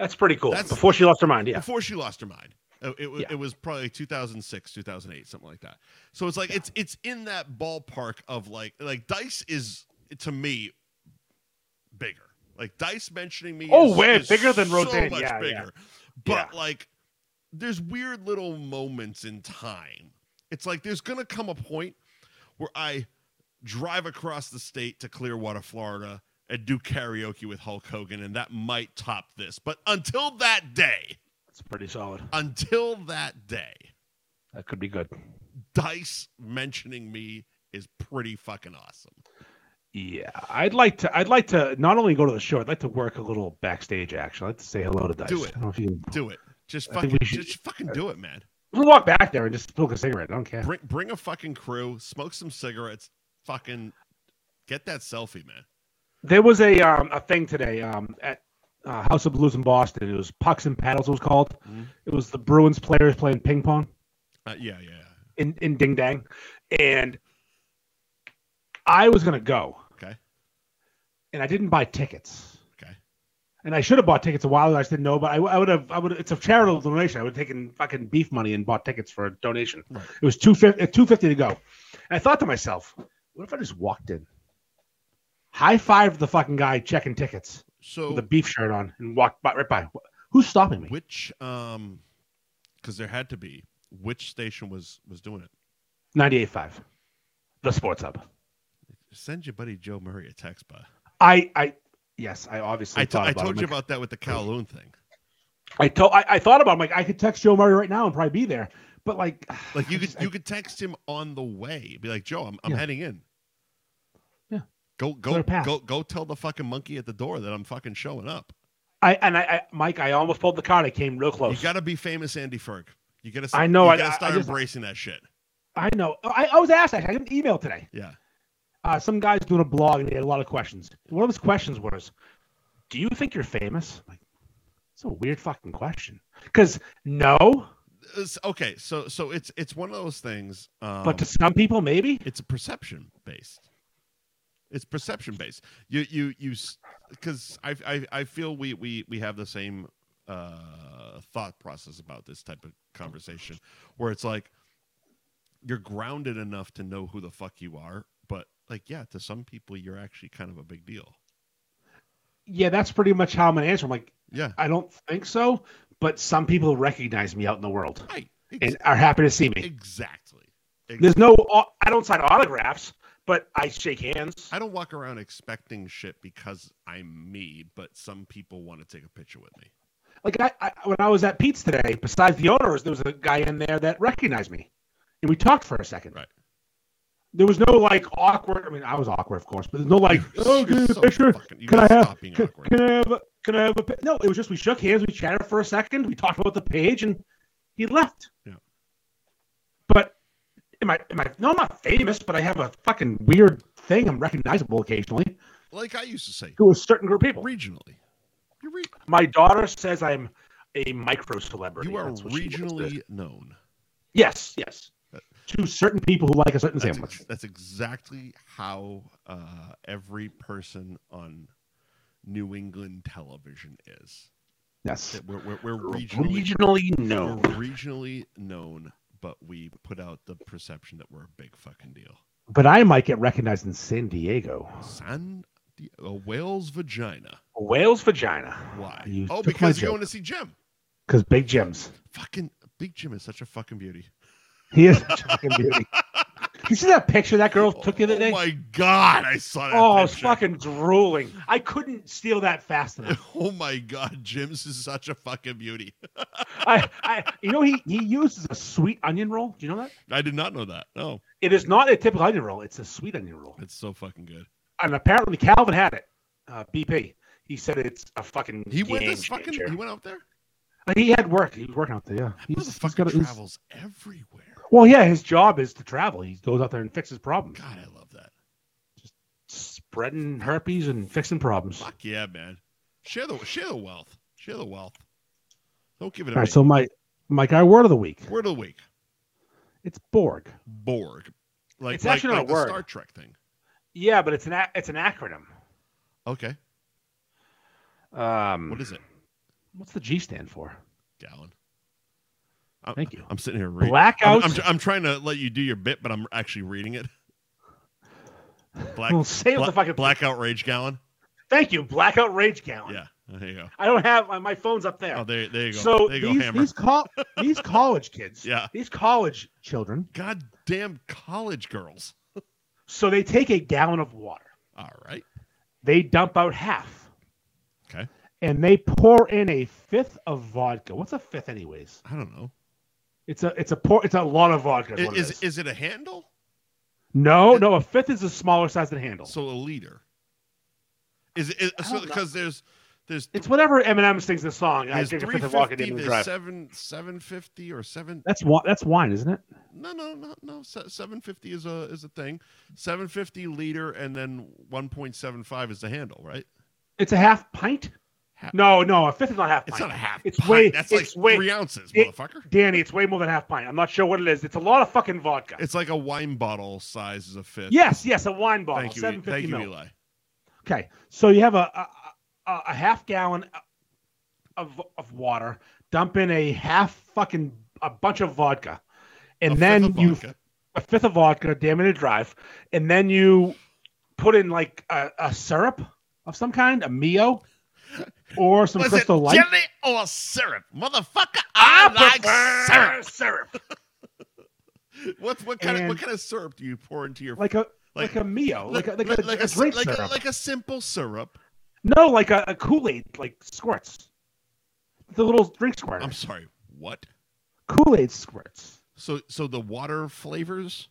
Speaker 2: That's pretty cool.
Speaker 1: That's-
Speaker 2: Before she lost her mind, yeah.
Speaker 1: before she lost her mind. Uh, It was
Speaker 2: Yeah.
Speaker 1: it was probably 2006, 2008, something like that. So it's like it's it's in that ballpark of like like Dice is to me bigger. Like Dice mentioning me.
Speaker 2: Oh,
Speaker 1: is,
Speaker 2: way
Speaker 1: is
Speaker 2: bigger than
Speaker 1: so
Speaker 2: Roseanne.
Speaker 1: much
Speaker 2: Yeah, yeah.
Speaker 1: bigger. But like, there's weird little moments in time. It's like there's gonna come a point where I drive across the state to Clearwater, Florida, and do karaoke with Hulk Hogan, and that might top this. But until that day,
Speaker 2: That's pretty solid.
Speaker 1: until that day,
Speaker 2: That could be good.
Speaker 1: Dice mentioning me is pretty fucking awesome.
Speaker 2: Yeah. I'd like to I'd like to not only go to the show, I'd like to work a little backstage actually. I'd like to say hello to Dice.
Speaker 1: Do it.
Speaker 2: I don't know if you can...
Speaker 1: Do it. Just
Speaker 2: I think
Speaker 1: fucking,
Speaker 2: we should-
Speaker 1: just fucking do it, man.
Speaker 2: We'll walk back there and just smoke a cigarette. I don't care.
Speaker 1: Bring bring a fucking crew, smoke some cigarettes, fucking get that selfie, man.
Speaker 2: There was a um, a thing today um, at uh, House of Blues in Boston. It was Pucks and Paddles. It was called.
Speaker 1: Mhm.
Speaker 2: It was the Bruins players playing ping pong
Speaker 1: Uh, yeah, yeah.
Speaker 2: in in Ding Dang, and I was gonna go.
Speaker 1: Okay.
Speaker 2: And I didn't buy tickets.
Speaker 1: Okay.
Speaker 2: And I should have bought tickets a while ago. I just didn't know, but I, I would have. I would. It's a charitable donation. I would have taken fucking beef money and bought tickets for a donation.
Speaker 1: Right.
Speaker 2: It was two fifty. Two fifty to go. And I thought to myself, what if I just walked in, high fived the fucking guy checking tickets
Speaker 1: So
Speaker 2: with a beef shirt on and walked by, right by. Wh- Who's stopping me?
Speaker 1: which um, because there had to be which station was was doing it.
Speaker 2: 98.5, the sports hub.
Speaker 1: Send your buddy Joe Murray a text, bud.
Speaker 2: I, I, yes, I obviously
Speaker 1: I to-
Speaker 2: thought
Speaker 1: I
Speaker 2: about
Speaker 1: told
Speaker 2: it.
Speaker 1: you about that with the Kowloon thing.
Speaker 2: I told, I, I thought about. It. I'm like, I could text Joe Murray right now and probably be there, but like,
Speaker 1: Like you
Speaker 2: I
Speaker 1: could
Speaker 2: just-
Speaker 1: you could text him on the way. Be like, Joe, I'm, I'm
Speaker 2: Yeah.
Speaker 1: heading in.
Speaker 2: Yeah.
Speaker 1: Go
Speaker 2: Let
Speaker 1: go
Speaker 2: her pass.
Speaker 1: go go tell the fucking monkey at the door that I'm fucking showing up.
Speaker 2: I, and I, I, Mike, I almost pulled the card. I came real close.
Speaker 1: You gotta be famous, Andy Ferg. You gotta.
Speaker 2: Oh. I know,
Speaker 1: You
Speaker 2: I-
Speaker 1: gotta
Speaker 2: I- I
Speaker 1: start
Speaker 2: just-
Speaker 1: embracing that shit.
Speaker 2: I know. I, I was asked. Actually, I got an email today.
Speaker 1: Yeah.
Speaker 2: Uh, some guy's doing a blog and he had a lot of questions. One of his questions was, "Do you think you're famous?" I'm Like, it's a weird fucking question. Because no,
Speaker 1: It's- okay, so so it's it's one of those things. Um,
Speaker 2: but to some people, maybe.
Speaker 1: it's a perception based. It's perception based. You you you because I, I I feel we we we have the same uh, thought process about this type of conversation where it's like you're grounded enough to know who the fuck you are, but like yeah, to some people you're actually kind of a big deal.
Speaker 2: Yeah, that's pretty much how I'm gonna answer. I'm like,
Speaker 1: Yeah,
Speaker 2: I don't think so, but some people recognize me out in the world
Speaker 1: right.
Speaker 2: and are happy to see me.
Speaker 1: Exactly. exactly.
Speaker 2: There's no, I don't sign autographs, but I shake hands.
Speaker 1: I don't walk around expecting shit because I'm me, but some people want to take a picture with me.
Speaker 2: Like I, I when I was at Pete's today, besides the owners, there was a guy in there that recognized me, and we talked for a second.
Speaker 1: Right.
Speaker 2: There was no like awkward. I mean, I was awkward, of course, but there's no like, oh,
Speaker 1: You're
Speaker 2: can I get a
Speaker 1: so
Speaker 2: picture?
Speaker 1: fucking- you
Speaker 2: Can
Speaker 1: gotta
Speaker 2: I have-
Speaker 1: stop being
Speaker 2: Can,
Speaker 1: awkward.
Speaker 2: can I have? A, can I have a? pi- No, it was just we shook hands, we chatted for a second, we talked about the page, and he left.
Speaker 1: Yeah.
Speaker 2: But am I? Am I? No, I'm not famous, but I have a fucking weird thing. I'm recognizable occasionally
Speaker 1: Like I used to say,
Speaker 2: to a certain group of people.
Speaker 1: regionally. You're re-
Speaker 2: My daughter says I'm a micro celebrity.
Speaker 1: you are
Speaker 2: That's what she wants to-
Speaker 1: regionally known.
Speaker 2: Yes, yes. To certain people who like a certain
Speaker 1: That's,
Speaker 2: sandwich.
Speaker 1: ex- that's exactly how uh, every person on New England television is.
Speaker 2: yes.
Speaker 1: That we're, we're, we're regionally,
Speaker 2: Regionally,
Speaker 1: we're
Speaker 2: no.
Speaker 1: regionally known, but we put out the perception that we're a big fucking deal.
Speaker 2: But I might get recognized in San Diego.
Speaker 1: San Di- a whale's vagina.
Speaker 2: A whale's vagina.
Speaker 1: Why?
Speaker 2: You
Speaker 1: oh,
Speaker 2: took my
Speaker 1: because you're
Speaker 2: joke.
Speaker 1: going to see Jim.
Speaker 2: Because Big Jim's.
Speaker 1: Fucking Big Jim is such a fucking beauty.
Speaker 2: He is such a fucking beauty. You see that picture that girl took the other
Speaker 1: oh
Speaker 2: day?
Speaker 1: my god, I saw that.
Speaker 2: oh, it's
Speaker 1: picture.
Speaker 2: fucking drooling. I couldn't steal that fast enough.
Speaker 1: Oh my god, Jim's is such a fucking beauty.
Speaker 2: I, I, you know, he, he uses a sweet onion roll. Do you know that?
Speaker 1: I did not know that. No,
Speaker 2: It is not a typical onion roll. It's a sweet onion roll.
Speaker 1: it's so fucking good.
Speaker 2: And apparently Calvin had it. Uh, BP. He said it's a fucking.
Speaker 1: He went
Speaker 2: game
Speaker 1: this fucking.
Speaker 2: changer.
Speaker 1: He went out there.
Speaker 2: Like, He had work. He was working out there. Yeah.
Speaker 1: He
Speaker 2: He's, he's
Speaker 1: motherfucker
Speaker 2: got a, he's-
Speaker 1: travels everywhere.
Speaker 2: well, yeah, his job is to travel. He goes out there and fixes problems,
Speaker 1: God, I love that.
Speaker 2: spreading herpes and fixing problems. All
Speaker 1: Fuck yeah, man. Share the share the wealth. Share the wealth. Don't give it away.
Speaker 2: right, so my my guy word of the week.
Speaker 1: Word of the week:
Speaker 2: It's Borg.
Speaker 1: Borg. Like
Speaker 2: It's
Speaker 1: like,
Speaker 2: actually not
Speaker 1: like
Speaker 2: a
Speaker 1: the
Speaker 2: word.
Speaker 1: Star Trek thing.
Speaker 2: Yeah, but it's an a- it's an acronym.
Speaker 1: Okay,
Speaker 2: Um,
Speaker 1: what is it?
Speaker 2: what's the G stand for?
Speaker 1: Gallon. I'm,
Speaker 2: Thank you.
Speaker 1: I'm sitting here reading. I'm,
Speaker 2: Blackout.
Speaker 1: I'm, tr- I'm trying to let you do your bit, but I'm actually reading it. Black,
Speaker 2: well, say what
Speaker 1: bla-
Speaker 2: the fucking
Speaker 1: blackout rage gallon.
Speaker 2: Thank you, blackout rage gallon.
Speaker 1: Yeah, there you go.
Speaker 2: I don't have my, my phone's up there.
Speaker 1: Oh, there, there you go.
Speaker 2: So
Speaker 1: there you go,
Speaker 2: these
Speaker 1: hammer.
Speaker 2: these col- these college kids,
Speaker 1: Yeah.
Speaker 2: these college children,
Speaker 1: Goddamn college girls.
Speaker 2: so they take a gallon of water.
Speaker 1: All right.
Speaker 2: they dump out half.
Speaker 1: Okay.
Speaker 2: And they pour in a fifth of vodka. What's a fifth, anyways?
Speaker 1: I don't know.
Speaker 2: It's a it's a pour. It's a lot of vodka.
Speaker 1: I-
Speaker 2: is what it
Speaker 1: Is,
Speaker 2: is.
Speaker 1: is it a handle?
Speaker 2: no, no, a fifth is a smaller size than handle.
Speaker 1: So a liter. Is it
Speaker 2: I don't know.
Speaker 1: because there's there's
Speaker 2: it's whatever Eminem sings in the song. I
Speaker 1: there's
Speaker 2: drink a
Speaker 1: three
Speaker 2: fifth of vodka.
Speaker 1: fifty,
Speaker 2: Didn't
Speaker 1: there's
Speaker 2: drive.
Speaker 1: seven seven fifty or seven
Speaker 2: That's wine. That's wine, isn't it?
Speaker 1: No, no, no, no. Seven fifty is a is a thing. Seven fifty liter, and then one point seven five is the handle, right?
Speaker 2: It's a half pint.
Speaker 1: Half-
Speaker 2: No, no, a fifth is not a half.
Speaker 1: It's
Speaker 2: pint.
Speaker 1: not a half.
Speaker 2: It's
Speaker 1: pint.
Speaker 2: way-
Speaker 1: That's
Speaker 2: it's
Speaker 1: like
Speaker 2: way-
Speaker 1: three ounces,
Speaker 2: it-
Speaker 1: motherfucker.
Speaker 2: Danny, it's way more than half pint. I'm not sure what it is. It's a lot of fucking vodka.
Speaker 1: It's like a wine bottle size is a fifth.
Speaker 2: yes, yes, a wine bottle.
Speaker 1: Thank you. E-
Speaker 2: 750
Speaker 1: Thank you,
Speaker 2: mil.
Speaker 1: Eli.
Speaker 2: Okay, so you have a a, a, a half gallon of of water, dump in a half fucking a bunch of vodka, and
Speaker 1: A fifth
Speaker 2: then
Speaker 1: of
Speaker 2: you
Speaker 1: vodka.
Speaker 2: a fifth of vodka, damn it, a drive, and then you put in like a, a syrup of some kind, a mio, or some
Speaker 1: Was
Speaker 2: Crystal
Speaker 1: it
Speaker 2: Light. Ah,
Speaker 1: jelly or syrup, motherfucker? I, like syrup.
Speaker 2: syrup,
Speaker 1: What what kind of what
Speaker 2: And-
Speaker 1: kind of syrup do you pour into your
Speaker 2: like a like, a mio, like, a like, a,
Speaker 1: like
Speaker 2: a drink
Speaker 1: like
Speaker 2: syrup.
Speaker 1: a like a simple syrup?
Speaker 2: no, like a, a Kool Aid, like squirts, the little drink squirts.
Speaker 1: I'm sorry. What?
Speaker 2: Kool Aid squirts.
Speaker 1: So so the water flavors.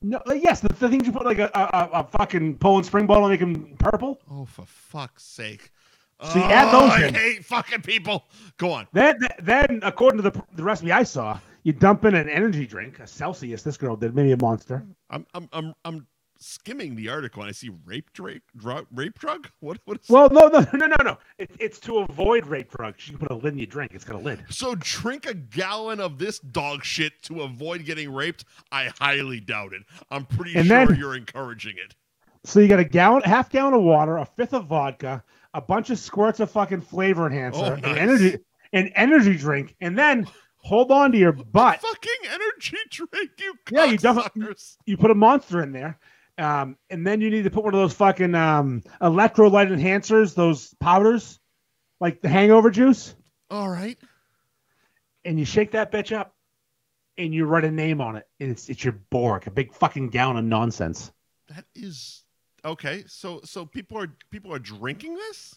Speaker 2: No, like, yes, the, the things you put like a, a, a- a fucking Poland spring bottle and make them purple.
Speaker 1: Oh, for fuck's sake. Oh,
Speaker 2: So you add those
Speaker 1: I
Speaker 2: in.
Speaker 1: hate fucking people. Go on.
Speaker 2: Then, then according to the, the recipe I saw, you dump in an energy drink, a Celsius. This girl did maybe a monster.
Speaker 1: I'm I'm I'm I'm skimming the article and I see rape drug, drug rape drug. What what is
Speaker 2: Well, no, no, no, no, no. It, it's to avoid rape drugs. You put a lid in your drink. It's got a lid.
Speaker 1: so drink a gallon of this dog shit to avoid getting raped? I highly doubt it. I'm pretty
Speaker 2: And
Speaker 1: sure
Speaker 2: then-
Speaker 1: you're encouraging it.
Speaker 2: So you got a gallon, half gallon of water, a fifth of vodka, a bunch of squirts of fucking flavor enhancer,
Speaker 1: Oh,
Speaker 2: an
Speaker 1: nice.
Speaker 2: energy, an energy drink, and then hold on to your butt.
Speaker 1: fucking energy drink, you
Speaker 2: Yeah, you defi-
Speaker 1: cocksuckers.
Speaker 2: You put a monster in there, um, and then you need to put one of those fucking um, electrolyte enhancers, those powders, like the hangover juice,
Speaker 1: All right.
Speaker 2: and you shake that bitch up, and you write a name on it, and it's it's your Borg, a big fucking gallon of nonsense.
Speaker 1: That is okay. So so people are people are drinking this?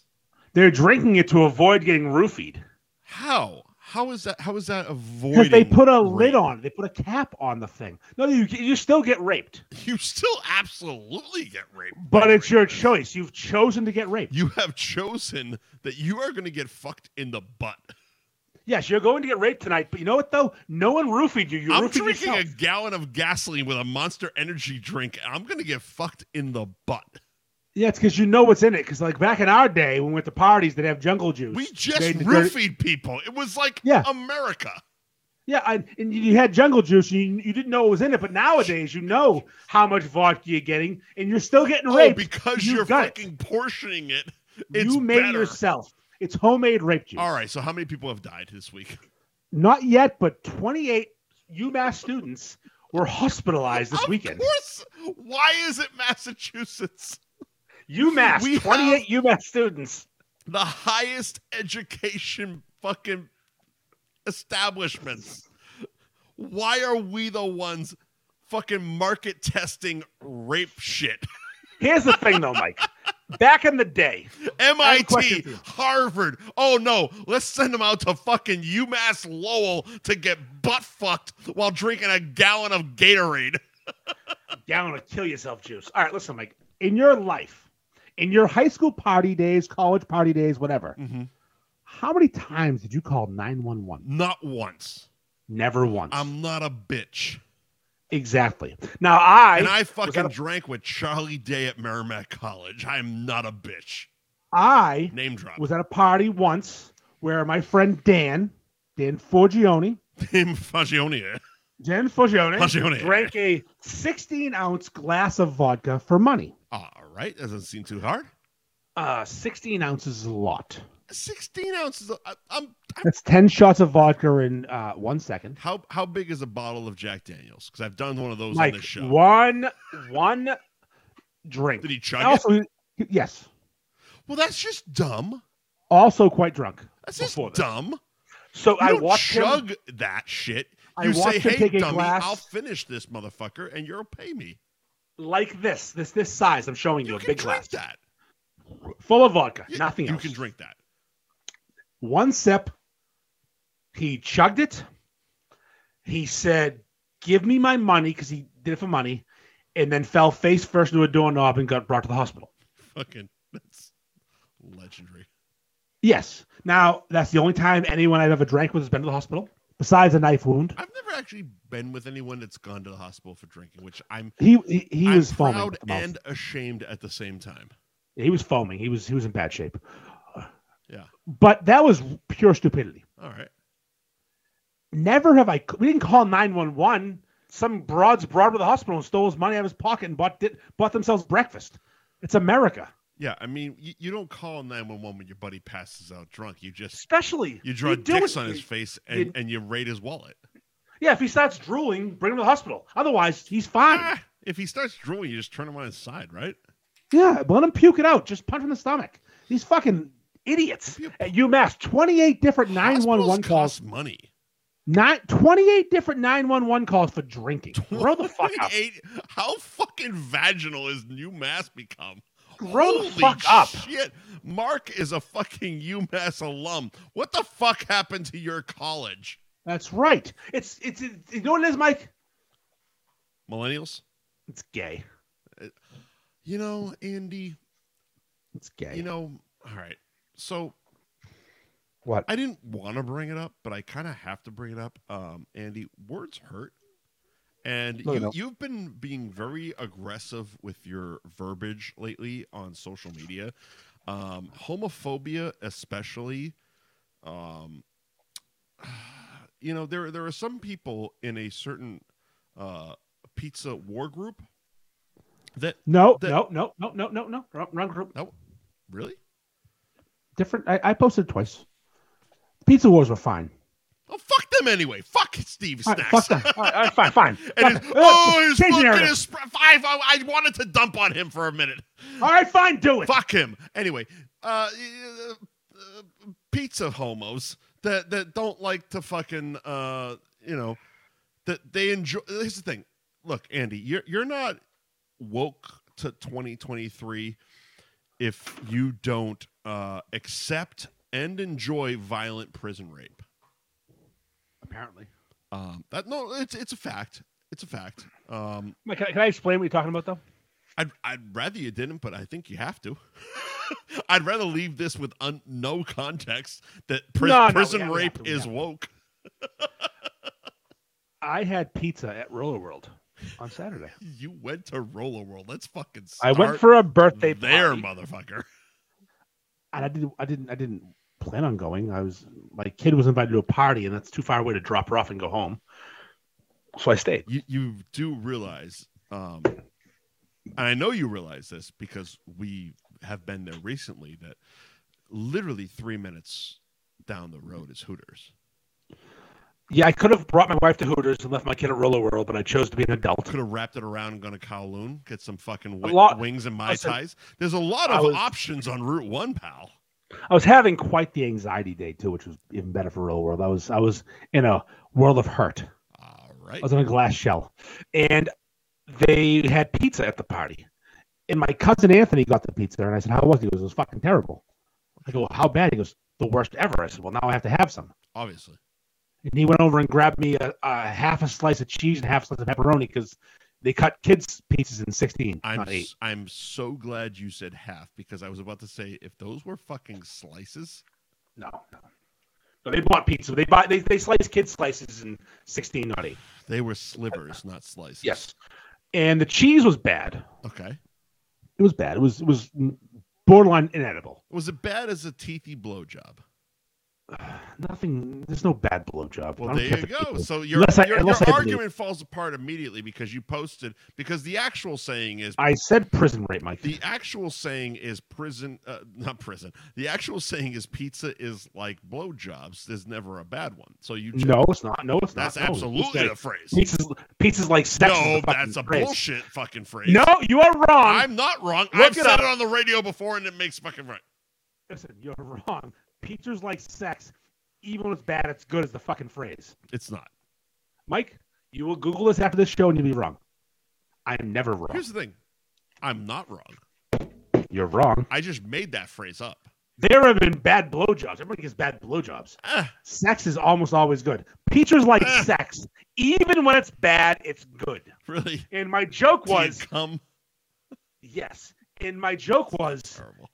Speaker 2: They're drinking it to avoid getting roofied.
Speaker 1: How? How is that how is that avoiding
Speaker 2: Because they put a
Speaker 1: rape?
Speaker 2: lid on it. They put a cap on the thing. No, you, you still get raped,
Speaker 1: You still absolutely get raped.
Speaker 2: but
Speaker 1: by
Speaker 2: it's your
Speaker 1: rapists.
Speaker 2: choice. You've chosen to get raped.
Speaker 1: You have chosen that you are going to get fucked in the butt.
Speaker 2: Yes, you're going to get raped tonight, but you know what, though? No one roofied you. You
Speaker 1: I'm
Speaker 2: roofied
Speaker 1: drinking
Speaker 2: yourself.
Speaker 1: a gallon of gasoline with a monster energy drink. and I'm going to get fucked in the butt.
Speaker 2: Yeah, it's because you know what's in it. Because, like, back in our day when we went to parties, they'd have jungle juice.
Speaker 1: We just
Speaker 2: They- they-
Speaker 1: roofied people. It was like
Speaker 2: Yeah.
Speaker 1: America.
Speaker 2: Yeah, I, and you- you had jungle juice. And you, you didn't know what was in it, but nowadays you know how much vodka you're getting, and you're still getting
Speaker 1: Oh,
Speaker 2: raped.
Speaker 1: because
Speaker 2: you
Speaker 1: you're
Speaker 2: got it.
Speaker 1: fucking portioning it. It's
Speaker 2: you made
Speaker 1: better.
Speaker 2: yourself. It's homemade rape juice.
Speaker 1: All right. So how many people have died this week?
Speaker 2: Not yet, but 28 UMass students were hospitalized this
Speaker 1: of
Speaker 2: weekend.
Speaker 1: course. Why is it Massachusetts?
Speaker 2: UMass,
Speaker 1: We
Speaker 2: 28 UMass students.
Speaker 1: The highest education fucking establishments. Why are we the ones fucking market testing rape shit?
Speaker 2: Here's the thing, though, Mike. Back in the day, have a question
Speaker 1: MIT,
Speaker 2: for you.
Speaker 1: Harvard. Oh no, let's send them out to fucking UMass Lowell to get butt fucked while drinking a gallon of Gatorade.
Speaker 2: down to kill yourself juice. All right, listen, Mike. In your life, in your high school party days, college party days, whatever, how many times did you call 911?
Speaker 1: Not once.
Speaker 2: Never once.
Speaker 1: I'm not a bitch.
Speaker 2: exactly. Now, I.
Speaker 1: and I
Speaker 2: that
Speaker 1: fucking
Speaker 2: a-
Speaker 1: drank with Charlie Day at Merrimack College. I'm not a bitch.
Speaker 2: I
Speaker 1: Name drop.
Speaker 2: was at a party once where my friend Dan, Dan Forgione,
Speaker 1: Him Fagione.
Speaker 2: Dan Forgione,
Speaker 1: Fagione.
Speaker 2: drank a 16 ounce glass of vodka for money.
Speaker 1: All right, doesn't seem too hard.
Speaker 2: Uh, 16 ounces is a lot.
Speaker 1: 16 ounces. Of, I, I'm. I,
Speaker 2: That's 10 shots of vodka in uh, one second.
Speaker 1: how how big is a bottle of Jack Daniels? Because I've done one of those on
Speaker 2: Mike,
Speaker 1: this show.
Speaker 2: one one drink.
Speaker 1: Did he chug
Speaker 2: And
Speaker 1: it?
Speaker 2: also, yes,
Speaker 1: Well, that's just dumb.
Speaker 2: also quite drunk.
Speaker 1: That's just
Speaker 2: Before that.
Speaker 1: dumb.
Speaker 2: So
Speaker 1: You
Speaker 2: I
Speaker 1: don't
Speaker 2: watched him.
Speaker 1: chug that shit.
Speaker 2: I
Speaker 1: You say,
Speaker 2: watched him
Speaker 1: "Hey,
Speaker 2: take a
Speaker 1: dummy,
Speaker 2: glass-
Speaker 1: I'll finish this motherfucker, and you'll pay me."
Speaker 2: like this, this this size. I'm showing you,
Speaker 1: You
Speaker 2: a
Speaker 1: can
Speaker 2: big
Speaker 1: drink
Speaker 2: glass
Speaker 1: that.
Speaker 2: full of vodka,
Speaker 1: Yeah,
Speaker 2: nothing
Speaker 1: You
Speaker 2: else.
Speaker 1: can drink that.
Speaker 2: One sip. He chugged it. He said, "Give me my money," because he did it for money, and then fell face first into a doorknob and got brought to the hospital.
Speaker 1: Fucking that's legendary.
Speaker 2: Yes. Now that's the only time anyone I've ever drank with has been to the hospital, besides a knife wound.
Speaker 1: I've never actually been with anyone that's gone to the hospital for drinking, which I'm
Speaker 2: He he, he
Speaker 1: I'm
Speaker 2: was foaming.
Speaker 1: proud
Speaker 2: at the mouth.
Speaker 1: and ashamed at the same time.
Speaker 2: he was foaming. He was he was in bad shape.
Speaker 1: Yeah.
Speaker 2: But that was pure stupidity.
Speaker 1: All right.
Speaker 2: Never have I. We didn't call nine one one. Some broads brought him to the hospital and stole his money out of his pocket and bought did, bought themselves breakfast. It's America,
Speaker 1: Yeah, I mean, you, you don't call 911 when your buddy passes out drunk. You just
Speaker 2: especially
Speaker 1: you draw
Speaker 2: we do
Speaker 1: dicks
Speaker 2: it-
Speaker 1: on his face and,
Speaker 2: you-
Speaker 1: and you raid his wallet.
Speaker 2: Yeah, if he starts drooling, bring him to the hospital. Otherwise, he's fine.
Speaker 1: Ah, if he starts drooling, you just turn him on his side, right?
Speaker 2: Yeah, let him puke it out. Just punch him in the stomach. These fucking idiots
Speaker 1: Puke.
Speaker 2: at UMass. Twenty-eight different nine one one
Speaker 1: Hospitals
Speaker 2: calls.
Speaker 1: cost money.
Speaker 2: Nine, 28 different nine one one calls for drinking. Grow the fuck up.
Speaker 1: 28 How fucking vaginal is UMass become?
Speaker 2: Grow
Speaker 1: Holy
Speaker 2: the fuck up.
Speaker 1: Shit. Mark is a fucking UMass alum. What the fuck happened to your college?
Speaker 2: That's right. It's, it's it's you know what it is, Mike.
Speaker 1: Millennials?
Speaker 2: It's gay.
Speaker 1: You know, Andy,
Speaker 2: It's gay.
Speaker 1: you know, all right. So
Speaker 2: what?
Speaker 1: I didn't want to bring it up, but I kind of have to bring it up. Um, Andy, words hurt. And
Speaker 2: No, they
Speaker 1: you,
Speaker 2: don't.
Speaker 1: you've been being very aggressive with your verbiage lately on social media. Um, homophobia, especially. Um, you know, there, there are some people in a certain uh, pizza war group That
Speaker 2: No,
Speaker 1: The-
Speaker 2: no, no, no, no, no, no. Wrong, wrong group.
Speaker 1: really?
Speaker 2: Different. I, I posted twice. Pizza Wars were fine.
Speaker 1: Oh, fuck them anyway. Fuck Steve
Speaker 2: All right,
Speaker 1: Snacks.
Speaker 2: fuck them. All right, all right, fine, fine.
Speaker 1: And
Speaker 2: Fuck-
Speaker 1: his, oh, his
Speaker 2: Change the
Speaker 1: fucking
Speaker 2: narrative.
Speaker 1: his, I, I, I wanted to dump on him for a minute.
Speaker 2: All right, fine, do it.
Speaker 1: Fuck him. Anyway, uh, uh, uh, pizza homos that that don't like to fucking uh, you know that they enjoy. Here's the thing. Look, Andy, you're you're not woke to 2023 if you don't uh, accept and enjoy violent prison rape.
Speaker 2: Apparently.
Speaker 1: Um, that no, it's it's a fact. It's a fact. Um,
Speaker 2: Mike, Can I, can I explain what you're talking about, though?
Speaker 1: I'd, I'd rather you didn't, but I think you have to. I'd rather leave this with un- no context that pris-
Speaker 2: No, no, we
Speaker 1: prison
Speaker 2: have- we
Speaker 1: rape
Speaker 2: have to, we
Speaker 1: is
Speaker 2: have to.
Speaker 1: woke.
Speaker 2: I had pizza at Roller World on Saturday.
Speaker 1: You went to Roller World. Let's fucking
Speaker 2: I
Speaker 1: start
Speaker 2: went for a birthday
Speaker 1: there,
Speaker 2: party,
Speaker 1: motherfucker.
Speaker 2: and I didn't, I didn't, I didn't plan on going. I was my kid was invited to a party, and that's too far away to drop her off and go home. So I stayed.
Speaker 1: You you do realize, um, and I know you realize this because we have been there recently. That literally three minutes down the road is Hooters.
Speaker 2: Yeah, I could have brought my wife to Hooters and left my kid at Roller World, but I chose to be an adult.
Speaker 1: Could have wrapped it around and gone to Kowloon, get some fucking wi-
Speaker 2: lot-
Speaker 1: wings and mai
Speaker 2: I said-
Speaker 1: tais. There's a lot
Speaker 2: I
Speaker 1: of
Speaker 2: was-
Speaker 1: options on Route One, pal.
Speaker 2: I was having quite the anxiety day too, which was even better for Roller World. I was, I was in a world of hurt.
Speaker 1: All right.
Speaker 2: I was in a glass shell, and they had pizza at the party. And my cousin Anthony got the pizza, and I said, "How was it?" He goes, "It was fucking terrible." I go, "How bad?" He goes, "The worst ever." I said, "Well, now I have to have some."
Speaker 1: Obviously.
Speaker 2: And he went over and grabbed me a, a half a slice of cheese and half a slice of pepperoni because they cut kids' pieces in sixteen,
Speaker 1: I'm
Speaker 2: not eight.
Speaker 1: s- I'm so glad you said half because I was about to say if those were fucking slices,
Speaker 2: No, no. No, they bought pizza. They buy they, they slice kids slices in sixteen, not eight.
Speaker 1: they were slivers, not slices.
Speaker 2: Yes. And the cheese was bad.
Speaker 1: Okay.
Speaker 2: It was bad. It was it was borderline inedible.
Speaker 1: Was it bad as a teethy blowjob?
Speaker 2: Nothing. There's no bad blowjob. I
Speaker 1: Well,
Speaker 2: don't
Speaker 1: there
Speaker 2: care
Speaker 1: you
Speaker 2: if it's
Speaker 1: go.
Speaker 2: people.
Speaker 1: So your
Speaker 2: Unless I-
Speaker 1: your, your
Speaker 2: unless I believe-
Speaker 1: argument falls apart immediately because you posted because the actual saying is
Speaker 2: I said prison rape, Mike.
Speaker 1: the actual saying is prison uh, not prison. The actual saying is pizza is like blowjobs. There's never a bad one. So you just,
Speaker 2: no, it's not. No, it's
Speaker 1: that's
Speaker 2: not. No, it's
Speaker 1: absolutely the
Speaker 2: like-
Speaker 1: phrase.
Speaker 2: Pieces, pieces like sex. is
Speaker 1: No,
Speaker 2: the fucking
Speaker 1: that's a
Speaker 2: phrase.
Speaker 1: bullshit fucking phrase.
Speaker 2: No, you are wrong.
Speaker 1: I'm not wrong.
Speaker 2: Look
Speaker 1: I've
Speaker 2: it
Speaker 1: said
Speaker 2: up.
Speaker 1: it on the radio before, and it makes fucking right.
Speaker 2: Listen, you're wrong. Pizza's like sex. Even when it's bad, it's good. Is the fucking phrase,
Speaker 1: It's not.
Speaker 2: Mike? You will Google this after this show, and you'll be wrong. I am never wrong.
Speaker 1: Here's the thing. I'm not wrong.
Speaker 2: You're wrong.
Speaker 1: I just made that phrase up.
Speaker 2: There have been bad blowjobs. Everybody gets bad blowjobs.
Speaker 1: Ah,
Speaker 2: Sex is almost always good. Pizza's like
Speaker 1: Eh.
Speaker 2: sex. Even when it's bad, it's good.
Speaker 1: really?
Speaker 2: And my joke
Speaker 1: Do
Speaker 2: was
Speaker 1: you come
Speaker 2: yes. And my joke was
Speaker 1: terrible?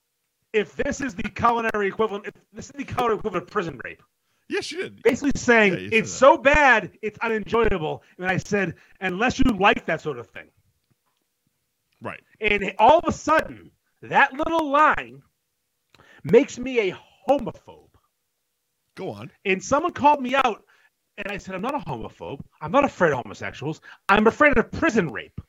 Speaker 2: if this is the culinary equivalent, if this is the culinary equivalent of prison rape,
Speaker 1: Yes, you did.
Speaker 2: basically saying
Speaker 1: Yeah, you said
Speaker 2: it's
Speaker 1: that.
Speaker 2: so bad it's unenjoyable. And I said unless you like that sort of thing.
Speaker 1: Right.
Speaker 2: And all of a sudden, that little line makes me a homophobe.
Speaker 1: Go on.
Speaker 2: And someone called me out, and I said I'm not a homophobe. I'm not afraid of homosexuals. I'm afraid of prison rape.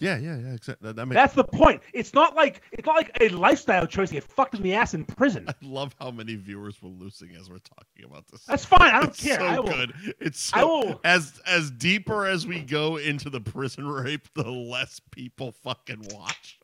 Speaker 1: Yeah, yeah, yeah. Exactly. That, that makes.
Speaker 2: That's the point. It's not like it's not like a lifestyle choice to get fucked in the ass in prison.
Speaker 1: I love how many viewers we're losing as we're talking about this.
Speaker 2: That's fine. I don't
Speaker 1: It's
Speaker 2: care.
Speaker 1: So
Speaker 2: I will.
Speaker 1: good. It's so,
Speaker 2: I will.
Speaker 1: as as deeper as we go into the prison rape, the less people fucking watch.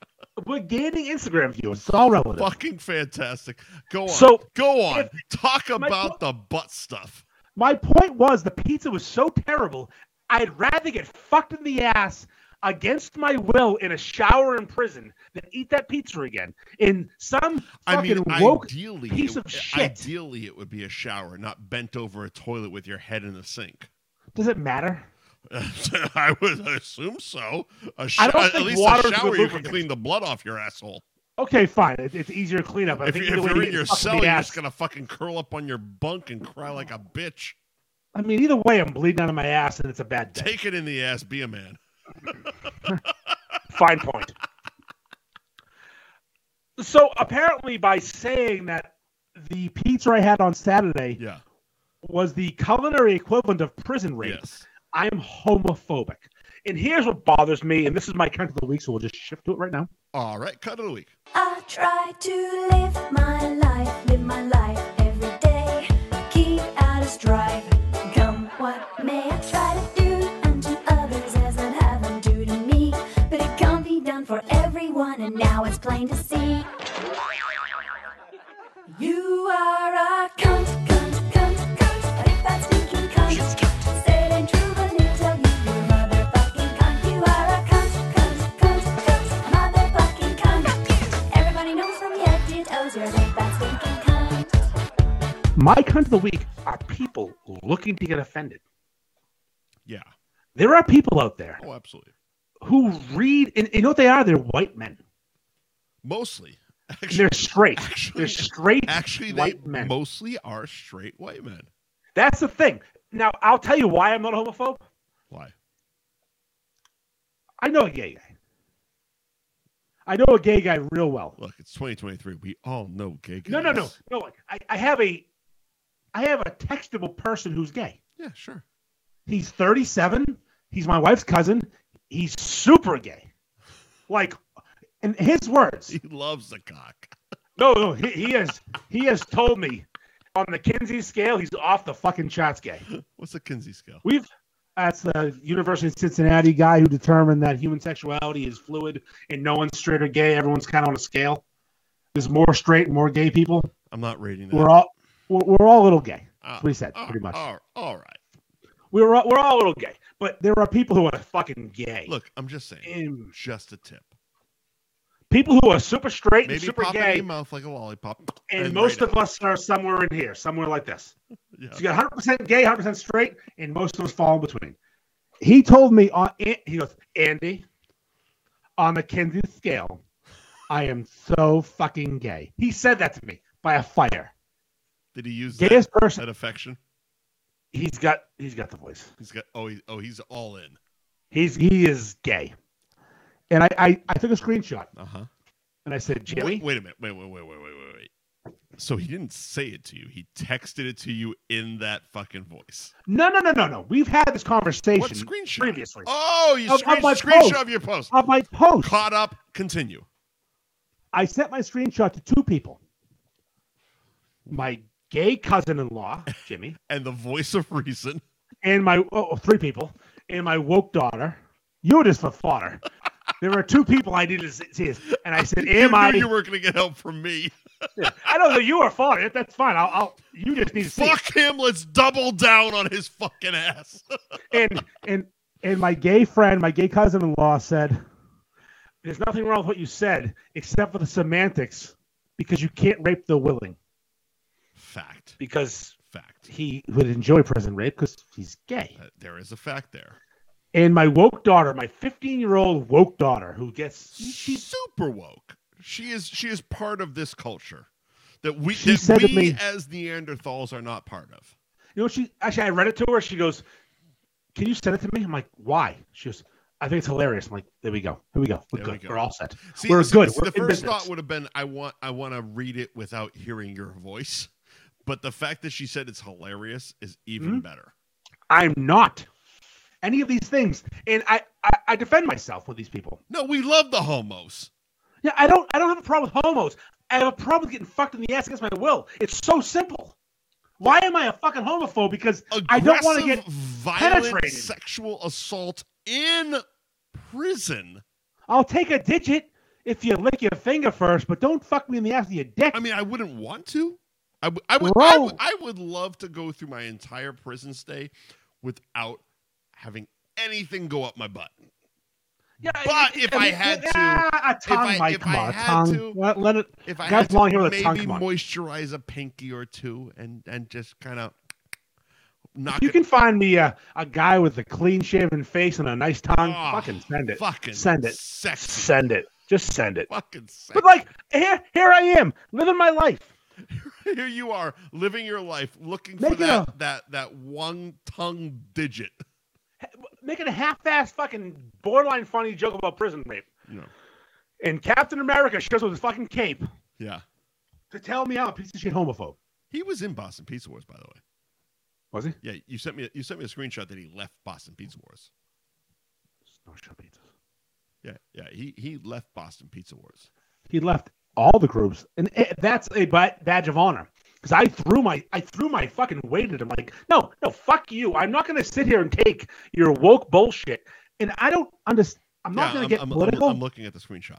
Speaker 2: We're gaining Instagram viewers. It's all relative.
Speaker 1: Fucking fantastic. Go on.
Speaker 2: So,
Speaker 1: go on.
Speaker 2: if-
Speaker 1: Talk
Speaker 2: my
Speaker 1: about the butt stuff.
Speaker 2: My point was the pizza was so terrible. I'd rather get fucked in the ass against my will in a shower in prison than eat that pizza again. In some
Speaker 1: I
Speaker 2: fucking
Speaker 1: mean,
Speaker 2: woke.
Speaker 1: ideally,
Speaker 2: piece
Speaker 1: it,
Speaker 2: of shit.
Speaker 1: ideally it would be a shower, not bent over a toilet with your head in the sink.
Speaker 2: Does it matter?
Speaker 1: I would assume so. A sh-
Speaker 2: I don't
Speaker 1: at
Speaker 2: think
Speaker 1: least
Speaker 2: water's
Speaker 1: a
Speaker 2: good
Speaker 1: shower you can
Speaker 2: lubricant.
Speaker 1: clean the blood off your asshole.
Speaker 2: Okay, fine. It, it's easier cleanup. I
Speaker 1: If,
Speaker 2: think
Speaker 1: you-
Speaker 2: either
Speaker 1: if
Speaker 2: way,
Speaker 1: you're in
Speaker 2: getting
Speaker 1: your
Speaker 2: fucked
Speaker 1: cell,
Speaker 2: the
Speaker 1: you're
Speaker 2: ass-
Speaker 1: just gonna fucking curl up on your bunk and cry like a bitch.
Speaker 2: I mean, either way, I'm bleeding out of my ass, and it's a bad day.
Speaker 1: Take it in the ass. Be a man.
Speaker 2: Fine point. So apparently, by saying that the pizza I had on Saturday
Speaker 1: Yeah.
Speaker 2: was the culinary equivalent of prison rape,
Speaker 1: Yes.
Speaker 2: I am homophobic. And here's what bothers me, and this is my count of the week, so we'll just shift to it right now.
Speaker 1: All right, cut of the week.
Speaker 3: I try to live my life, live my life every day. Keep out of strife, come what may. I try to do unto others as I'd have them do to me. But it can't be done for everyone, and now it's plain to see. You are a cunt, cunt, cunt, cunt. If that's speaking cunt, said and true, but they tell you you're a motherfucking cunt. You are a cunt, cunt, cunt, cunt, a motherfucking cunt. Everybody knows from the head to toes you're a big fat stinking cunt.
Speaker 2: My count of the week are people looking to get offended.
Speaker 1: Yeah.
Speaker 2: There are people out there
Speaker 1: Oh, absolutely.
Speaker 2: who read, and you know what they are? They're white men.
Speaker 1: Mostly. Actually,
Speaker 2: They're straight.
Speaker 1: actually,
Speaker 2: They're straight.
Speaker 1: actually they
Speaker 2: white men.
Speaker 1: mostly are straight white men.
Speaker 2: That's the thing. Now, I'll tell you why I'm not a homophobe.
Speaker 1: Why?
Speaker 2: I know a gay guy. I know a gay guy real well.
Speaker 1: Look, it's 2023. We all know gay guys.
Speaker 2: No, no, no, no. like, I, I have a, I have a textable person who's gay.
Speaker 1: Yeah, sure.
Speaker 2: He's 37. He's my wife's cousin. He's super gay. Like, in his words,
Speaker 1: He loves the cock.
Speaker 2: no, no, he, he is. He has told me on the Kinsey scale, he's off the fucking charts gay.
Speaker 1: What's the Kinsey scale?
Speaker 2: We've that's the University of Cincinnati guy who determined that human sexuality is fluid and no one's straight or gay. Everyone's kind of on a scale. There's more straight, more gay people.
Speaker 1: I'm not rating that.
Speaker 2: We're all we're, we're all a little gay.
Speaker 1: Ah,
Speaker 2: That's what he said,
Speaker 1: ah,
Speaker 2: pretty much.
Speaker 1: ah, all right.
Speaker 2: We're all, we're all a little gay, but there are people who are fucking gay.
Speaker 1: Look, I'm just saying.
Speaker 2: And
Speaker 1: Just a tip.
Speaker 2: people who are super straight and
Speaker 1: Maybe
Speaker 2: super
Speaker 1: pop it in
Speaker 2: gay,
Speaker 1: your mouth like a lollipop.
Speaker 2: and
Speaker 1: and
Speaker 2: most
Speaker 1: right
Speaker 2: of us are somewhere in here, somewhere like this.
Speaker 1: Yeah.
Speaker 2: So you got 100% gay, 100% straight, and most of us fall in between. He told me on he goes, Andy, on the Kinsey scale, I am so fucking gay. He said that to me by a fire.
Speaker 1: Did he use that,
Speaker 2: Gayest person.
Speaker 1: that affection?
Speaker 2: He's got he's got the voice.
Speaker 1: He's got. Oh, he, oh, he's all in.
Speaker 2: He's he is gay. And I I, I took a screenshot
Speaker 1: Uh huh.
Speaker 2: and I said,
Speaker 1: Wait,
Speaker 2: Jimmy,
Speaker 1: wait a minute. Wait, wait, wait, wait, wait, wait, wait. So he didn't say it to you. He texted it to you in that fucking voice.
Speaker 2: no no no no no. We've had this conversation
Speaker 1: What screenshot?
Speaker 2: previously
Speaker 1: Oh, you
Speaker 2: Of-
Speaker 1: screen,
Speaker 2: of my
Speaker 1: screenshot
Speaker 2: post.
Speaker 1: of your post.
Speaker 2: on my post.
Speaker 1: Caught up. Continue.
Speaker 2: I sent my screenshot to two people. My gay cousin-in-law, Jimmy,
Speaker 1: And the voice of reason.
Speaker 2: and my oh, three people and my woke daughter. You were just for fodder. there were two people I needed to see, and I said,
Speaker 1: You
Speaker 2: "Am
Speaker 1: knew
Speaker 2: I?"
Speaker 1: you were going to get help from me.
Speaker 2: I don't know. You are fodder. That's fine. I'll. I'll you just need to see. it.
Speaker 1: Fuck him. Let's double down on his fucking ass.
Speaker 2: And and and my gay friend, my gay cousin-in-law said, "There's nothing wrong with what you said, except for the semantics, because you can't rape the willing,
Speaker 1: fact.
Speaker 2: because
Speaker 1: Fact.
Speaker 2: he would enjoy prison rape because he's gay."
Speaker 1: Uh, there is a fact there.
Speaker 2: And my woke daughter, my 15-year-old woke daughter, who gets
Speaker 1: She's super woke. She is. She is part of this culture that we
Speaker 2: She
Speaker 1: that
Speaker 2: said to
Speaker 1: we
Speaker 2: me-
Speaker 1: as Neanderthals are not part of.
Speaker 2: You know, what she actually, I read it to her. She goes, "Can you send it to me?" I'm like, "Why?" She goes, "I think it's hilarious." I'm like, "There we go. Here we go. We're
Speaker 1: There
Speaker 2: good.
Speaker 1: we
Speaker 2: We
Speaker 1: go.
Speaker 2: are all set."
Speaker 1: See,
Speaker 2: We're
Speaker 1: see,
Speaker 2: good.
Speaker 1: see,
Speaker 2: We're
Speaker 1: the
Speaker 2: in
Speaker 1: first
Speaker 2: business.
Speaker 1: thought would have been, I want, I want to read it without hearing your voice. But the fact that she said it's hilarious is even
Speaker 2: Mm-hmm.
Speaker 1: better.
Speaker 2: I'm not any of these things, and I, I I defend myself with these people.
Speaker 1: No, we love the homos.
Speaker 2: Yeah, I don't I don't have a problem with homos. I have a problem with getting fucked in the ass against my will. It's so simple. Why am I a fucking homophobe? Because I don't want to
Speaker 1: Aggressive,
Speaker 2: get
Speaker 1: violent
Speaker 2: penetrated.
Speaker 1: sexual assault in prison.
Speaker 2: I'll take a digit if you lick your finger first, but don't fuck me in the ass with your dick.
Speaker 1: I mean, I wouldn't want to. I, w- I would. I would.
Speaker 2: Bro.
Speaker 1: I would love to go through my entire prison stay without having anything go up my butt.
Speaker 2: yeah,
Speaker 1: but if I had to-
Speaker 2: ah, a tongue,
Speaker 1: I-
Speaker 2: Mike,
Speaker 1: if
Speaker 2: come
Speaker 1: I
Speaker 2: on, a
Speaker 1: had
Speaker 2: tongue.
Speaker 1: to-
Speaker 2: let, let it.
Speaker 1: If I
Speaker 2: Guys
Speaker 1: had to
Speaker 2: belong here with a
Speaker 1: maybe
Speaker 2: tongue, come on.
Speaker 1: moisturize a pinky or two and and just kind of knock
Speaker 2: You
Speaker 1: it.
Speaker 2: can find me uh, a guy with a clean shaven face and a nice tongue.
Speaker 1: Ah,
Speaker 2: fucking send it.
Speaker 1: fucking
Speaker 2: Send it.
Speaker 1: sexy,
Speaker 2: Send it. Just send it.
Speaker 1: fucking sexy.
Speaker 2: But like here, here I am living my life.
Speaker 1: here you are living your life looking for
Speaker 2: Make it
Speaker 1: that, that that one tongue digit.
Speaker 2: making a half-ass fucking borderline funny joke about prison rape.
Speaker 1: No.
Speaker 2: And Captain America shows up with his fucking cape
Speaker 1: Yeah,
Speaker 2: to tell me I'm a piece of shit homophobe.
Speaker 1: he was in Boston Pizza Wars, by the way.
Speaker 2: Was he?
Speaker 1: Yeah, you sent me you sent me a screenshot that he left Boston Pizza Wars. Yeah, yeah. He he left Boston Pizza Wars.
Speaker 2: He left all the groups, and it, that's a ba- badge of honor. Because I threw my I threw my fucking weight at him. Like, no, no, fuck you. I'm not going to sit here and take your woke bullshit. And I don't understand. I'm not
Speaker 1: Yeah,
Speaker 2: going to get
Speaker 1: I'm,
Speaker 2: political.
Speaker 1: I'm, looking at the screenshot.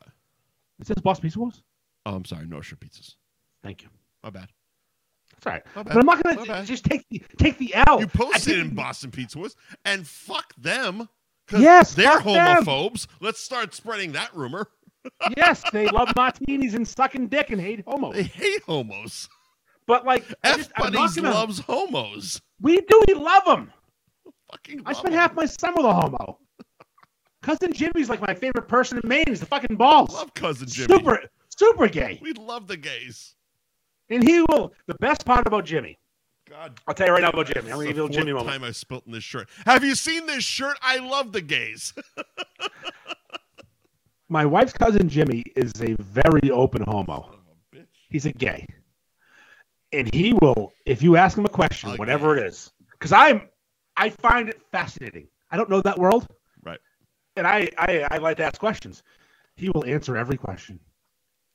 Speaker 2: Is this Boss Pizza Wars?
Speaker 1: Oh, I'm sorry, North Shore Pizzas.
Speaker 2: Thank you.
Speaker 1: My bad.
Speaker 2: That's all right.
Speaker 1: My
Speaker 2: But I'm not going
Speaker 1: Uh, My bad.
Speaker 2: to just take the take the L.
Speaker 1: You
Speaker 2: I
Speaker 1: posted
Speaker 2: didn't-
Speaker 1: in Boston Pizza Wars, and fuck them. 'cause
Speaker 2: Yes,
Speaker 1: they're
Speaker 2: fuck them.
Speaker 1: homophobes. Let's start spreading that rumor.
Speaker 2: yes, they love martinis and sucking dick and hate
Speaker 1: They
Speaker 2: homos.
Speaker 1: hate homos.
Speaker 2: But like, I
Speaker 1: F
Speaker 2: just, I'm not
Speaker 1: buddies
Speaker 2: gonna-
Speaker 1: loves homos.
Speaker 2: We do. We love them.
Speaker 1: Fucking.
Speaker 2: I
Speaker 1: love
Speaker 2: spent
Speaker 1: 'em.
Speaker 2: half my summer with a homo. Cousin Jimmy's like my favorite person in Maine. He's the fucking balls.
Speaker 1: Love cousin Jimmy.
Speaker 2: super, super gay.
Speaker 1: We love the gays.
Speaker 2: And he will. The best part about Jimmy,
Speaker 1: God.
Speaker 2: I'll tell you right now about Jimmy. I'm gonna
Speaker 1: That's
Speaker 2: give
Speaker 1: the
Speaker 2: you a little Jimmy
Speaker 1: fourth
Speaker 2: moment.
Speaker 1: time I spilt in this shirt. Have you seen this shirt? I love the gays.
Speaker 2: My wife's cousin Jimmy is a very open homo.
Speaker 1: Son of a bitch.
Speaker 2: He's a gay, and he will. If you ask him a question,
Speaker 1: A gay.
Speaker 2: whatever it is, because I'm, I find it fascinating. I don't know that world,
Speaker 1: Right.
Speaker 2: And I, I, I like to ask questions. He will answer every question.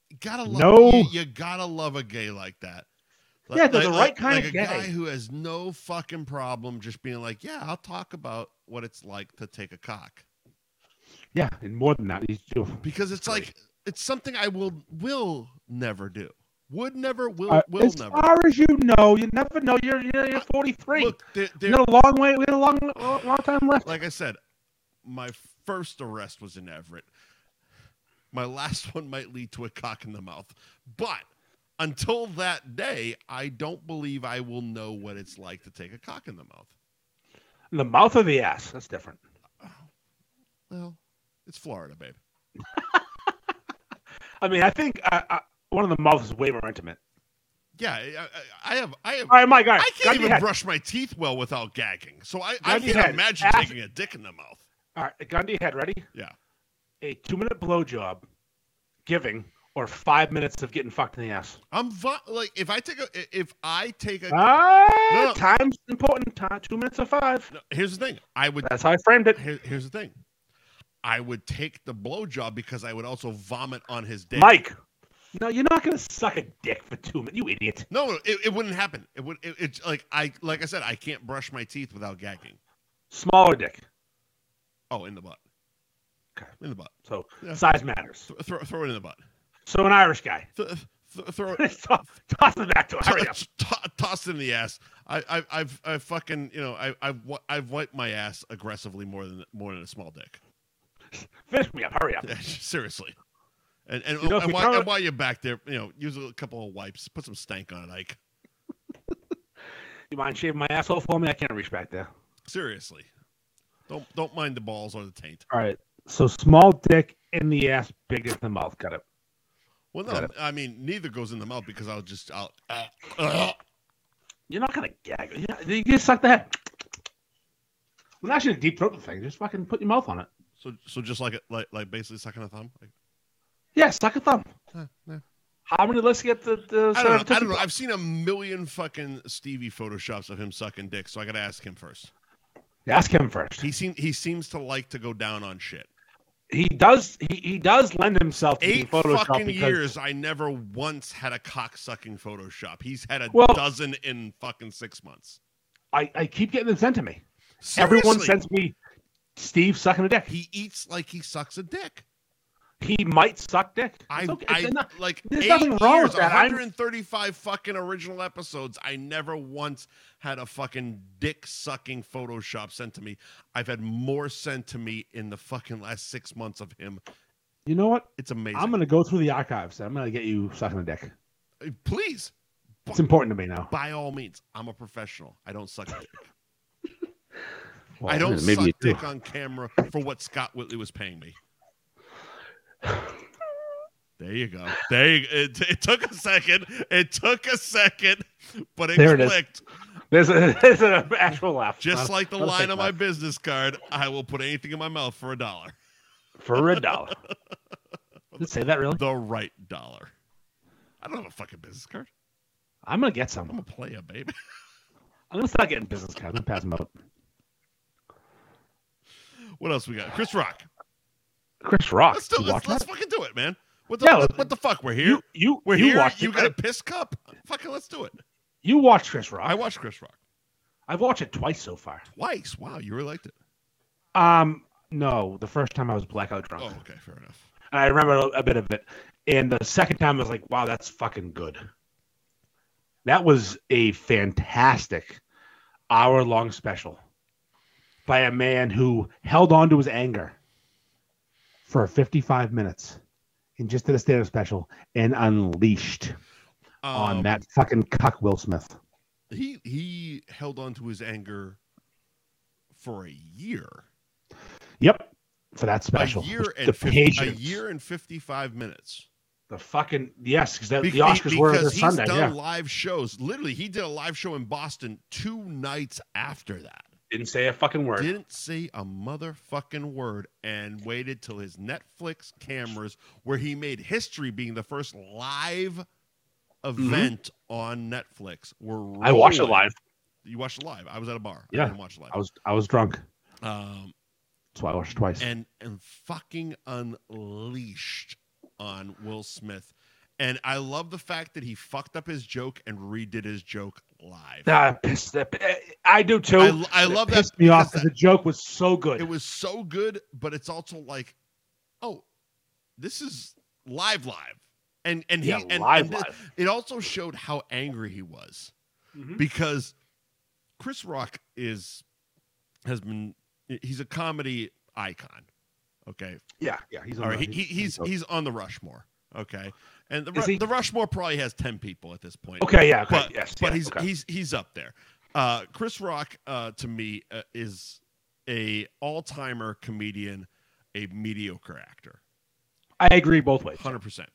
Speaker 1: You gotta love.
Speaker 2: No.
Speaker 1: You, you gotta love a gay like that.
Speaker 2: Yeah, they're the right kind
Speaker 1: like
Speaker 2: of
Speaker 1: a
Speaker 2: gay.
Speaker 1: guy who has no fucking problem just being like, yeah, I'll talk about what it's like to take a cock
Speaker 2: Yeah, and more than that, he's
Speaker 1: because it's
Speaker 2: Great.
Speaker 1: like it's something I will will never do. Would never will
Speaker 2: Uh,
Speaker 1: will
Speaker 2: as
Speaker 1: never.
Speaker 2: far as you know, you never know. You're you're, you're 43.
Speaker 1: Look, there,
Speaker 2: we
Speaker 1: there,
Speaker 2: got a long way. We got a long long time left.
Speaker 1: like I said, my first arrest was in Everett. My last one might lead to a cock in the mouth. But until that day, I don't believe I will know what it's like to take a cock in the mouth.
Speaker 2: the mouth or the ass? That's different.
Speaker 1: Well, it's Florida, babe.
Speaker 2: I mean, I think uh, uh, one of the mouths is way more intimate.
Speaker 1: Yeah, I, I, I have. I have.
Speaker 2: All right, Mike. All right,
Speaker 1: I
Speaker 2: gun
Speaker 1: can't
Speaker 2: to
Speaker 1: even
Speaker 2: your head.
Speaker 1: brush my teeth well without gagging, so I, I
Speaker 2: Gun to your
Speaker 1: can't
Speaker 2: head.
Speaker 1: imagine
Speaker 2: Ass-
Speaker 1: taking a dick in the mouth.
Speaker 2: All right, gun to your head. Ready?
Speaker 1: Yeah.
Speaker 2: A two-minute blowjob, giving, or five minutes of getting fucked in the ass.
Speaker 1: I'm vi- like, if I take a, if I take a,
Speaker 2: Ah,
Speaker 1: No, no.
Speaker 2: time's important. Time, two minutes or five.
Speaker 1: no, here's the thing, I would
Speaker 2: That's how I framed it.
Speaker 1: Here, here's the thing. I would take the blowjob because I would also vomit on his dick.
Speaker 2: Mike, no, you're not gonna suck a dick for two minutes. You idiot.
Speaker 1: No, no, it, it wouldn't happen. It would. It, it's like I, like I said, I can't brush my teeth without gagging.
Speaker 2: Smaller dick.
Speaker 1: Oh, in the butt.
Speaker 2: Okay.
Speaker 1: In the butt.
Speaker 2: So
Speaker 1: Yeah.
Speaker 2: size matters.
Speaker 1: Th- throw, throw it in the butt.
Speaker 2: So an Irish guy.
Speaker 1: Th- th- throw it.
Speaker 2: toss, toss it back to him. Hurry up.
Speaker 1: t- t- toss it in the ass. I, I, I've, I fucking, you know, I, I've, wi- I've wiped my ass aggressively more than more than a small dick.
Speaker 2: Finish me up. Hurry up.
Speaker 1: Seriously. And and,
Speaker 2: You know, if
Speaker 1: and,
Speaker 2: we
Speaker 1: while,
Speaker 2: throw
Speaker 1: and
Speaker 2: it-
Speaker 1: while you're back there, you know, use a couple of wipes, put some stank on it, Ike.
Speaker 2: You mind shaving my asshole for me? I can't reach back there.
Speaker 1: Seriously. Don't don't mind the balls or the taint.
Speaker 2: All right. So small dick in the ass, big in the mouth. Got it.
Speaker 1: Well,
Speaker 2: Got
Speaker 1: no,
Speaker 2: it.
Speaker 1: I mean neither goes in the mouth because I'll just I'll uh, uh,
Speaker 2: You're not gonna gag. You're not- You just suck the head. We're not gonna deep throat the thing. Just fucking put your mouth on it.
Speaker 1: so so just like it like like basically sucking a thumb. Like,
Speaker 2: Yeah, suck a thumb.
Speaker 1: huh, no.
Speaker 2: How many? Let's get the. the
Speaker 1: I don't know. I don't know. I've seen a million fucking Stevie photoshops of him sucking dick, so I gotta ask him first.
Speaker 2: Ask him first.
Speaker 1: He seem he seems to like to go down on shit.
Speaker 2: He does. He, he does lend himself to
Speaker 1: Eight
Speaker 2: Photoshop
Speaker 1: fucking
Speaker 2: because
Speaker 1: years, I never once had a cock sucking Photoshop. He's had a
Speaker 2: Well-
Speaker 1: dozen in fucking six months.
Speaker 2: I, I keep getting them sent to me. Everyone
Speaker 1: Seriously.
Speaker 2: sends me Steve sucking a dick.
Speaker 1: he eats like he sucks a dick.
Speaker 2: He might suck dick. It's
Speaker 1: I,
Speaker 2: okay.
Speaker 1: I
Speaker 2: It's not-
Speaker 1: like
Speaker 2: there's
Speaker 1: eight
Speaker 2: nothing wrong
Speaker 1: years,
Speaker 2: with that. I'm-
Speaker 1: 135 fucking original episodes. I never once had a fucking dick sucking Photoshop sent to me. I've had more sent to me in the fucking last six months of him.
Speaker 2: you know what?
Speaker 1: It's amazing.
Speaker 2: I'm gonna go through the archives. and I'm gonna get you sucking a dick.
Speaker 1: Uh, please,
Speaker 2: It's important to me now.
Speaker 1: by all means, I'm a professional. I don't suck. Dick.
Speaker 2: Well,
Speaker 1: I don't
Speaker 2: maybe
Speaker 1: suck
Speaker 2: you do.
Speaker 1: dick on camera for what Scott Whitley was paying me. There you go. There you it, it took a second. It took a second, but it
Speaker 2: There it is.
Speaker 1: clicked.
Speaker 2: There's, a, there's an actual laugh.
Speaker 1: Just
Speaker 2: Not-
Speaker 1: like the
Speaker 2: not a
Speaker 1: line
Speaker 2: fake
Speaker 1: on my
Speaker 2: laugh.
Speaker 1: business card, I will put anything in my mouth for a dollar.
Speaker 2: for a dollar. Did it say that really?
Speaker 1: The right dollar. I don't have a fucking business card.
Speaker 2: I'm gonna get
Speaker 1: I'm
Speaker 2: some.
Speaker 1: a player, baby.
Speaker 2: I'm gonna start getting business cards. I'm gonna pass them out.
Speaker 1: What else we got? Chris Rock.
Speaker 2: Chris Rock.
Speaker 1: Let's do
Speaker 2: You watch
Speaker 1: let's, let's
Speaker 2: that?
Speaker 1: fucking do it, man. What the
Speaker 2: Yeah,
Speaker 1: what,
Speaker 2: let's-
Speaker 1: what the fuck? We're here.
Speaker 2: You you
Speaker 1: We're
Speaker 2: you
Speaker 1: here.
Speaker 2: watched
Speaker 1: you
Speaker 2: it,
Speaker 1: got a
Speaker 2: right?
Speaker 1: piss cup. Fucking let's do it.
Speaker 2: you watched Chris Rock.
Speaker 1: I watched Chris Rock
Speaker 2: I've watched it twice so far.
Speaker 1: twice. Wow, you really liked it.
Speaker 2: Um, no, the first time I was blackout drunk.
Speaker 1: Oh, okay, fair enough.
Speaker 2: And I remember a- a bit of it. And the second time, I was like, wow, that's fucking good. That was a fantastic hour long special by a man who held on to his anger for 55 minutes and just did a stand up special and unleashed on
Speaker 1: Um,
Speaker 2: that fucking cuck Will Smith.
Speaker 1: he he held on to his anger for a year,
Speaker 2: Yep. For that special.
Speaker 1: a year
Speaker 2: The
Speaker 1: and 50, a
Speaker 2: patience.
Speaker 1: year and fifty five minutes.
Speaker 2: The fucking, yes, because the
Speaker 1: Be- be-
Speaker 2: Oscars were
Speaker 1: because
Speaker 2: this
Speaker 1: he's
Speaker 2: Sunday.
Speaker 1: done
Speaker 2: Yeah.
Speaker 1: live shows. Literally, he did a live show in Boston two nights after that.
Speaker 2: Didn't say a fucking word.
Speaker 1: Didn't say a motherfucking word and waited till his Netflix cameras, where he made history being the first live event on Netflix, were.
Speaker 2: Mm-hmm. I watched it
Speaker 1: rolling.
Speaker 2: live.
Speaker 1: You watched it live. I was at a bar.
Speaker 2: Yeah.
Speaker 1: I didn't watch it live.
Speaker 2: I was I was drunk.
Speaker 1: um,
Speaker 2: So I watched twice.
Speaker 1: and and fucking unleashed on Will Smith. And I love the fact that he fucked up his joke and redid his joke live.
Speaker 2: Ah, piss that, I do too.
Speaker 1: I, I love
Speaker 2: it
Speaker 1: that.
Speaker 2: pissed me off
Speaker 1: because
Speaker 2: because the joke was so
Speaker 1: that-
Speaker 2: good.
Speaker 1: It was so good, but it's also like, oh, this is live, live, and and he
Speaker 2: yeah,
Speaker 1: and,
Speaker 2: live,
Speaker 1: and thi-
Speaker 2: live.
Speaker 1: it also showed how angry he was.
Speaker 2: Mhm.
Speaker 1: because Chris Rock is has been he's a comedy icon. Okay,
Speaker 2: Yeah, yeah, he's
Speaker 1: all right. He,
Speaker 2: the-
Speaker 1: he, he's
Speaker 2: on-
Speaker 1: he's on the Rushmore. Okay, and the
Speaker 2: Is
Speaker 1: Ru-
Speaker 2: he?
Speaker 1: the Rushmore probably has ten people at this point.
Speaker 2: okay. Yeah, okay,
Speaker 1: but
Speaker 2: yes,
Speaker 1: but
Speaker 2: yeah,
Speaker 1: he's
Speaker 2: okay.
Speaker 1: he's he's up there. Uh, Chris Rock uh, to me uh, is a all timer comedian, a mediocre actor.
Speaker 2: I agree both ways.
Speaker 1: Hundred percent.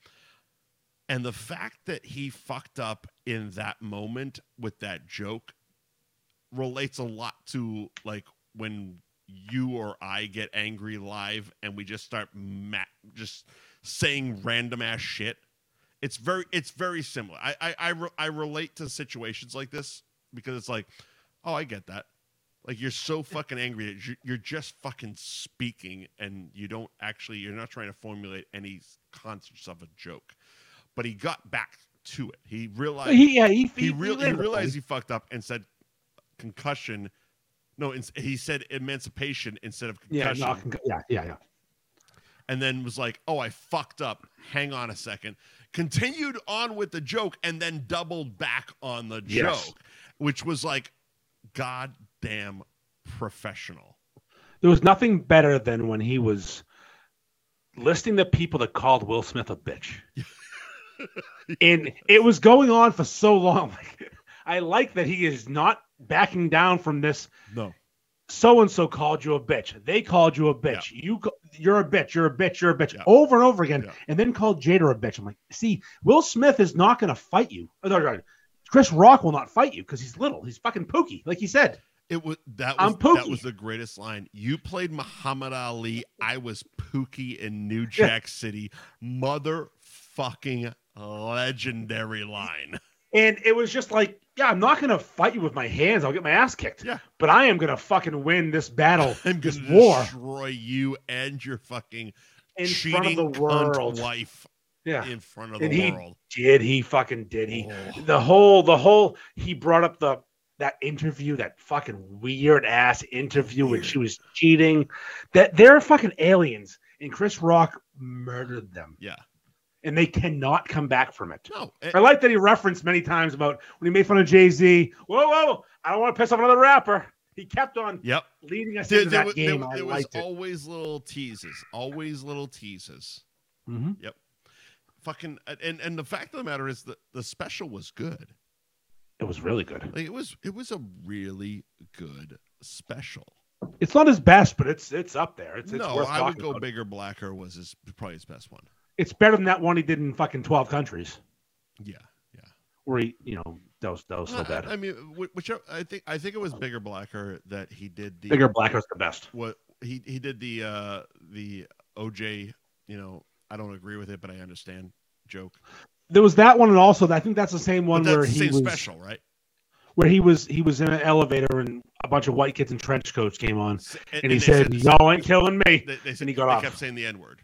Speaker 1: And the fact that he fucked up in that moment with that joke relates a lot to like when you or I get angry live and we just start ma- just saying random ass shit. It's very it's very similar. I I I, re- I relate to situations like this because it's like, oh, I get that. Like you're so fucking angry that you- you're just fucking speaking and you don't actually you're not trying to formulate any concepts of a joke. But he got back to it. He realized
Speaker 2: He, yeah, he,
Speaker 1: he, real- he
Speaker 2: landed
Speaker 1: realized he
Speaker 2: it.
Speaker 1: fucked up and said concussion. No, ins- he said emancipation instead of
Speaker 2: Yeah,
Speaker 1: concussion,
Speaker 2: no, concu- yeah, yeah, yeah.
Speaker 1: and then was like, "Oh, I fucked up. Hang on a second. Continued on with the joke and then doubled back on the
Speaker 2: Yes.
Speaker 1: joke, which was like, goddamn professional.
Speaker 2: There was nothing better than when he was listing the people that called Will Smith a bitch, and it was going on for so long. Like, I like that he is not backing down from this
Speaker 1: No,
Speaker 2: so and so called you a bitch. They called you a bitch. You ca- you're a bitch. You're a bitch. You're a bitch.
Speaker 1: Yeah.
Speaker 2: Over and over again,
Speaker 1: Yeah.
Speaker 2: and then called Jada a bitch. I'm like, see, Will Smith is not going to fight you. Oh, no, no, Chris Rock will not fight you because he's little. He's fucking pooky, like he said.
Speaker 1: it was that was
Speaker 2: I'm
Speaker 1: that
Speaker 2: Pookie.
Speaker 1: was the greatest line. You played Muhammad Ali. I was Pookie in New Jack City. Motherfucking legendary line.
Speaker 2: And it was just like, yeah, I'm not going to fight you with my hands. I'll get my ass kicked.
Speaker 1: Yeah.
Speaker 2: But I am going to fucking win this battle
Speaker 1: I'm
Speaker 2: This
Speaker 1: gonna
Speaker 2: war.
Speaker 1: destroy you and your fucking
Speaker 2: in
Speaker 1: cheating
Speaker 2: front of the
Speaker 1: cunt
Speaker 2: world.
Speaker 1: wife
Speaker 2: Yeah.
Speaker 1: in front of
Speaker 2: And
Speaker 1: the
Speaker 2: he-
Speaker 1: world.
Speaker 2: Did he fucking did he?
Speaker 1: Oh,
Speaker 2: the whole the whole he brought up the that interview that fucking weird ass interview when she was cheating that they're fucking aliens and chris rock murdered them
Speaker 1: yeah.
Speaker 2: and they cannot come back from it
Speaker 1: No. eh,
Speaker 2: i like that he referenced many times about when he made fun of jay-z whoa whoa i don't want to piss off another rapper he kept on
Speaker 1: yep.
Speaker 2: leading us
Speaker 1: There,
Speaker 2: into
Speaker 1: there
Speaker 2: that
Speaker 1: was, there,
Speaker 2: game
Speaker 1: was-
Speaker 2: i
Speaker 1: there was
Speaker 2: liked it
Speaker 1: always little teases. Always little teases.
Speaker 2: Mhm.
Speaker 1: Fucking and and the fact of the matter is that the special was good.
Speaker 2: it was really good
Speaker 1: Like it was it was a really good special.
Speaker 2: it's not his best but it's it's up there it's, it's
Speaker 1: no,
Speaker 2: worth
Speaker 1: I would
Speaker 2: talking
Speaker 1: go
Speaker 2: about.
Speaker 1: bigger. Blacker was his probably his best one.
Speaker 2: it's better than that one he did in fucking 12 countries
Speaker 1: Yeah.
Speaker 2: where he you know that was that was so
Speaker 1: I-
Speaker 2: bad
Speaker 1: I, mean, wh- whichever I think I think it was bigger. Blacker that he did the
Speaker 2: Bigger Black was the best.
Speaker 1: what he he did the uh the OJ, you know, I don't agree with it, but I understand joke.
Speaker 2: There was that one, and also I think that's the same one
Speaker 1: but that's
Speaker 2: where
Speaker 1: the
Speaker 2: he
Speaker 1: same
Speaker 2: was
Speaker 1: special, right?
Speaker 2: where he was he was in an elevator and a bunch of white kids in trench coats came on,
Speaker 1: S-
Speaker 2: and, he
Speaker 1: they
Speaker 2: said,
Speaker 1: the same-
Speaker 2: "No one killing me."
Speaker 1: They, they said
Speaker 2: and he got
Speaker 1: they
Speaker 2: off.
Speaker 1: kept saying the N word.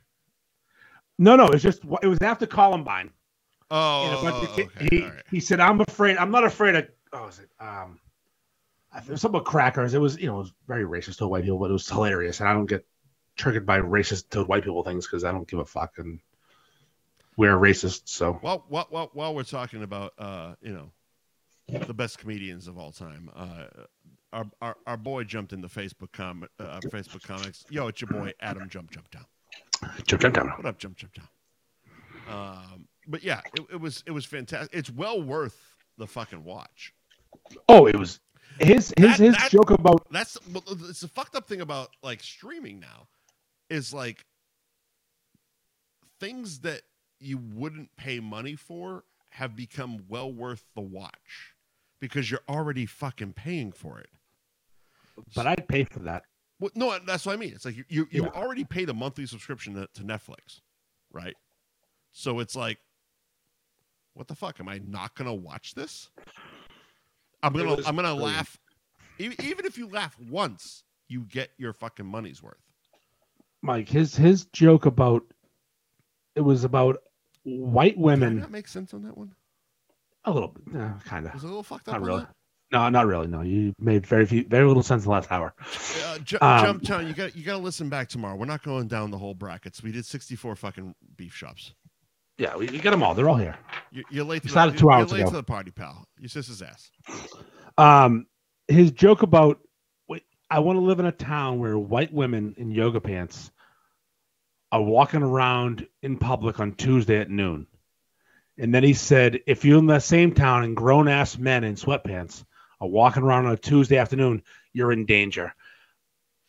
Speaker 2: No, no, it's just it was after Columbine.
Speaker 1: Oh,
Speaker 2: And a bunch of ki-
Speaker 1: okay,
Speaker 2: he,
Speaker 1: all right.
Speaker 2: he said, "I'm afraid. I'm not afraid of. Oh, was it? Um, I- it was something about crackers. It was you know it was very racist to white people, but it was hilarious. And I don't get triggered by racist to white people things because I don't give a fuck and we're racist. So
Speaker 1: Well, while, while, while we're talking about, uh, you know, the best comedians of all time, uh, our, our, our boy jumped in the Facebook com uh, Facebook comics. Yo, it's your boy Adam Jump Jump Down.
Speaker 2: jump, jump, jump.
Speaker 1: What up, Jump Jump Down? Um, but yeah, it, it was it was fantastic. It's well worth the fucking watch.
Speaker 2: Oh, it was his
Speaker 1: That-
Speaker 2: his his
Speaker 1: that-
Speaker 2: joke about
Speaker 1: That's well, it's the fucked up thing about like streaming now, is like things that you wouldn't pay money for have become well worth the watch because you're already fucking paying for it.
Speaker 2: but I'd pay for that.
Speaker 1: Well, no, that's what I mean. It's like you you, you
Speaker 2: Yeah.
Speaker 1: already paid a monthly subscription to, to Netflix, right? So it's like, what the fuck? Am I not gonna watch this? I'm
Speaker 2: It
Speaker 1: gonna
Speaker 2: was
Speaker 1: I'm gonna
Speaker 2: brilliant.
Speaker 1: laugh. E- Even if you laugh once, you get your fucking money's worth.
Speaker 2: Mike, his his joke about it was about white
Speaker 1: Did
Speaker 2: women
Speaker 1: that make sense on that one?
Speaker 2: a little bit, kind of.
Speaker 1: Was it a little fucked up?
Speaker 2: Not
Speaker 1: on
Speaker 2: really.
Speaker 1: that?
Speaker 2: No, not really. No, you made very few, very little sense in the last hour.
Speaker 1: Uh, Ju-
Speaker 2: Um,
Speaker 1: Jump Town, you got you got to listen back tomorrow. We're not going down the whole brackets. We did 64 fucking beef shops.
Speaker 2: Yeah, we, we got them all. They're all here.
Speaker 1: You, you're late. To
Speaker 2: We
Speaker 1: the,
Speaker 2: started two
Speaker 1: you're
Speaker 2: hours
Speaker 1: late
Speaker 2: ago.
Speaker 1: to the party, pal. Your sister's ass.
Speaker 2: Um, his joke about wait, I want to live in a town where white women in yoga pants are walking around in public on Tuesday at noon. And then he said, if you're in that same town and grown ass men in sweatpants are walking around on a Tuesday afternoon, you're in danger.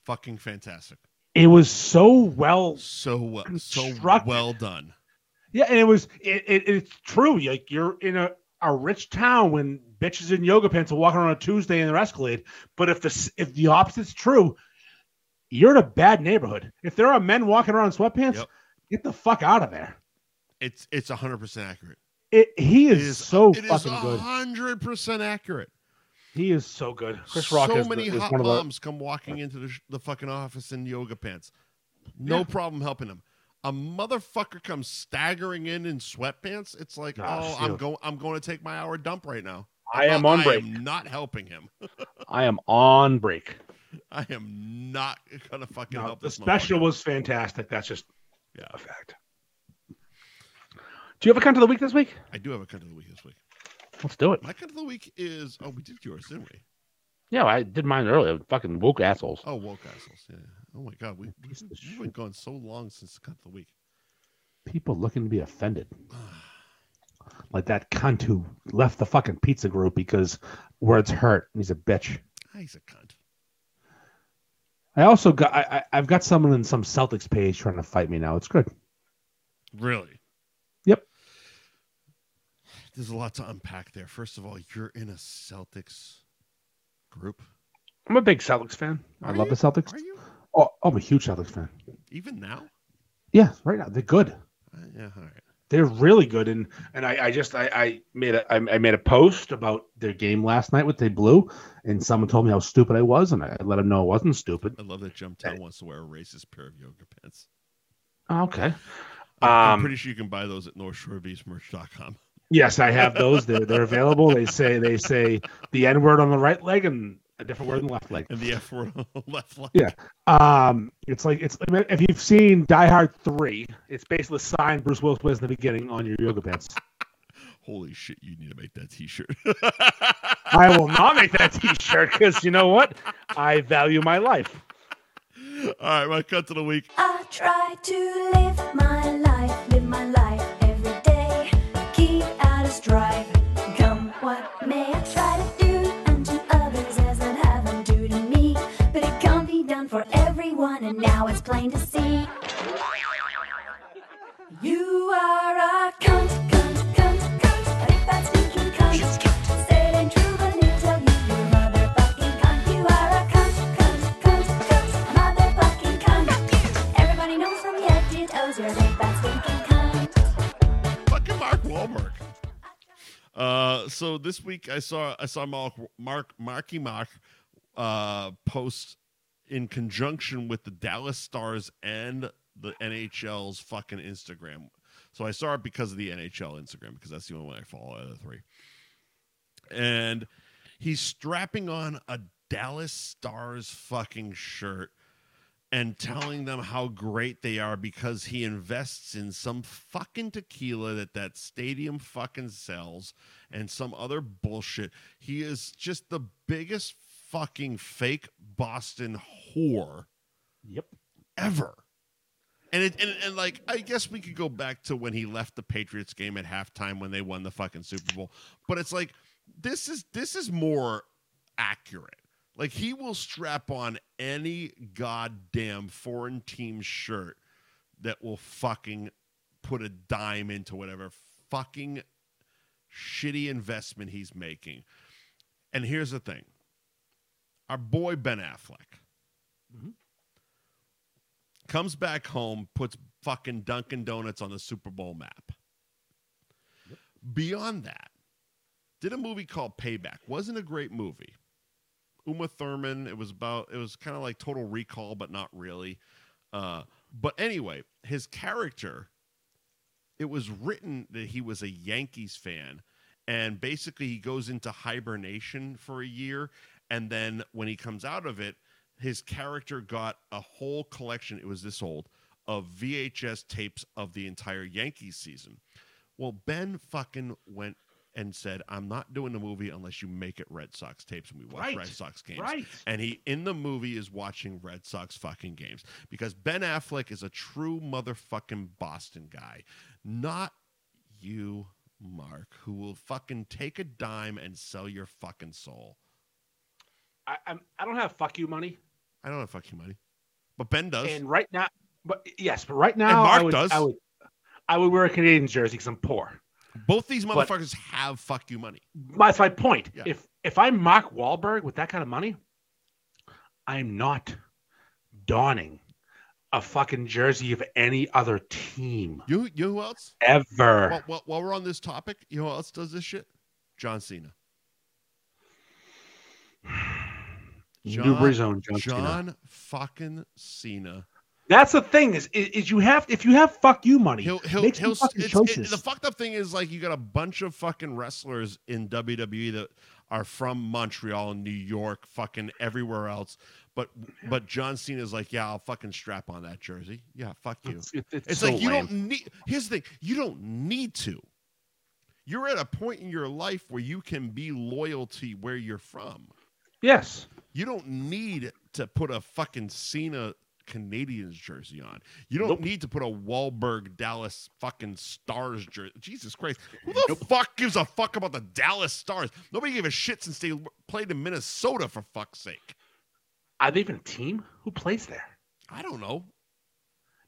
Speaker 1: Fucking fantastic.
Speaker 2: It was so well
Speaker 1: so well, so
Speaker 2: Constructed.
Speaker 1: well done.
Speaker 2: Yeah, and it was it, it, it's true. Like you're in a, a rich town when bitches in yoga pants are walking around on a Tuesday in their Escalade. But if the s- if the opposite's true, you're in a bad neighborhood. If there are men walking around in sweatpants,
Speaker 1: Yep.
Speaker 2: get the fuck out of there.
Speaker 1: It's it's hundred percent accurate.
Speaker 2: It, he
Speaker 1: It
Speaker 2: is, so
Speaker 1: it is
Speaker 2: fucking good.
Speaker 1: hundred percent accurate.
Speaker 2: He is so good. Chris Rock
Speaker 1: so
Speaker 2: is,
Speaker 1: many
Speaker 2: the, is
Speaker 1: hot
Speaker 2: one of the.
Speaker 1: moms come walking into the, sh- the fucking office in yoga pants. No
Speaker 2: Yeah.
Speaker 1: problem helping them. A motherfucker comes staggering in in sweatpants. It's like,
Speaker 2: Ah,
Speaker 1: oh,
Speaker 2: shoot.
Speaker 1: I'm going. I'm going to take my hour dump right now.
Speaker 2: I am on
Speaker 1: I
Speaker 2: break.
Speaker 1: am not helping him.
Speaker 2: I am on break.
Speaker 1: I am not gonna fucking
Speaker 2: No,
Speaker 1: help.
Speaker 2: the
Speaker 1: This
Speaker 2: special
Speaker 1: motherfucker.
Speaker 2: was fantastic. That's just
Speaker 1: Yeah.
Speaker 2: a fact. Do you have a country of the week this week?
Speaker 1: I do have a cunt of the week this week.
Speaker 2: Let's do it.
Speaker 1: My cunt of the week is. Oh, we did yours, didn't we?
Speaker 2: Yeah, I did mine earlier. Fucking woke assholes.
Speaker 1: Oh, woke assholes. Yeah. Oh my God, we, we,
Speaker 2: Piece of
Speaker 1: we've been
Speaker 2: shit.
Speaker 1: gone so long since the cunt of the week. Ah,
Speaker 2: people looking to be offended. Like that cunt who left the fucking pizza group because words hurt and he's a bitch.
Speaker 1: Ah, He's a cunt.
Speaker 2: I also got I, I I've got someone in some Celtics page trying to fight me now. It's good.
Speaker 1: Really?
Speaker 2: Yep.
Speaker 1: There's a lot to unpack there. First of all, you're in a Celtics group.
Speaker 2: I'm a big Celtics fan. I
Speaker 1: Are
Speaker 2: love
Speaker 1: you?
Speaker 2: the Celtics.
Speaker 1: Are you?
Speaker 2: Oh, I'm a huge Celtics fan.
Speaker 1: Even now?
Speaker 2: Yeah, right now they're good.
Speaker 1: Uh, yeah. All right.
Speaker 2: They're really good. And and I, I just I, I made a I, I made a post about their game last night with they blew, and someone told me how stupid I was, and I let them know I wasn't stupid.
Speaker 1: I love that Jump Town wants to wear a racist pair of yoga pants.
Speaker 2: Okay.
Speaker 1: I'm, I'm
Speaker 2: Um,
Speaker 1: pretty sure you can buy those at NorthShoreBeachMerch.com.
Speaker 2: Yes, I have those. They're they're available. They say they say the N word on the right leg and a different word on the left leg.
Speaker 1: And the F word on the left leg.
Speaker 2: Yeah. Um, it's like it's if you've seen Die Hard three, it's basically the sign Bruce Willis was in the beginning on your yoga pants.
Speaker 1: Holy shit, you need to make that t shirt.
Speaker 2: I will not make that T-shirt because you know what? I value my life.
Speaker 1: all right, my cut to the week
Speaker 3: I try to live my life, live my life every day. Keep out of strife, come what may. I try to do unto others as I'd have them do to me. But it can't be done for everyone, and now it's plain to see. You are a cunt, cunt, cunt, cunt. If that's thinking cunt, say it ain't true, but it tell you you're motherfucking cunt. You are a cunt, cunt, cunt, cunt, motherfucking cunt. Everybody knows from your head to toes you're an if that's thinking cunt.
Speaker 1: fucking Mark Wahlberg. Uh, so this week I saw I saw Mark Mark Marky Mark uh, post in conjunction with the Dallas Stars and the NHL's fucking Instagram. So I saw it because of the NHL Instagram because that's the only one I follow out of the three. And he's strapping on a Dallas Stars fucking shirt and telling them how great they are because he invests in some fucking tequila that that stadium fucking sells and some other bullshit. He is just the biggest fucking fake Boston whore
Speaker 2: Yep.
Speaker 1: ever. And, it, and and like I guess we could go back to when he left the Patriots game at halftime when they won the fucking Super Bowl. But it's like this is this is more accurate. Like he will strap on any goddamn foreign team shirt that will fucking put a dime into whatever fucking shitty investment he's making. And here's the thing. Our boy Ben Affleck comes back home, puts fucking Dunkin' Donuts on the Super Bowl map. Beyond that, did a movie called Payback. Wasn't a great movie. Uma Thurman. It was about. It was kind of like Total Recall, but not really. Uh, but anyway, his character. It was written that he was a Yankees fan, and basically he goes into hibernation for a year, and then when he comes out of it, his character got a whole collection. It was this old of VHS tapes of the entire Yankees season. Well, Ben fucking went and said, "I'm not doing the movie unless you make it Red Sox tapes and we watch
Speaker 2: Right.
Speaker 1: Red Sox games."
Speaker 2: Right.
Speaker 1: And he in the movie is watching Red Sox fucking games because Ben Affleck is a true motherfucking Boston guy, not you, Mark, who will fucking take a dime and sell your fucking soul.
Speaker 2: I, I'm, I don't have fuck you money,
Speaker 1: I don't have fuck you money, but Ben does.
Speaker 2: and right now, but yes, but right now,
Speaker 1: Mark
Speaker 2: I would,
Speaker 1: does.
Speaker 2: I would, I would wear a Canadian jersey because I'm poor.
Speaker 1: Both these
Speaker 2: But-
Speaker 1: motherfuckers have fuck you money.
Speaker 2: That's my point.
Speaker 1: Yeah.
Speaker 2: If if I'm Mark Wahlberg with that kind of money, I'm not donning a fucking jersey of any other team
Speaker 1: You, you know who else?
Speaker 2: ever.
Speaker 1: While, while, while we're on this topic, you know who else does this shit? John Cena. John-
Speaker 2: Newbury's own John, Cena.
Speaker 1: John fucking Cena.
Speaker 2: That's the thing is, is is you have if you have fuck you money,
Speaker 1: He'll he'll
Speaker 2: make some
Speaker 1: he'll.
Speaker 2: fucking
Speaker 1: it's- it-
Speaker 2: choices.
Speaker 1: the fucked up thing is like you got a bunch of fucking wrestlers in WWE that are from Montreal and New York, fucking everywhere else. But but John Cena is like, yeah, I'll fucking strap on that jersey. Yeah, fuck you.
Speaker 2: It's, it's, it's
Speaker 1: It's
Speaker 2: so
Speaker 1: like you
Speaker 2: lame.
Speaker 1: don't need. Here's the thing: you don't need to. You're at a point in your life where you can be loyal to where you're from.
Speaker 2: Yes,
Speaker 1: You don't need to put a fucking Cena Canadians jersey on. You don't
Speaker 2: Nope.
Speaker 1: need to put a Wahlberg Dallas fucking Stars jersey. Jesus Christ, who the fuck gives a fuck about the Dallas Stars? Nobody gave a shit since they played in Minnesota. For fuck's sake,
Speaker 2: are they even a team who plays there?
Speaker 1: I don't know.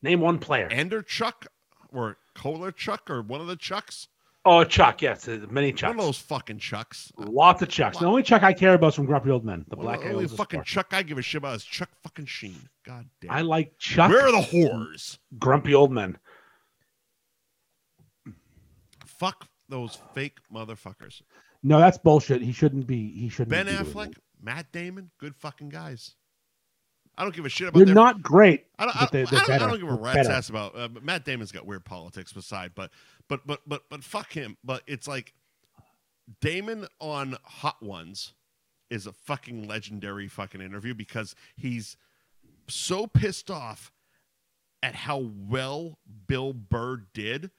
Speaker 2: Name one player.
Speaker 1: Ender Chuck or Kohler Chuck or one of the Chucks.
Speaker 2: oh, Chuck. Yes, there's many Chucks.
Speaker 1: One of those fucking Chucks.
Speaker 2: Lots of Chucks. The only Chuck I care about is from Grumpy Old Men, the
Speaker 1: Well,
Speaker 2: black guy. who
Speaker 1: only
Speaker 2: owns the
Speaker 1: fucking
Speaker 2: store.
Speaker 1: Chuck I give a shit about is Chuck fucking Sheen. God damn.
Speaker 2: I like Chuck.
Speaker 1: Where are the whores?
Speaker 2: grumpy old men.
Speaker 1: Fuck those fake motherfuckers.
Speaker 2: No, that's bullshit. He shouldn't be. He shouldn't.
Speaker 1: Ben
Speaker 2: be doing
Speaker 1: Affleck,
Speaker 2: that.
Speaker 1: Matt Damon, good fucking guys. I don't give a shit about
Speaker 2: They're
Speaker 1: their.
Speaker 2: not great.
Speaker 1: I don't, I,
Speaker 2: but they're-
Speaker 1: don't-
Speaker 2: they're
Speaker 1: I don't- I
Speaker 2: better.
Speaker 1: don't give a
Speaker 2: They're
Speaker 1: rat's
Speaker 2: better.
Speaker 1: ass about uh, but Matt Damon's got weird politics beside, but but but but but fuck him. But it's like Damon on Hot Ones is a fucking legendary fucking interview because he's so pissed off at how well Bill Burr did,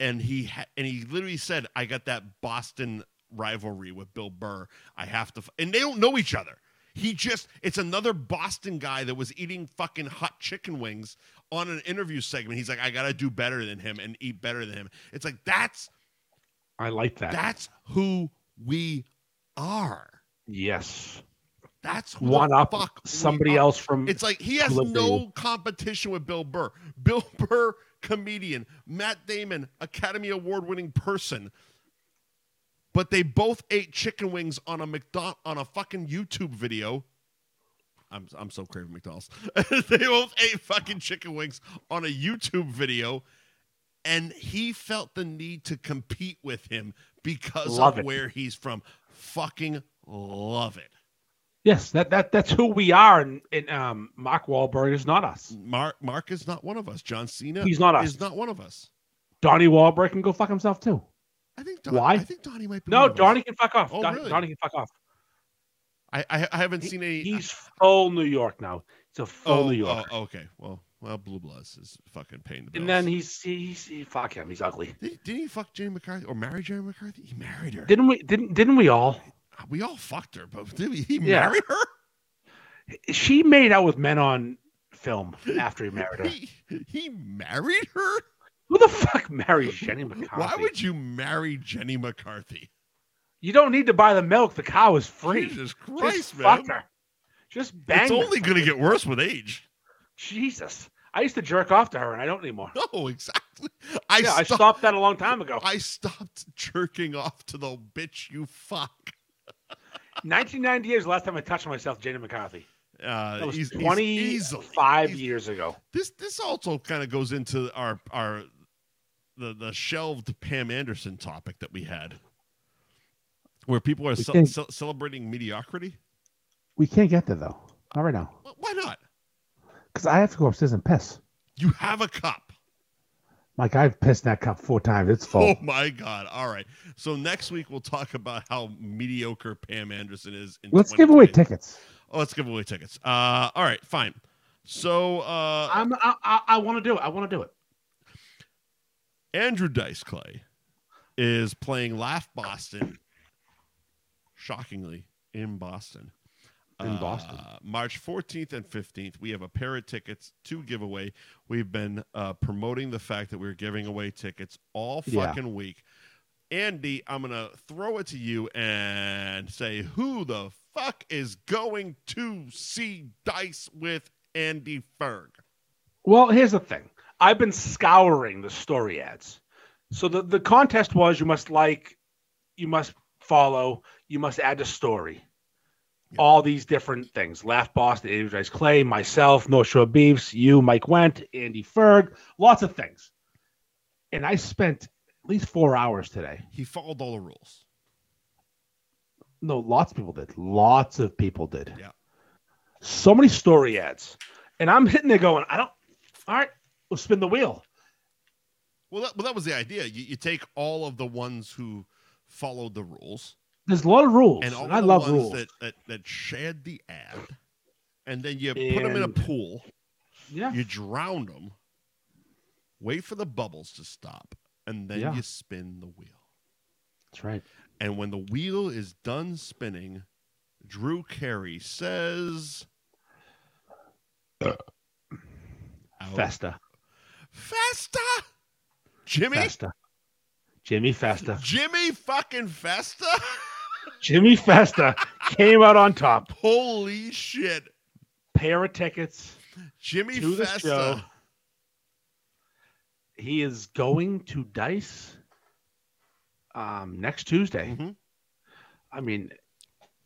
Speaker 1: and he ha- and he literally said, "I got that Boston rivalry with Bill Burr. I have to," f-. and they don't know each other. He just—it's another Boston guy that was eating fucking hot chicken wings on an interview segment. He's like, "I gotta do better than him and eat better than him." It's like that's
Speaker 2: I like that.
Speaker 1: that's who we are.
Speaker 2: yes.
Speaker 1: That's who the
Speaker 2: One up.
Speaker 1: fuck we
Speaker 2: Somebody
Speaker 1: are.
Speaker 2: else from.
Speaker 1: It's like he has
Speaker 2: Clip
Speaker 1: no competition with Bill Burr. Bill Burr, comedian, Matt Damon, Academy Award winning person. But they both ate chicken wings on a McDon- on a fucking YouTube video. I'm I'm so craving McDonald's. they both ate fucking chicken wings on a YouTube video, and he felt the need to compete with him because
Speaker 2: Love
Speaker 1: of
Speaker 2: it.
Speaker 1: where he's from. Fucking love it.
Speaker 2: Yes, that, that that's who we are. And, and um, Mark Wahlberg is not us.
Speaker 1: Mark Mark is not one of us. John Cena
Speaker 2: He's not us.
Speaker 1: is not one of us.
Speaker 2: Donnie Wahlberg can go fuck himself too.
Speaker 1: I think Don,
Speaker 2: Why?
Speaker 1: I think Donnie might be.
Speaker 2: No,
Speaker 1: one of us.
Speaker 2: Donnie can fuck off.
Speaker 1: Oh,
Speaker 2: Don-
Speaker 1: really?
Speaker 2: Donnie can fuck off.
Speaker 1: I, I I haven't
Speaker 2: He-
Speaker 1: seen any.
Speaker 2: He's full New York now. He's a full
Speaker 1: oh,
Speaker 2: New Yorker.
Speaker 1: oh, okay. Well, well, Blue Bloods is fucking pain. in The balls.
Speaker 2: and then he's, he's he, fuck him. He's ugly.
Speaker 1: Did, didn't he fuck Jenny McCarthy or marry Jenny McCarthy? He married her.
Speaker 2: Didn't we? Didn't didn't we all?
Speaker 1: we all fucked her, but did he, he
Speaker 2: Yeah.
Speaker 1: marry her?
Speaker 2: She made out with men on film after he married her.
Speaker 1: He, he married her.
Speaker 2: Who the fuck marries Jenny McCarthy?
Speaker 1: Why would you marry Jenny McCarthy?
Speaker 2: you don't need to buy the milk? The cow is free.
Speaker 1: Jesus Christ,
Speaker 2: Just
Speaker 1: man!
Speaker 2: fuck her. Just bang.
Speaker 1: It's
Speaker 2: her.
Speaker 1: only going to get worse with age.
Speaker 2: Jesus. I used to jerk off to her, and I don't anymore.
Speaker 1: No, exactly. I
Speaker 2: yeah, I
Speaker 1: stopped.
Speaker 2: stopped that a long time ago.
Speaker 1: I stopped jerking off to the bitch you fuck.
Speaker 2: 1998 is the last time I touched myself, Jenny McCarthy.
Speaker 1: Uh,
Speaker 2: That was
Speaker 1: eas- eas-
Speaker 2: 25
Speaker 1: eas-
Speaker 2: years ago.
Speaker 1: This this also kind of goes into our our the the shelved Pam Anderson topic that we had, where people are
Speaker 2: We
Speaker 1: ce-
Speaker 2: think-
Speaker 1: ce- celebrating mediocrity.
Speaker 2: We can't get there, though. Not right now.
Speaker 1: Wh- Why not?
Speaker 2: Because I have to go upstairs and piss.
Speaker 1: You have a cup.
Speaker 2: Like, I've pissed that cup four times. It's
Speaker 1: Oh my god! All right. So next week we'll talk about how mediocre Pam Anderson is. In 2020.
Speaker 2: tickets.
Speaker 1: oh, let's give away tickets. Uh, all right, fine. So uh,
Speaker 2: I'm, I, I, I want to do it. I want to do it.
Speaker 1: Andrew Dice Clay is playing Laugh Boston, shockingly, in Boston.
Speaker 2: In Boston.
Speaker 1: Uh, March 14th and 15th. We have a pair of tickets to give away. We've been uh, promoting the fact that we're giving away tickets all
Speaker 2: Yeah.
Speaker 1: fucking week. Andy, I'm going to throw it to you and say, who the fuck is going to see Dice with Andy Ferg?
Speaker 2: Well, here's the thing. I've been scouring the story ads. So the, the contest was you must like, you must follow, you must add a story.
Speaker 1: Yeah.
Speaker 2: All these different things. Laugh Boston, Andrew Dice Clay, myself, North Shore Beefs, you, Mike Went, Andy Ferg, lots of things. And I spent at least four hours today.
Speaker 1: He followed all the rules.
Speaker 2: No, lots of people did. Lots of people did.
Speaker 1: Yeah.
Speaker 2: So many story ads. And I'm hitting there going, I don't, all right, we'll spin the wheel.
Speaker 1: Well, that, well, that was the idea. You, you take all of the ones who followed the rules,
Speaker 2: There's a lot of rules.
Speaker 1: and all
Speaker 2: and
Speaker 1: of
Speaker 2: I
Speaker 1: the
Speaker 2: love
Speaker 1: ones
Speaker 2: rules.
Speaker 1: that that that shared the ad, and then you put them in a
Speaker 2: And-
Speaker 1: pool,
Speaker 2: yeah.
Speaker 1: you drown them, wait for the bubbles to stop, and then
Speaker 2: Yeah.
Speaker 1: you spin the wheel.
Speaker 2: That's right.
Speaker 1: And when the wheel is done spinning, Drew Carey says, Out.
Speaker 2: Festa.
Speaker 1: Festa, Jimmy,
Speaker 2: Festa. Jimmy Festa.
Speaker 1: Jimmy fucking Festa."
Speaker 2: Jimmy Festa came out on top.
Speaker 1: Holy shit.
Speaker 2: Pair of tickets
Speaker 1: Jimmy
Speaker 2: to the show.
Speaker 1: Festa.
Speaker 2: He is going to Dice um, next Tuesday.
Speaker 1: Mhm.
Speaker 2: I mean,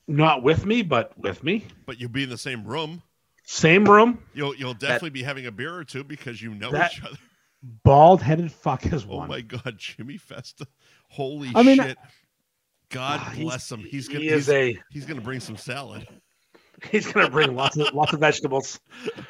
Speaker 2: not with me, but with me.
Speaker 1: But you'll be in the same room.
Speaker 2: Same room.
Speaker 1: You'll you'll definitely be having a beer or two because you know
Speaker 2: That-
Speaker 1: each other.
Speaker 2: Bald headed fuck is
Speaker 1: Oh
Speaker 2: one.
Speaker 1: my god, Jimmy Festa. Holy
Speaker 2: I mean,
Speaker 1: shit. God
Speaker 2: Ah, he's-
Speaker 1: bless him. He's gonna
Speaker 2: he
Speaker 1: he's,
Speaker 2: is a
Speaker 1: he's gonna bring some salad.
Speaker 2: he's gonna bring lots of lots of vegetables.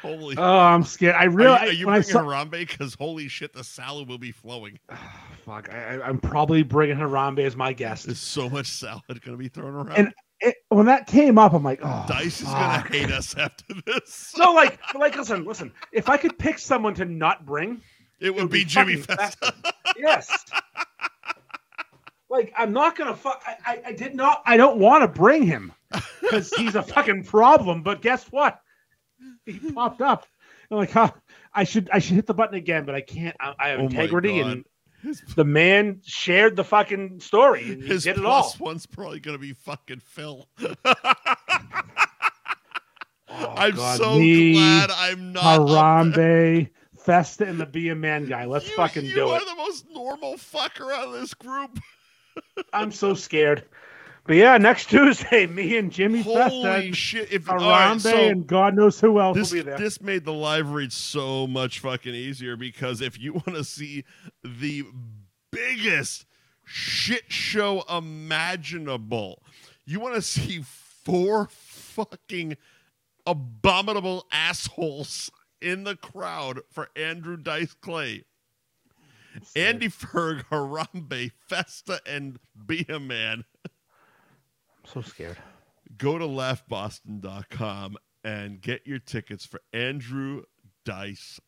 Speaker 1: Holy
Speaker 2: Oh, I'm scared. I
Speaker 1: Are you,
Speaker 2: really
Speaker 1: are you
Speaker 2: when I
Speaker 1: bringing
Speaker 2: saw,
Speaker 1: Harambe? Because holy shit, the salad will be flowing.
Speaker 2: Ah, fuck, I, I- I'm probably bringing Harambe as my guest.
Speaker 1: There's so much salad gonna be thrown around.
Speaker 2: And It- when that came up, I'm like, oh,
Speaker 1: Dice is
Speaker 2: fuck.
Speaker 1: gonna hate us after this.
Speaker 2: No, like, but like, listen, listen. If I could pick someone to not bring,
Speaker 1: it would
Speaker 2: would
Speaker 1: be,
Speaker 2: be
Speaker 1: Jimmy
Speaker 2: fucking
Speaker 1: Festa.
Speaker 2: yes. like, I'm not gonna fuck. I, I, I did not. I don't want to bring him because he's a fucking problem. But guess what? He popped up. I'm like, huh, I should, I should hit the button again, but I can't. I, I have
Speaker 1: Oh my
Speaker 2: integrity,
Speaker 1: God.
Speaker 2: and
Speaker 1: His
Speaker 2: the man shared the fucking story. And he
Speaker 1: His
Speaker 2: did it all.
Speaker 1: plus one's probably gonna be fucking Phil.
Speaker 2: Oh,
Speaker 1: I'm
Speaker 2: God,
Speaker 1: so
Speaker 2: me,
Speaker 1: glad I'm not. up there.
Speaker 2: Harambe, Festa, and the Be a Man guy. Let's
Speaker 1: You-
Speaker 2: fucking
Speaker 1: you
Speaker 2: do it.
Speaker 1: are the most normal fucker out of this group.
Speaker 2: I'm so scared. But yeah, next Tuesday, me and Jimmy
Speaker 1: Holy
Speaker 2: Festa,
Speaker 1: shit! If all right,
Speaker 2: Harambe,
Speaker 1: so
Speaker 2: and God knows who else
Speaker 1: this
Speaker 2: will be there.
Speaker 1: this made the live read so much fucking easier because if you want to see the biggest shit show imaginable, you want to see four fucking abominable assholes in the crowd for Andrew Dice Clay. Andy Ferg, Harambe, Festa, and Be a Man.
Speaker 2: I'm so scared.
Speaker 1: Go to laughboston.com and get your tickets for Andrew Dice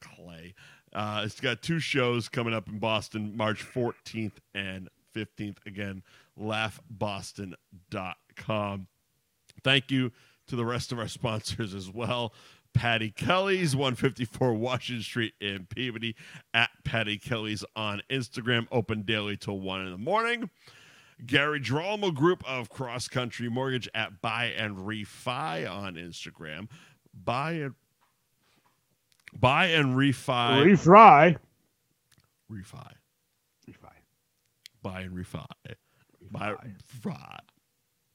Speaker 1: Clay. Uh, it's got two shows coming up in Boston, March 14th and 15th. Again, laughboston.com. Thank you to the rest of our sponsors as well. Patty Kelly's 154 Washington Street in Peabody at Patty Kelly's on Instagram, open daily till 1 in the morning. Gary Drolmo Group of Cross Country Mortgage at Buy and Refi on Instagram. Buy and Buy and Refi
Speaker 2: Refry.
Speaker 1: Refi.
Speaker 2: Refry.
Speaker 1: Buy and Refi. Buy Refi.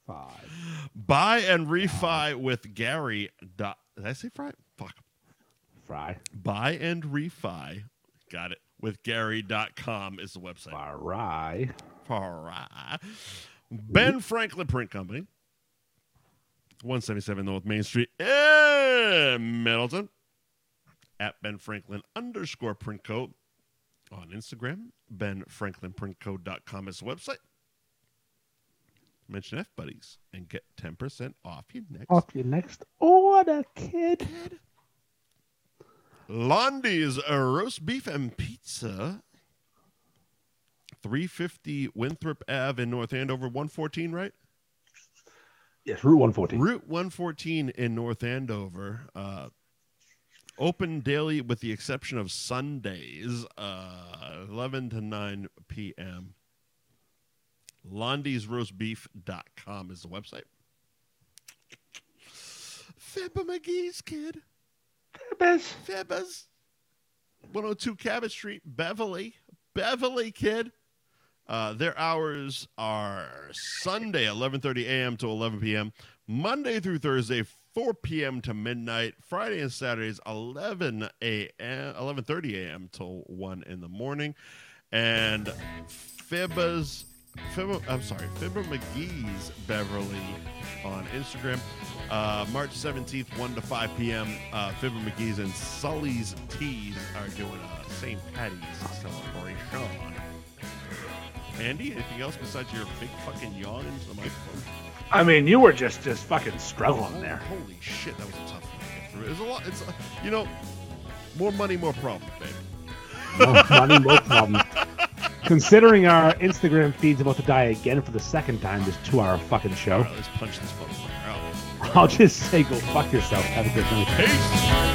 Speaker 2: Five.
Speaker 1: Buy and refi with Gary. Dot, did I say fry? Fuck.
Speaker 2: Fry.
Speaker 1: Buy and refi. Got it. With Gary.com is the website.
Speaker 2: Fry.
Speaker 1: Alright. Ben Franklin Print Company. 177 North Main Street in Middleton. At Ben Franklin underscore print code on Instagram. Ben Franklin printcode.com is the website. Mention F buddies and get 10% off your next
Speaker 2: Off your next order, kid.
Speaker 1: Londy's uh, roast beef and pizza. 350 Winthrop Ave in North Andover, 114, right?
Speaker 2: Yes, Route 114.
Speaker 1: Route 114 in North Andover. Uh, open daily with the exception of Sundays, uh, 11 to 9 p.m. Londy'sRoastBeef.com is the website. Fibber McGee's kid.
Speaker 2: Best.
Speaker 1: Fibber's 102 Cabot Street, Beverly. Beverly, kid. Uh, their hours are Sunday, 11.30 a.m. to 11 p.m., Monday through Thursday, 4 p.m. to midnight, Friday and Saturdays, 11 a.m., 11.30 a.m. till 1 in the morning. And Fibba's, Fibba, I'm sorry, Fibba McGee's Beverly on Instagram. Uh, March 17th, 1 to 5 p.m., uh, Fibba McGee's and Sully's Teas are doing a St. Patty's celebration. Andy, anything else besides your big fucking yawn into the microphone?
Speaker 2: I mean, you were just just fucking struggling there.
Speaker 1: Holy shit, that was a tough one to get through. It's a lot. It's you know, more money, more problem, baby.
Speaker 2: More money, more problem. Considering our Instagram feed's about to die again for the second time this two-hour fucking
Speaker 1: All
Speaker 2: show,
Speaker 1: right, let's punch this motherfucker out.
Speaker 2: I'll just say go fuck yourself. Have a good night.
Speaker 1: Peace.